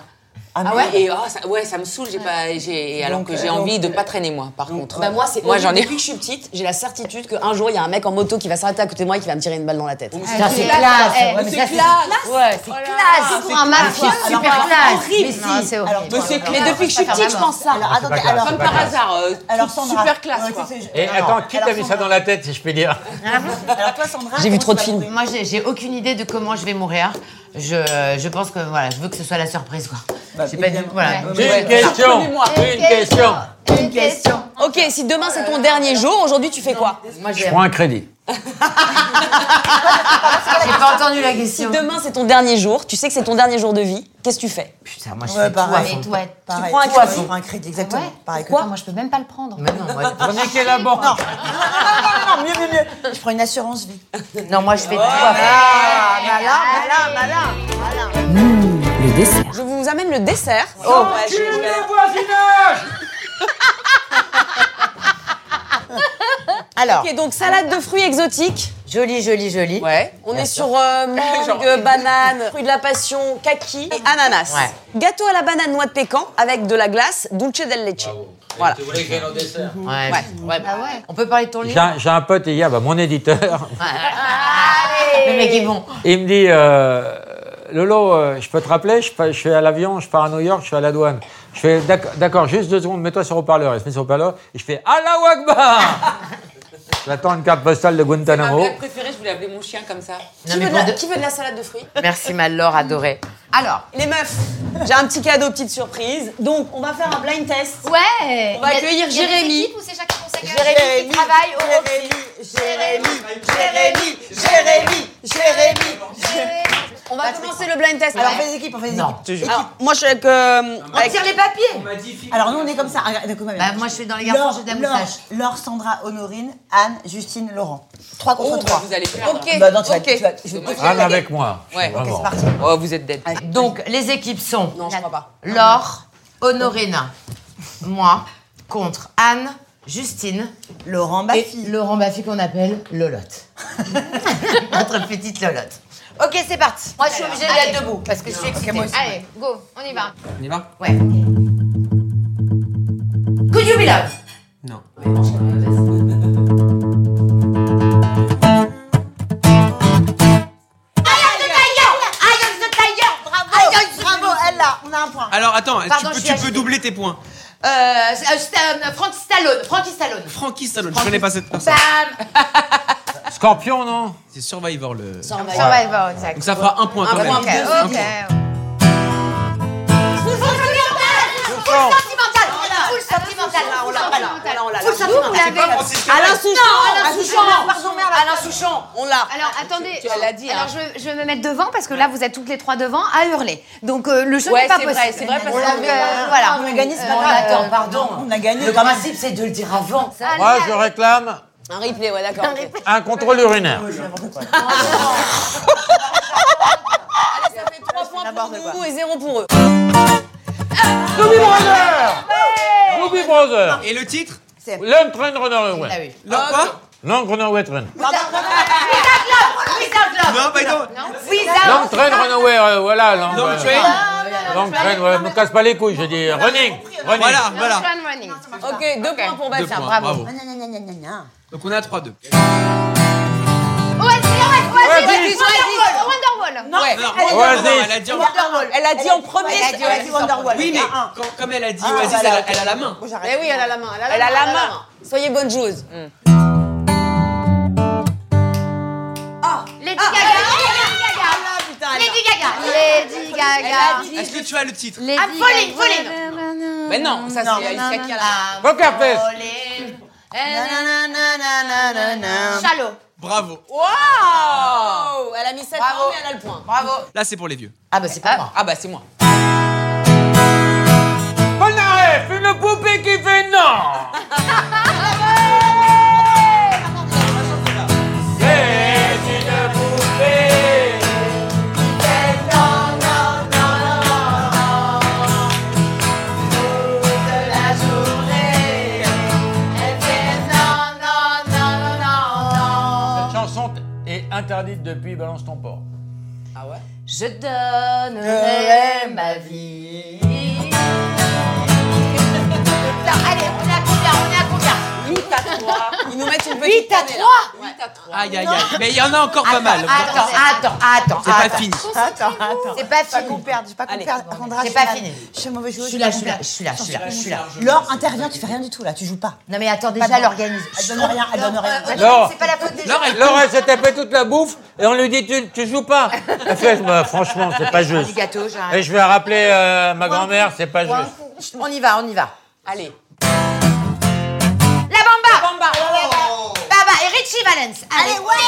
Speaker 9: Ah ouais et oh, ça, ouais ça me saoule j'ai pas j'ai alors
Speaker 2: Donc,
Speaker 9: que j'ai
Speaker 2: euh,
Speaker 9: envie
Speaker 2: donc,
Speaker 9: de pas traîner moi par contre.
Speaker 2: Bah moi, c'est
Speaker 9: moi j'en ai
Speaker 2: depuis que je suis petite, j'ai la certitude qu'un jour il y a un mec en moto qui va s'arrêter à côté de moi et qui va me tirer une balle dans la tête.
Speaker 5: Ça,
Speaker 3: Ah,
Speaker 5: c'est classe. Eh, mais ça, c'est- Ah,
Speaker 2: Ouais, c'est classe.
Speaker 5: C'est pour un mafieux, super classe. Mais si. Non, Ah, c'est horrible.
Speaker 2: Mais c'est clair. Mais depuis que je suis petite, je pense ça.
Speaker 4: Alors,
Speaker 6: pas grave, c'est
Speaker 4: comme
Speaker 6: pas
Speaker 4: par
Speaker 6: grave.
Speaker 4: hasard,
Speaker 9: euh,
Speaker 4: alors,
Speaker 9: truc
Speaker 4: Sandra,
Speaker 9: super classe,
Speaker 4: ouais,
Speaker 9: quoi.
Speaker 4: c'est- c'est-
Speaker 6: Et
Speaker 4: non,
Speaker 6: attends,
Speaker 4: non.
Speaker 6: qui
Speaker 4: Alors,
Speaker 6: t'a mis ça dans la tête, si je puis dire
Speaker 4: Alors toi, Sandra,
Speaker 2: J'ai vu trop
Speaker 4: comment tu
Speaker 2: de
Speaker 4: vas
Speaker 2: films.
Speaker 4: trouver
Speaker 3: eh, Moi, j'ai j'ai aucune idée de comment je vais mourir. Je, je pense que voilà, je veux que ce soit la surprise quoi.
Speaker 4: Bah,
Speaker 3: J'ai pas dit, voilà.
Speaker 6: J'ai une question Une question
Speaker 5: Une question.
Speaker 2: Ok, si demain c'est ton dernier jour, aujourd'hui tu fais quoi
Speaker 3: Moi,
Speaker 6: Je
Speaker 3: j'ai
Speaker 6: prends un crédit.
Speaker 3: j'ai pas entendu la
Speaker 2: Si
Speaker 3: question.
Speaker 2: demain c'est ton dernier jour, tu sais que c'est ton dernier jour de vie, qu'est-ce que tu fais
Speaker 3: Putain, moi je
Speaker 4: Ouais,
Speaker 3: fais tout à
Speaker 4: pareil.
Speaker 3: fond.
Speaker 5: Et Ah, toi, pareil.
Speaker 4: Pareil,
Speaker 2: prends un
Speaker 4: toi,
Speaker 2: crédit.
Speaker 4: tu prends un crédit, exactement.
Speaker 5: Ouais.
Speaker 4: Pareil que
Speaker 5: Quoi Moi, je peux même pas le prendre.
Speaker 3: Mais non, hein. moi,
Speaker 6: Prenez qui est la banque
Speaker 4: Non, non, non, non, mieux, mieux, mieux. Je prends une assurance vie.
Speaker 3: non, moi je fais tout hein. à fond.
Speaker 4: Ah, malin, malin, malin.
Speaker 3: Le dessert.
Speaker 2: Je vous amène le dessert.
Speaker 3: Alors,
Speaker 2: Ok, donc salade de fruits exotiques.
Speaker 3: joli, joli, joli.
Speaker 2: Ouais. On est sur euh, mangue, banane, fruits de la passion, kaki et ananas.
Speaker 3: Ouais.
Speaker 2: Gâteau à la banane noix de pécan avec de la glace, dulce del leche. Voilà.
Speaker 6: voulais qu'il y ait un dessert
Speaker 3: Ouais. On peut parler de ton
Speaker 6: J'ai
Speaker 3: livre
Speaker 6: un, j'ai un pote hier, bah, mon éditeur,
Speaker 3: Le mec est bon.
Speaker 6: il me dit euh, Lolo, euh, je peux te rappeler je, pa- je suis à l'avion, je pars à New York, je suis à la douane. Je fais D'ac- D'accord, juste deux secondes, mets-toi sur haut-parleur. Il se met sur haut-parleur et je fais Allahu Akbar J'attends une carte postale de
Speaker 9: Ma
Speaker 6: Guantanamo.
Speaker 9: blague préférée je voulais appeler mon chien comme ça.
Speaker 3: Non,
Speaker 2: Qui
Speaker 3: mais
Speaker 2: veut, de la,
Speaker 3: pour de-
Speaker 2: qui veut de la salade de fruits
Speaker 3: Merci, ma Laure adorée. Alors,
Speaker 2: Les meufs, j'ai un petit cadeau, petite surprise. Donc, on va faire un blind test.
Speaker 5: Ouais.
Speaker 2: On va
Speaker 5: Il y a-
Speaker 2: accueillir
Speaker 5: il y a des
Speaker 2: Jérémy.
Speaker 5: équipes ou c'est chacun pour sa gueule
Speaker 2: Jérémy
Speaker 5: qui travaille au Roxy.
Speaker 4: Jérémy, Jérémy, Jérémy, Jérémy, Jérémy.
Speaker 2: On va commencer le blind test.
Speaker 4: Alors,
Speaker 2: Alors,
Speaker 4: on fait des équipes, on fait des
Speaker 3: Non.
Speaker 4: équipes.
Speaker 2: alors, moi, je suis avec. euh, avec-
Speaker 5: Tire les papiers.
Speaker 4: Alors, nous, on est comme ça. Regarde, donc, combien
Speaker 3: bah, moi je suis dans les
Speaker 4: Laure,
Speaker 3: garçons, j'ai de la
Speaker 4: Laure,
Speaker 3: moustache.
Speaker 4: Laure, Sandra, Honorine, Anne, Justine, Laurent. 3 contre
Speaker 9: Oh,
Speaker 4: 3.
Speaker 9: bah, vous allez perdre.
Speaker 2: Ok.
Speaker 4: Bah non, tu vas-
Speaker 2: ok.
Speaker 4: tu vas- je vais-
Speaker 6: Anne avec moi.
Speaker 9: Ouais. Ok,
Speaker 6: Vraiment.
Speaker 4: c'est parti.
Speaker 9: Oh vous êtes dead.
Speaker 3: Donc, les équipes sont
Speaker 2: Non, je crois pas.
Speaker 3: Laure, Honorina, moi, contre Anne, Justine
Speaker 4: Laurent
Speaker 3: et
Speaker 4: Baffy.
Speaker 3: Laurent Baffy qu'on appelle Lolotte. Notre petite Lolotte. Ok, c'est parti.
Speaker 5: Moi, je suis obligée d'être debout.
Speaker 3: Parce que je suis excitée.
Speaker 5: Allez, go, on y va.
Speaker 13: On y va
Speaker 3: Ouais. Could you be love
Speaker 13: Non.
Speaker 4: Bravo,
Speaker 3: Ah
Speaker 4: elle là, on a un point.
Speaker 13: Alors attends,
Speaker 3: Pardon, je
Speaker 13: tu, peux,
Speaker 3: suis
Speaker 13: tu peux
Speaker 3: agitée.
Speaker 13: doubler tes points.
Speaker 3: Euh, c'est- euh, c'est, euh, Frankie Stallone. Frankie Stallone.
Speaker 13: Frankie Stallone, je
Speaker 3: Frankie-
Speaker 13: connais pas cette personne.
Speaker 3: Bam
Speaker 6: Scorpion, non
Speaker 13: C'est Survivor le.
Speaker 5: Survivor, exact.
Speaker 13: Donc ça fera un point quand même.
Speaker 3: point, ok.
Speaker 13: Un
Speaker 5: Ok.
Speaker 13: point.
Speaker 3: Sentimental. Full sentimental. On l'a, on l'a, on
Speaker 2: Oh
Speaker 3: l'a, on l'a. Full sentimental.
Speaker 5: Vous l'avez.
Speaker 2: Alain Souchon
Speaker 3: Alain Souchon.
Speaker 2: Pardon, merde, Alain Souchon On l'a.
Speaker 5: Alors attendez,
Speaker 9: tu l'as dit,
Speaker 5: alors je, je vais me mettre devant parce que là vous êtes toutes les trois devant à hurler. Donc euh, le jeu
Speaker 9: Ouais,
Speaker 5: n'est pas
Speaker 9: c'est
Speaker 5: possible.
Speaker 9: vrai, c'est vrai, parce
Speaker 5: Donc,
Speaker 9: qu'on
Speaker 5: euh, voilà.
Speaker 4: On a gagné, c'est pas
Speaker 3: Non,
Speaker 4: grave.
Speaker 3: attends, Euh, pardon.
Speaker 4: On a gagné.
Speaker 3: Le
Speaker 4: quand même.
Speaker 3: principe, c'est de le dire avant.
Speaker 5: Allez,
Speaker 6: Moi, je
Speaker 5: allez.
Speaker 6: réclame
Speaker 2: Un replay, ouais, d'accord. ok.
Speaker 6: un contrôle urinaire.
Speaker 2: Ça fait 3 points pour
Speaker 4: n'importe quoi.
Speaker 2: nous et 0 pour eux.
Speaker 6: Doobie Brother Doobie Brother
Speaker 13: Et le titre
Speaker 6: L'un train runner
Speaker 3: Ah
Speaker 6: away.
Speaker 3: oui.
Speaker 13: Laure quoi
Speaker 6: Non, runaway train.
Speaker 3: Ah,
Speaker 13: Non, bah non.
Speaker 6: Long train runaway, euh, voilà. Long,
Speaker 13: Long
Speaker 6: euh,
Speaker 13: Train.
Speaker 6: long train, ouais, me casse pas les couilles, je dis. euh, Running, running.
Speaker 13: Voilà,
Speaker 5: Launch
Speaker 13: voilà.
Speaker 5: and running.
Speaker 2: Ok, 2 points pour
Speaker 13: Deux
Speaker 2: Bastien.
Speaker 13: points,
Speaker 2: Bravo.
Speaker 13: bravo.
Speaker 4: Gna, gna, gna, gna, gna, gna.
Speaker 13: Donc on est à 3-2.
Speaker 5: Oasis, Oasis,
Speaker 6: Oasis,
Speaker 5: Oasis, Wonderwall. Wonderwall. Non.
Speaker 2: Ouais.
Speaker 13: Non, non,
Speaker 6: Oasis.
Speaker 13: non, non, elle a dit en-
Speaker 2: Elle a dit en premier.
Speaker 4: Elle a
Speaker 1: euh,
Speaker 4: dit- elle a dit Wonderwall.
Speaker 13: Oui, mais
Speaker 4: Il y a un.
Speaker 13: quand- comme elle a dit
Speaker 4: Ah,
Speaker 13: Oasis,
Speaker 4: voilà.
Speaker 13: elle, a- elle a la main.
Speaker 4: Bon, j'arrête.
Speaker 2: Mais oui, elle a la main. Elle a la main. Soyez bonne joueuse.
Speaker 5: Lady Gaga. Ah, Lady Gaga. Ah, Lady Gaga. Lady Gaga.
Speaker 13: Est-ce que tu as le titre
Speaker 5: Lady Gaga.
Speaker 3: Falling, Falling.
Speaker 9: Mais non, ça c'est Alicia qui a la-
Speaker 6: Poker face.
Speaker 5: Shallow.
Speaker 13: Bravo.
Speaker 2: Waouh Oh, Elle a mis 7 points, mais elle a le point.
Speaker 13: Là, c'est pour les vieux.
Speaker 3: Ah bah c'est pas moi.
Speaker 9: Ah bah c'est moi.
Speaker 6: Polnareff, une poupée qui fait non. C'est une poupée. Cette chanson est interdite depuis Balance ton port.
Speaker 3: Je donnerai ma vie
Speaker 1: petite
Speaker 3: 8 à
Speaker 1: caméra.
Speaker 3: 3
Speaker 13: Aïe, aïe, aïe. Mais il y en a encore pas mal.
Speaker 3: Attends, attends, attends.
Speaker 13: C'est pas
Speaker 3: attends.
Speaker 13: fini.
Speaker 4: Attends, attends.
Speaker 3: C'est pas
Speaker 4: Pas
Speaker 3: fini.
Speaker 4: qu'on perde, je pas qu'on
Speaker 3: Allez,
Speaker 4: perde.
Speaker 3: c'est bon,
Speaker 4: Sandra,
Speaker 3: c'est
Speaker 4: je
Speaker 3: pas
Speaker 4: suis là.
Speaker 3: fini.
Speaker 4: Je suis une mauvaise joueuse.
Speaker 3: Je suis là,
Speaker 4: pas
Speaker 3: je suis là,
Speaker 4: qu'on
Speaker 3: je suis là, je suis là, je suis là.
Speaker 4: perde. Laure, interviens, tu fais rien du tout là, tu joues pas.
Speaker 3: Non mais attends,
Speaker 4: Pas
Speaker 3: déjà
Speaker 4: de-
Speaker 3: l'organise.
Speaker 4: Elle donne rien,
Speaker 3: Ah,
Speaker 4: elle
Speaker 3: bah,
Speaker 4: donne rien.
Speaker 3: Non, euh, c'est pas la faute des gens.
Speaker 6: Laure, elle s'est tapée toute la bouffe et on lui dit Tu, tu joues pas Elle fait Bah, Franchement, c'est pas
Speaker 3: Du
Speaker 6: juste.
Speaker 3: gâteau, j'arrête.
Speaker 6: Et je vais rappeler euh, ma grand-mère, c'est pas juste.
Speaker 3: On y va, on y va.
Speaker 2: Allez.
Speaker 3: La bamba La bamba Baba et Richie Valence. Allez, ouais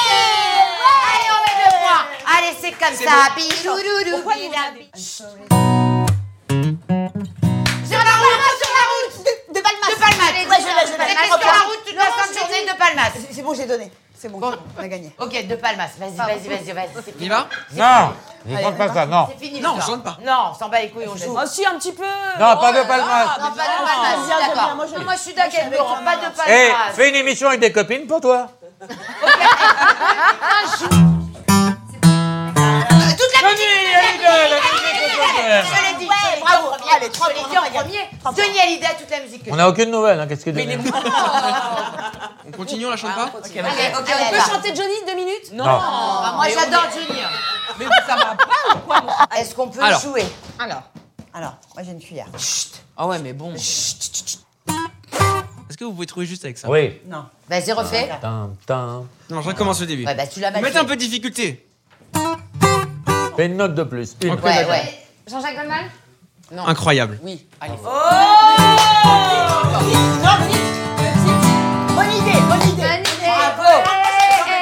Speaker 3: Allez, on met deux points. Allez, c'est comme
Speaker 1: C'est
Speaker 3: ça.
Speaker 1: bon.
Speaker 3: Bidoudoudou,
Speaker 1: Pourquoi vous
Speaker 3: bidou.
Speaker 1: l'avez-
Speaker 3: Sur la route, sur la route
Speaker 4: De Palmas.
Speaker 3: De Palmas.
Speaker 4: Ouais, je l'ai, je l'ai.
Speaker 3: C'était sur la route toute la
Speaker 4: Non,
Speaker 3: sainte
Speaker 4: je l'ai
Speaker 3: journée
Speaker 4: dit.
Speaker 3: de Palmas.
Speaker 4: C'est- C'est bon, j'ai donné. C'est bon, c'est bon, on a gagné.
Speaker 3: Ok, de Palmas. Vas-y, vas-y, vas-y, vas-y.
Speaker 13: On y va
Speaker 6: Non Je ne pas ça, non.
Speaker 3: C'est fini.
Speaker 13: Non,
Speaker 3: l'histoire.
Speaker 13: on chante pas.
Speaker 3: Non, on s'en bat les couilles, on joue.
Speaker 1: Oh, si, un petit peu.
Speaker 6: Non, pas de Palmas.
Speaker 3: Non, pas de Palmas, je suis d'accord.
Speaker 4: Moi, je-
Speaker 3: Non, Moi, je suis d'accord, elle me rend pas de
Speaker 6: Eh,
Speaker 3: Palmas.
Speaker 6: fais une émission avec des copines pour toi.
Speaker 3: Euh, Toute la musique Je l'ai dit. Bravo.
Speaker 4: Allez, trois
Speaker 3: Je l'ai
Speaker 4: points,
Speaker 3: dit
Speaker 4: on a
Speaker 3: en
Speaker 4: gagné.
Speaker 3: premier. Denis Hallyday, toute la musique. que
Speaker 6: On n'a aucune nouvelle, hein, qu'est-ce que tu dis
Speaker 13: On continue, on la chante pas
Speaker 3: j'ai. Allez, ok,
Speaker 1: On
Speaker 3: on
Speaker 1: peut
Speaker 3: peut
Speaker 1: chanter Johnny deux minutes
Speaker 6: Non.
Speaker 3: chanter. Moi, j'adore Junior.
Speaker 2: Mais ça va pas ou quoi mon-
Speaker 3: Est-ce qu'on peut
Speaker 13: Alors.
Speaker 3: jouer
Speaker 2: Alors.
Speaker 4: Alors, moi j'ai une cuillère.
Speaker 2: Ah ouais, mais bon.
Speaker 13: Est-ce que vous pouvez trouver juste avec ça
Speaker 6: Oui.
Speaker 4: Non.
Speaker 3: Vas-y, refais.
Speaker 6: Tin, tin.
Speaker 13: Non, je recommence le début.
Speaker 3: Ouais, bah, tu l'as mal
Speaker 13: Mettez un
Speaker 3: fait.
Speaker 13: peu de difficulté.
Speaker 6: Fais une note de plus. Une.
Speaker 13: Ok.
Speaker 3: Ouais, ouais.
Speaker 14: Jean-Jacques Goldman
Speaker 13: Incroyable.
Speaker 2: Oui, allez.
Speaker 4: Bonne idée, bonne idée.
Speaker 14: Bonne idée.
Speaker 4: Bravo.
Speaker 14: Eh, eh.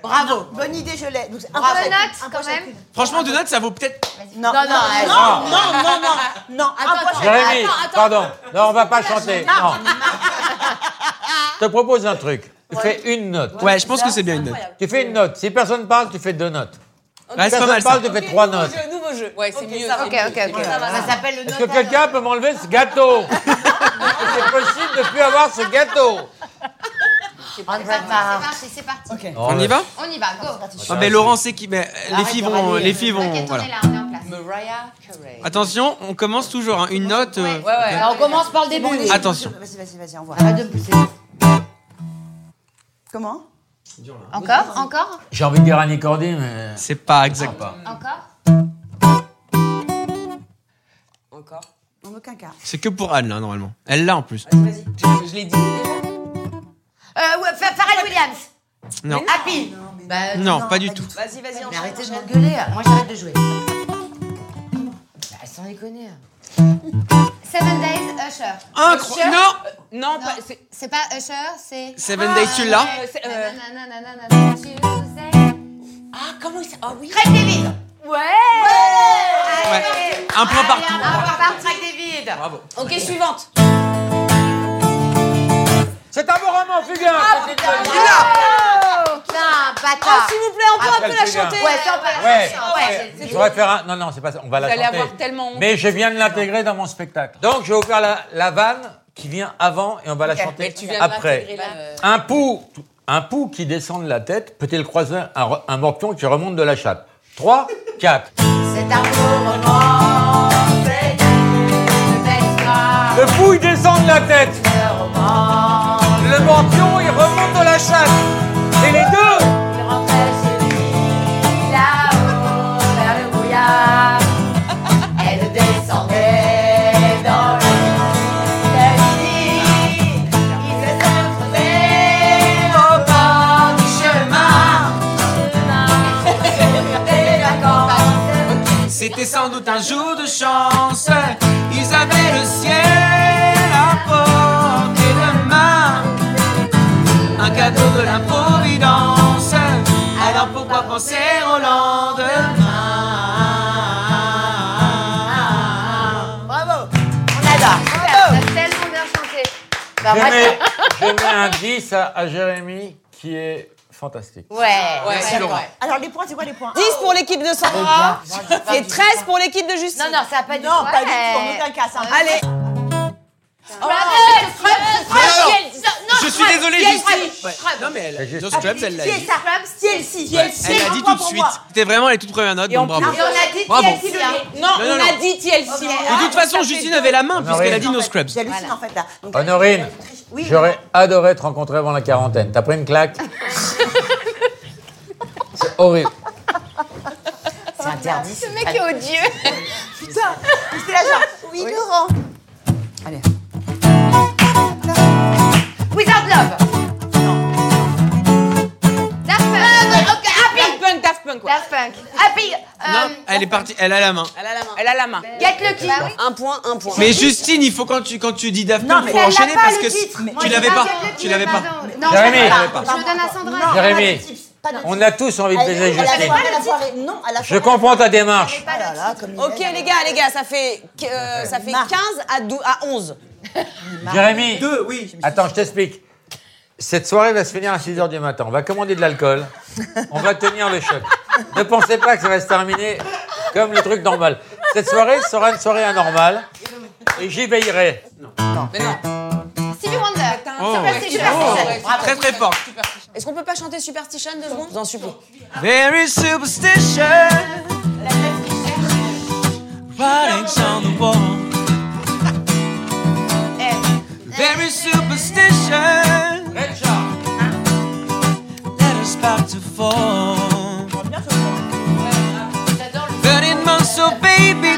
Speaker 4: Bravo. Bonne idée, je l'ai. Donc, c'est un
Speaker 14: Bonne
Speaker 4: point chacune,
Speaker 14: note,
Speaker 4: un
Speaker 14: quand
Speaker 4: point
Speaker 14: même.
Speaker 13: Franchement, deux notes, ça vaut peut-être
Speaker 4: chacune. Non, non,
Speaker 3: Non, non, elle-
Speaker 4: non, non, non, non, non. Un point chacune.
Speaker 6: Jérémy, pardon. Non, on va pas chanter. Non. Je te propose un truc. Tu fais une note.
Speaker 13: Ouais, je pense que c'est bien une note.
Speaker 6: Tu fais une note. Si personne parle, tu fais deux notes.
Speaker 13: Ouais,
Speaker 6: Si
Speaker 13: c'est pas
Speaker 6: personne
Speaker 13: mal ça.
Speaker 6: parle, tu fais trois notes.
Speaker 1: nouveau jeu.
Speaker 2: Ouais, c'est mieux.
Speaker 3: Ok, ok, ok. Ça s'appelle le
Speaker 6: Est-ce
Speaker 3: note.
Speaker 6: que quelqu'un peut m'enlever ce gâteau C'est possible de plus avoir ce gâteau.
Speaker 3: Ah,
Speaker 5: marché, c'est parti.
Speaker 6: Oh,
Speaker 13: On y va
Speaker 5: On y va, go.
Speaker 13: Ah, mais Laurent, c'est qui Mais euh, les filles vont. Les filles vont.
Speaker 5: Ok,
Speaker 13: Voilà.
Speaker 5: tournez là, on est en place.
Speaker 2: Mariah Carey.
Speaker 13: Attention, on commence toujours. hein, Une note. euh,
Speaker 2: Ouais, ouais.
Speaker 3: On commence par le
Speaker 4: Bon,
Speaker 3: début.
Speaker 4: les-
Speaker 13: Attention.
Speaker 4: Vas-y, vas-y, vas-y, envoie.
Speaker 3: Ça va de pousser.
Speaker 4: Comment
Speaker 5: Encore, encore,
Speaker 6: J'ai envie de dire Annie Cordy, mais.
Speaker 13: C'est pas exact.
Speaker 3: Ah,
Speaker 5: encore.
Speaker 2: Encore.
Speaker 4: En aucun cas.
Speaker 13: C'est que pour Anne, là, normalement. Elle l'a en plus.
Speaker 2: Vas-y. Je, je l'ai dit.
Speaker 3: Euh, ouais, Fa- Pharrell Williams.
Speaker 13: Non.
Speaker 3: Happy. Bah,
Speaker 13: Non, pas du tout.
Speaker 1: Vas-y, vas-y,
Speaker 3: Mais arrêtez de m'engueuler, moi j'arrête de jouer. Bah, sans déconner.
Speaker 5: Seven Days, Usher.
Speaker 13: Incroyable. Non
Speaker 2: Non,
Speaker 5: Non,
Speaker 2: pas. c'est-
Speaker 5: c'est pas Usher, c'est...
Speaker 13: Seven Days, tu l'as
Speaker 2: euh, c'est, euh,
Speaker 5: Nananananana, Tuesday.
Speaker 2: Ah, comment il s'appelle Ah oui.
Speaker 3: Craig David
Speaker 13: Ouais. Un
Speaker 2: Ah,
Speaker 13: point partout.
Speaker 3: Un point par Craig David
Speaker 13: Bravo.
Speaker 1: Ok, suivante.
Speaker 6: C'est un bon roman, Fugain c'est une bonne idée.
Speaker 3: Putain,
Speaker 1: Oh,
Speaker 3: bâtard
Speaker 1: s'il vous plaît, on peut un peu la chanter.
Speaker 3: Ouais, ça on
Speaker 2: Ah,
Speaker 3: peut la
Speaker 6: Ouais,
Speaker 3: chanson, ouais.
Speaker 6: je voudrais faire un. Non, non, c'est pas ça. On va la
Speaker 2: Vous allez
Speaker 6: chanter.
Speaker 2: avoir tellement honte.
Speaker 6: Mais je viens de l'intégrer dans mon spectacle. Donc, je vais vous faire la, la vanne qui vient avant et on va la chanter
Speaker 2: Mais tu viens de l'intégrer,
Speaker 6: après.
Speaker 2: là. Euh,
Speaker 6: Un pou, un pou qui descend de la tête peut-il croiser un, re- un morpion qui remonte de la chatte 3, 4.
Speaker 3: C'est un beau roman, c'est une belle histoire,
Speaker 6: Le pou, il descend de la tête.
Speaker 3: un roman.
Speaker 6: Le morpion, il remonte de la chatte. Et les deux
Speaker 3: Il rentrait chez lui, là-haut, vers le brouillard. Elle descendait dans le lit, le midi. Ils se sont trouvés au bord du chemin. Des vacances.
Speaker 13: C'était sans doute un jour de chance. Ils avaient le ciel à portée de main. Un cadeau de la Providence. Alors pourquoi penser au lendemain
Speaker 3: On adore.
Speaker 5: T'as tellement bien chanté.
Speaker 3: Bah,
Speaker 6: Je
Speaker 3: moi,
Speaker 6: mets, je mets un 10 à, à Jérémy qui est fantastique.
Speaker 3: je- Ouais.
Speaker 2: Ouais,
Speaker 13: Merci Laurent.
Speaker 4: Alors, les points, c'est quoi les points Oh,
Speaker 1: 10 pour l'équipe de Sandra et 13 pour l'équipe de Justine.
Speaker 3: Non, non, ça n'a pas du
Speaker 4: Non,
Speaker 3: tout.
Speaker 4: pas du tout, en aucun cas. c'est un-
Speaker 1: Allez.
Speaker 3: Ah,
Speaker 4: Ah,
Speaker 13: Je suis désolé, Justine. Non, mais elle,
Speaker 6: Juste.
Speaker 13: Just Scrubs, elle l'a
Speaker 4: Qui
Speaker 13: dit.
Speaker 4: est ça TLC. TLC.
Speaker 13: Elle l'a dit tout de suite. C'était vraiment les toutes premières notes, donc bravo.
Speaker 3: Et on a dit
Speaker 13: Bravo.
Speaker 3: TLC, hein.
Speaker 1: Non,
Speaker 13: non,
Speaker 1: on
Speaker 13: non.
Speaker 1: a dit TLC.
Speaker 3: Ok.
Speaker 13: De toute façon, Justine avait la main
Speaker 6: Non,
Speaker 13: puisqu'elle a
Speaker 6: oui.
Speaker 13: dit No Scrubs.
Speaker 4: J'hallucine en fait là. Donc,
Speaker 6: Honorine,
Speaker 4: Oui.
Speaker 6: J'aurais adoré te rencontrer avant la quarantaine. T'as pris une claque C'est horrible.
Speaker 3: C'est interdit.
Speaker 5: Ce mec est odieux.
Speaker 4: Putain, euh, c'est la genre. Oui, Laurent.
Speaker 5: Without Love. Daft Punk. Ah, Happy.
Speaker 9: Punk, Daft Punk, quoi.
Speaker 5: Daft Punk. Happy. euh,
Speaker 13: Non, elle est partie, elle a la main.
Speaker 2: Ah
Speaker 9: Elle a la main. Elle a la main.
Speaker 5: Get Lucky.
Speaker 2: Un point, un point.
Speaker 13: Mais Justine, il faut quand tu quand tu dis Daft
Speaker 4: Non,
Speaker 13: Punk,
Speaker 4: mais
Speaker 13: faut
Speaker 4: elle
Speaker 13: enchaîner
Speaker 4: l'a pas,
Speaker 13: parce
Speaker 4: le
Speaker 13: que
Speaker 4: titre. Mais-
Speaker 13: tu
Speaker 4: Mais
Speaker 13: l'avais
Speaker 4: Get
Speaker 13: pas,
Speaker 4: Lucky,
Speaker 13: tu l'avais pas.
Speaker 5: pardon. Oh, Non, je
Speaker 6: Jérémy.
Speaker 5: l'avais
Speaker 13: J'avais
Speaker 5: pas.
Speaker 13: pas.
Speaker 5: Je le donne à Sandra.
Speaker 6: Jérémy.
Speaker 4: Pas de tips.
Speaker 6: On a tous envie de
Speaker 4: Elle-
Speaker 6: baiser
Speaker 4: elle a
Speaker 6: Justine.
Speaker 4: foiré, elle a foiré. Non, elle a
Speaker 6: Je
Speaker 4: foiré.
Speaker 6: comprends ta démarche.
Speaker 4: Ah là là, comme il
Speaker 2: Ok,
Speaker 4: est.
Speaker 2: les gars, les gars, ça fait, euh, ça fait 15 à, 12, à 11.
Speaker 6: Jérémy,
Speaker 13: Deux, oui.
Speaker 6: attends, je t'explique. Cette soirée va se finir à 6h du matin. On va commander de l'alcool. On va tenir le choc. Ne pensez pas que ça va se terminer comme le truc normal. Cette soirée sera une soirée anormale. Et j'y veillerai.
Speaker 5: Stevie Wonder.
Speaker 13: Oh.
Speaker 5: Superstition.
Speaker 13: Très très fort.
Speaker 2: Est-ce qu'on peut pas chanter Superstition deux secondes Je vous en supplie.
Speaker 13: Very superstition. Writings on the wall. Very superstition. Letters about to fall. Burning months, so baby.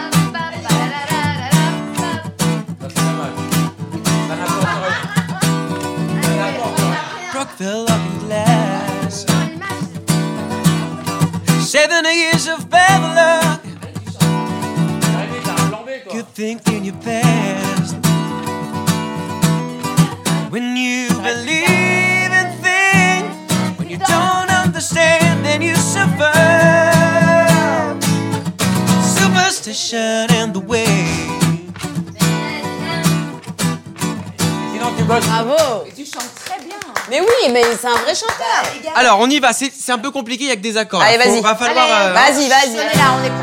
Speaker 13: Brockville up in last. Seven years of bad luck. Good thing in your past. When you believe in things, when you don't understand, then you suffer. Superstition and the way.
Speaker 6: Sinon, tu bosses.
Speaker 2: Bravo
Speaker 9: Tu chantes très bien. hein.
Speaker 2: Mais oui, mais c'est un vrai chanteur
Speaker 13: Alors, on y va, c'est c'est un peu compliqué, il y a que des accords. là.
Speaker 2: Allez,
Speaker 13: Faut-
Speaker 2: vas-y.
Speaker 13: Va falloir. euh,
Speaker 2: Vas-y,
Speaker 5: On est
Speaker 2: vas-y.
Speaker 5: là, on est prêts.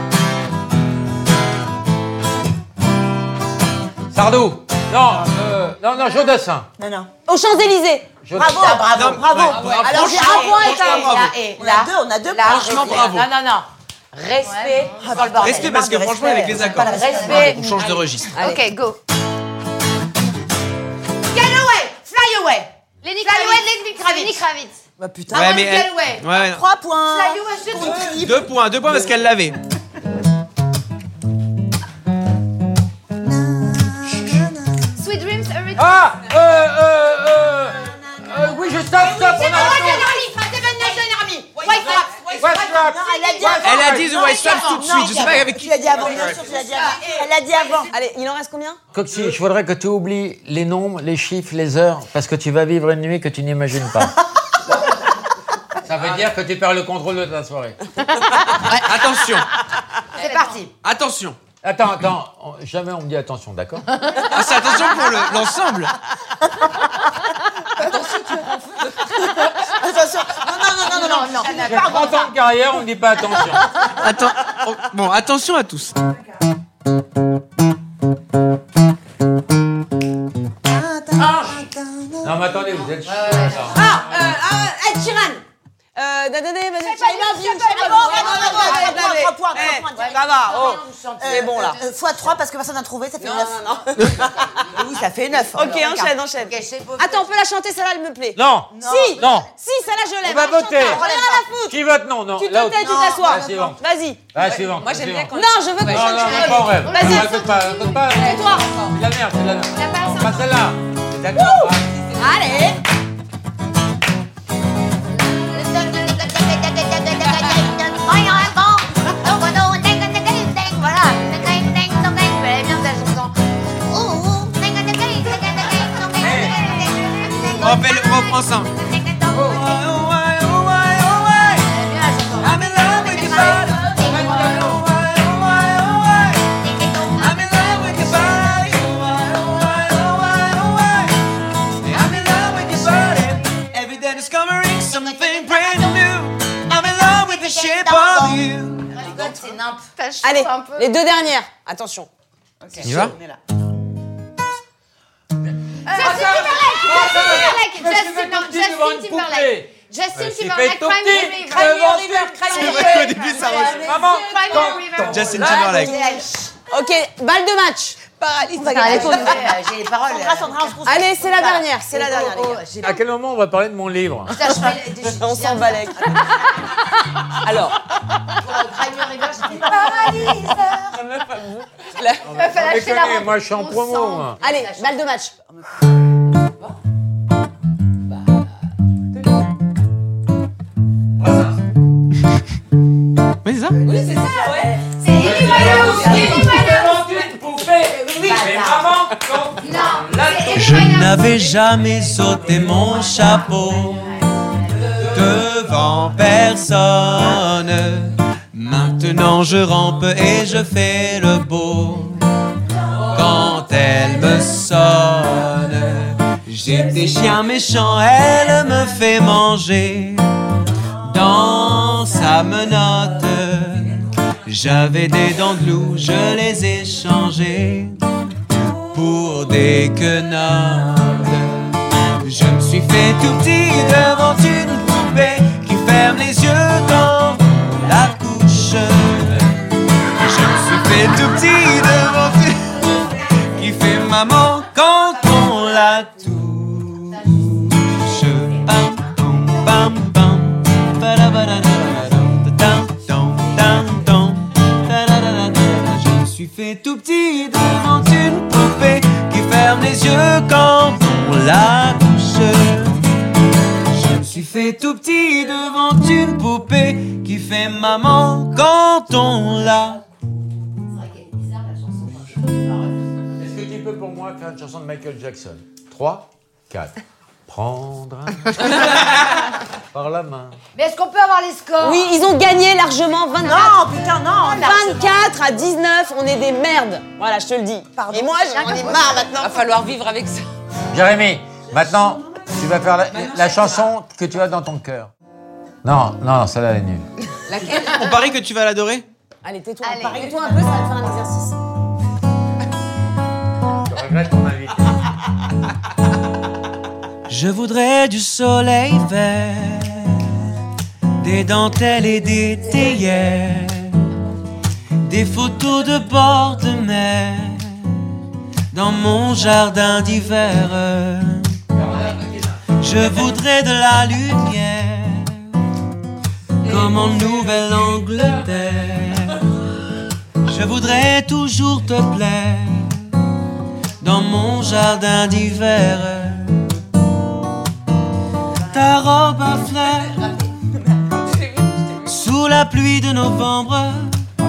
Speaker 6: Sardou. Non, euh, non, non, Jodassin.
Speaker 4: Non, non.
Speaker 2: Aux Champs-Élysées
Speaker 4: Bravo, bravo,
Speaker 13: Non,
Speaker 4: bravo.
Speaker 13: ouais,
Speaker 4: Alors, j'ai un point et
Speaker 13: franchement, bravo.
Speaker 4: On a deux, on a deux points.
Speaker 13: Franchement, bravo.
Speaker 9: Non, non, non. Respect.
Speaker 4: Dans le bordel.
Speaker 13: Respect, parce que franchement, avec les accords. Ah,
Speaker 4: Pas le respect.
Speaker 13: On change de registre.
Speaker 9: Ah,
Speaker 5: Ok, go.
Speaker 2: Get away Fly away
Speaker 5: Lenny
Speaker 2: Fly away,
Speaker 5: Kravitz.
Speaker 2: Lenny Kravitz.
Speaker 5: Lenny Kravitz.
Speaker 4: Bah putain.
Speaker 13: Ouais, mais.
Speaker 2: Get
Speaker 13: elle-
Speaker 2: away.
Speaker 13: Ouais, ouais, non.
Speaker 4: Trois points.
Speaker 5: Fly away, je te dis.
Speaker 4: Contre Yves.
Speaker 13: Deux points, deux points parce qu'elle l'avait.
Speaker 5: Sweet Dreams, Hurricane.
Speaker 6: Ah, euh, euh, euh, euh, oui, je stop, stop, on arrête. What's up
Speaker 4: Non, elle a dit avant.
Speaker 13: Elle a
Speaker 6: What's up
Speaker 13: dit The
Speaker 4: Non,
Speaker 13: White
Speaker 4: elle dit
Speaker 13: Stripes
Speaker 4: avant.
Speaker 13: tout de suite,
Speaker 4: Non,
Speaker 13: je sais pas avec qui.
Speaker 4: Tu l'as dit avant, bien sûr, tu l'as dit avant. Elle l'a dit avant.
Speaker 2: Allez, il en reste combien
Speaker 6: Coxy, je voudrais que tu oublies les nombres, les chiffres, les heures, parce que tu vas vivre une nuit que tu n'imagines pas. Ça veut dire que tu perds le contrôle de ta soirée.
Speaker 13: Attention,
Speaker 5: C'est parti.
Speaker 13: attention.
Speaker 6: Attends, attends, on- jamais on me dit attention, d'accord
Speaker 13: Ah, c'est attention pour le- l'ensemble.
Speaker 4: Attention. Non, non, non, non, non, non.
Speaker 6: J'ai 30 ans de carrière, on me dit pas attention.
Speaker 13: Attends, oh, bon, attention à tous.
Speaker 6: Non, mais attendez, vous êtes chiants.
Speaker 2: Ah, euh, ah, Ed Sheeran Euh, dadadé, vas-y, I love you, I love
Speaker 4: Bravo,
Speaker 2: you.
Speaker 4: bravo, bravo,
Speaker 2: Ouais,
Speaker 4: bravo,
Speaker 2: ouais,
Speaker 4: trois points,
Speaker 2: ouais.
Speaker 4: trois points, trois
Speaker 2: Eh, Ça va, oh.
Speaker 4: C'est bon là. Fois 3 parce que personne n'a trouvé, ça fait 9.
Speaker 2: Non, non, non.
Speaker 4: Oui, ça fait 9.
Speaker 2: Ok, enchaîne, enchaîne. Attends, on peut la chanter, celle-là, elle me plaît.
Speaker 6: Non
Speaker 2: Si
Speaker 6: Non
Speaker 2: Si, celle-là, je l'aime.
Speaker 6: On va
Speaker 2: Elle chante
Speaker 6: voter.
Speaker 2: pas, Rien à foutre
Speaker 6: Qui vote non Non,
Speaker 2: Tu
Speaker 6: là,
Speaker 2: te tais, tu
Speaker 4: Non,
Speaker 2: t'assois.
Speaker 6: la suivante.
Speaker 2: Vas-y.
Speaker 6: Ah, suivante.
Speaker 9: Moi, j'aime bien quand.
Speaker 2: Non, je veux que tu
Speaker 6: Non, non,
Speaker 2: chantes.
Speaker 6: non, pas en rêve.
Speaker 5: Vas-y,
Speaker 6: Non, écoute pas, écoute pas. C'est
Speaker 2: toi.
Speaker 6: de la merde, c'est de la
Speaker 5: La
Speaker 6: merde.
Speaker 5: passe.
Speaker 6: Pas celle-là. C'est d'accord hein
Speaker 2: Allez
Speaker 13: On fait le on prend ça.
Speaker 4: Oh, Oh, Oh,
Speaker 13: Something brand new. I'm in love with the shape of you.
Speaker 2: Allez, les deux dernières. Attention.
Speaker 13: On y va
Speaker 5: Justin Timberlake. Justin Timberlake, Crime River.
Speaker 13: Au début, ça va.
Speaker 5: Crime River.
Speaker 13: Justin Timberlake.
Speaker 2: Ok, balle de match. Paralyse.
Speaker 3: Ça va répondre, ouais, euh, j'ai les paroles.
Speaker 2: Sandra, Sandra, on se concentre. Allez, c'est la dernière, c'est la
Speaker 3: Oh,
Speaker 2: dernière,
Speaker 3: oh,
Speaker 2: les gars.
Speaker 3: j'ai-
Speaker 6: À quel moment on va parler de mon livre
Speaker 2: On s'en balèque.
Speaker 15: Alors,
Speaker 2: va falloir acheter la robe.
Speaker 6: moi je suis en promo. moi.
Speaker 2: Allez, balle de match.
Speaker 13: Mais c'est ça
Speaker 1: Oui, c'est ça, ouais.
Speaker 13: C'est Élie Maillot, c'est Élie Maillot.
Speaker 1: une poupée. Oui, mais maman, non. Là,
Speaker 13: Je n'avais jamais ôté mon chapeau devant personne. Maintenant je rampe et je fais le beau. Quand elle me sonne, j'ai des chiens méchants, elle me fait manger dans sa menotte. J'avais des dents de loup, je les ai changées pour des quenottes. Je me suis fait tout petit devant une poupée qui ferme les yeux dans la couche. Je me suis fait tout petit devant une poupée qui fait maman quand on la touche. Pam, pom, pam, pam, ba-da-ba-da-da-da-dum, da-dum, dum, dum, da-da-da-da-da-da. Je me suis fait tout petit devant une poupée qui ferme les yeux quand on la touche. Je me suis fait tout petit devant une poupée qui fait maman quand on la.
Speaker 6: Est-ce que tu peux pour moi faire une chanson de Michael Jackson 3, 4. Prendre un par la main.
Speaker 2: Mais est-ce qu'on peut avoir les scores Oui, ils ont gagné largement 24. Non, putain, non 24 à 19, on est des merdes. Voilà, je te le dis. Et moi, j'en ai marre maintenant.
Speaker 1: va falloir vivre avec ça.
Speaker 6: Jérémy, maintenant, tu vas faire la, la chanson que tu as dans ton cœur. Non, non, celle-là elle est nulle.
Speaker 13: On parie que tu vas l'adorer
Speaker 2: Allez, tais-toi. Parle-toi un peu, ça va te faire un exercice.
Speaker 6: Je regrette mon invité.
Speaker 13: Je voudrais du soleil vert, des dentelles et des théières, des photos de bord de mer dans mon jardin d'hiver. Je voudrais de la lumière, comme en Nouvelle-Angleterre. Je voudrais toujours te plaire dans mon jardin d'hiver ta robe à fleurs sous la pluie de novembre.
Speaker 6: Ah,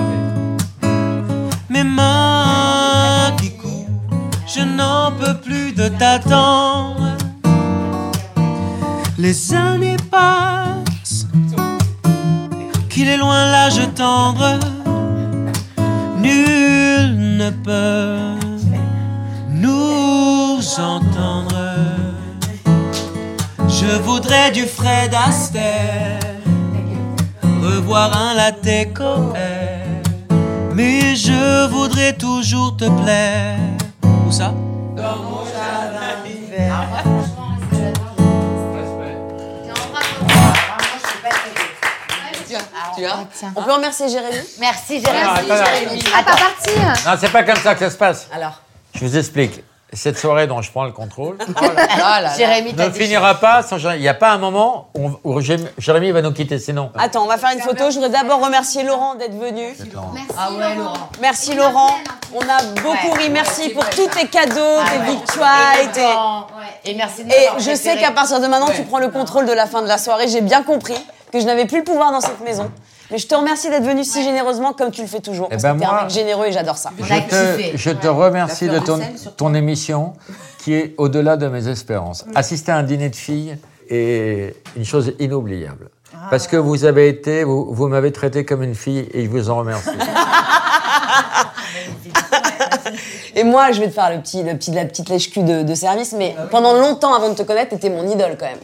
Speaker 13: Mes mains qui courent, je n'en peux plus de t'attendre. Les années passent, qu'il est loin l'âge tendre. Nul ne peut nous entendre. Je voudrais du Fred Astaire Revoir un latte couvert. Mais je voudrais toujours te plaire Où ça
Speaker 1: Tu vois
Speaker 2: On peut remercier Jérémy
Speaker 3: Merci,
Speaker 6: Jérémy. attends, attends. Jérémy.
Speaker 2: Ah, pas partir
Speaker 6: Non, c'est pas comme ça que ça se passe.
Speaker 2: Alors
Speaker 6: Je vous explique. Cette soirée dont je prends le contrôle
Speaker 3: Jérémy, t'as
Speaker 6: ne finira pas sans Jérémy. Il n'y a pas un moment où, on- où Jé- Jérémy va nous quitter, sinon.
Speaker 2: Attends, on va faire une photo. Je voudrais d'abord remercier Laurent d'être venu.
Speaker 3: Ah ouais, Laurent.
Speaker 2: Merci Laurent. On a beaucoup ri. Merci pour tous tes cadeaux, tes victoires et tes...
Speaker 3: Et merci de
Speaker 2: Et
Speaker 3: m'avoir
Speaker 2: je sais
Speaker 3: préféré.
Speaker 2: qu'à partir de maintenant, tu prends le contrôle de la fin de la soirée. J'ai bien compris que je n'avais plus le pouvoir dans cette maison. Mais je te remercie d'être venu si généreusement comme tu le fais toujours.
Speaker 6: Eh
Speaker 2: Parce
Speaker 6: ben
Speaker 2: que t'es un
Speaker 6: moi,
Speaker 2: mec généreux et j'adore ça.
Speaker 6: Je te, je te remercie de ton, ton émission qui est au-delà de mes espérances. Assister à un dîner de filles est une chose inoubliable. Parce que vous avez été, vous, vous m'avez traité comme une fille et je vous en remercie.
Speaker 2: Et moi, je vais te faire le petit, le petit, la petite lèche-cul de, de service, mais pendant longtemps avant de te connaître, t'étais mon idole quand même.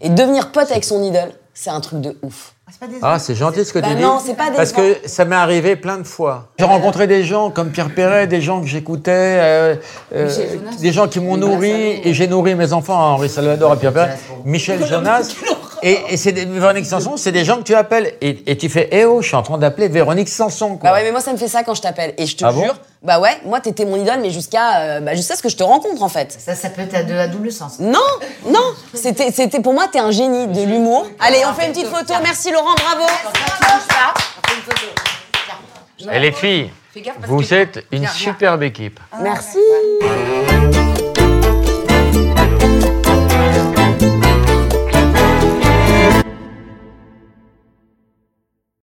Speaker 2: Et devenir pote avec son idole, c'est un truc de ouf.
Speaker 6: Ah, c'est gentil ce que
Speaker 2: Bah
Speaker 6: tu dis.
Speaker 2: non, c'est pas
Speaker 6: Parce
Speaker 2: décevant.
Speaker 6: que ça m'est arrivé plein de fois. J'ai rencontré des gens comme Pierre Perret, des gens que j'écoutais, euh, euh, hein, des gens qui m'ont nourri et j'ai nourri mes enfants à Henri Salvador et Pierre Perret. Michel Jonas. Et, et c'est des- Véronique Sanson, c'est des gens que tu appelles. Et, et tu fais, eh oh, je suis en train d'appeler Véronique Sanson, quoi.
Speaker 2: Bah ouais, mais moi ça me fait ça quand je t'appelle. Et je te
Speaker 6: Ah bon
Speaker 2: jure, bah ouais, moi t'étais mon idole, mais jusqu'à euh, bah, jusqu'à ce que je te rencontre en fait.
Speaker 3: Ça, ça peut être à, deux- à double sens.
Speaker 2: Non, non, c'était, c'était pour moi t'es un génie de l'humour. Allez, on fait une petite photo. Merci Laurent, bravo.
Speaker 6: Et les filles,
Speaker 2: Fais gaffe parce
Speaker 6: vous
Speaker 2: que-
Speaker 6: êtes
Speaker 2: Tiens,
Speaker 6: une
Speaker 2: regarde.
Speaker 6: superbe équipe.
Speaker 2: Merci.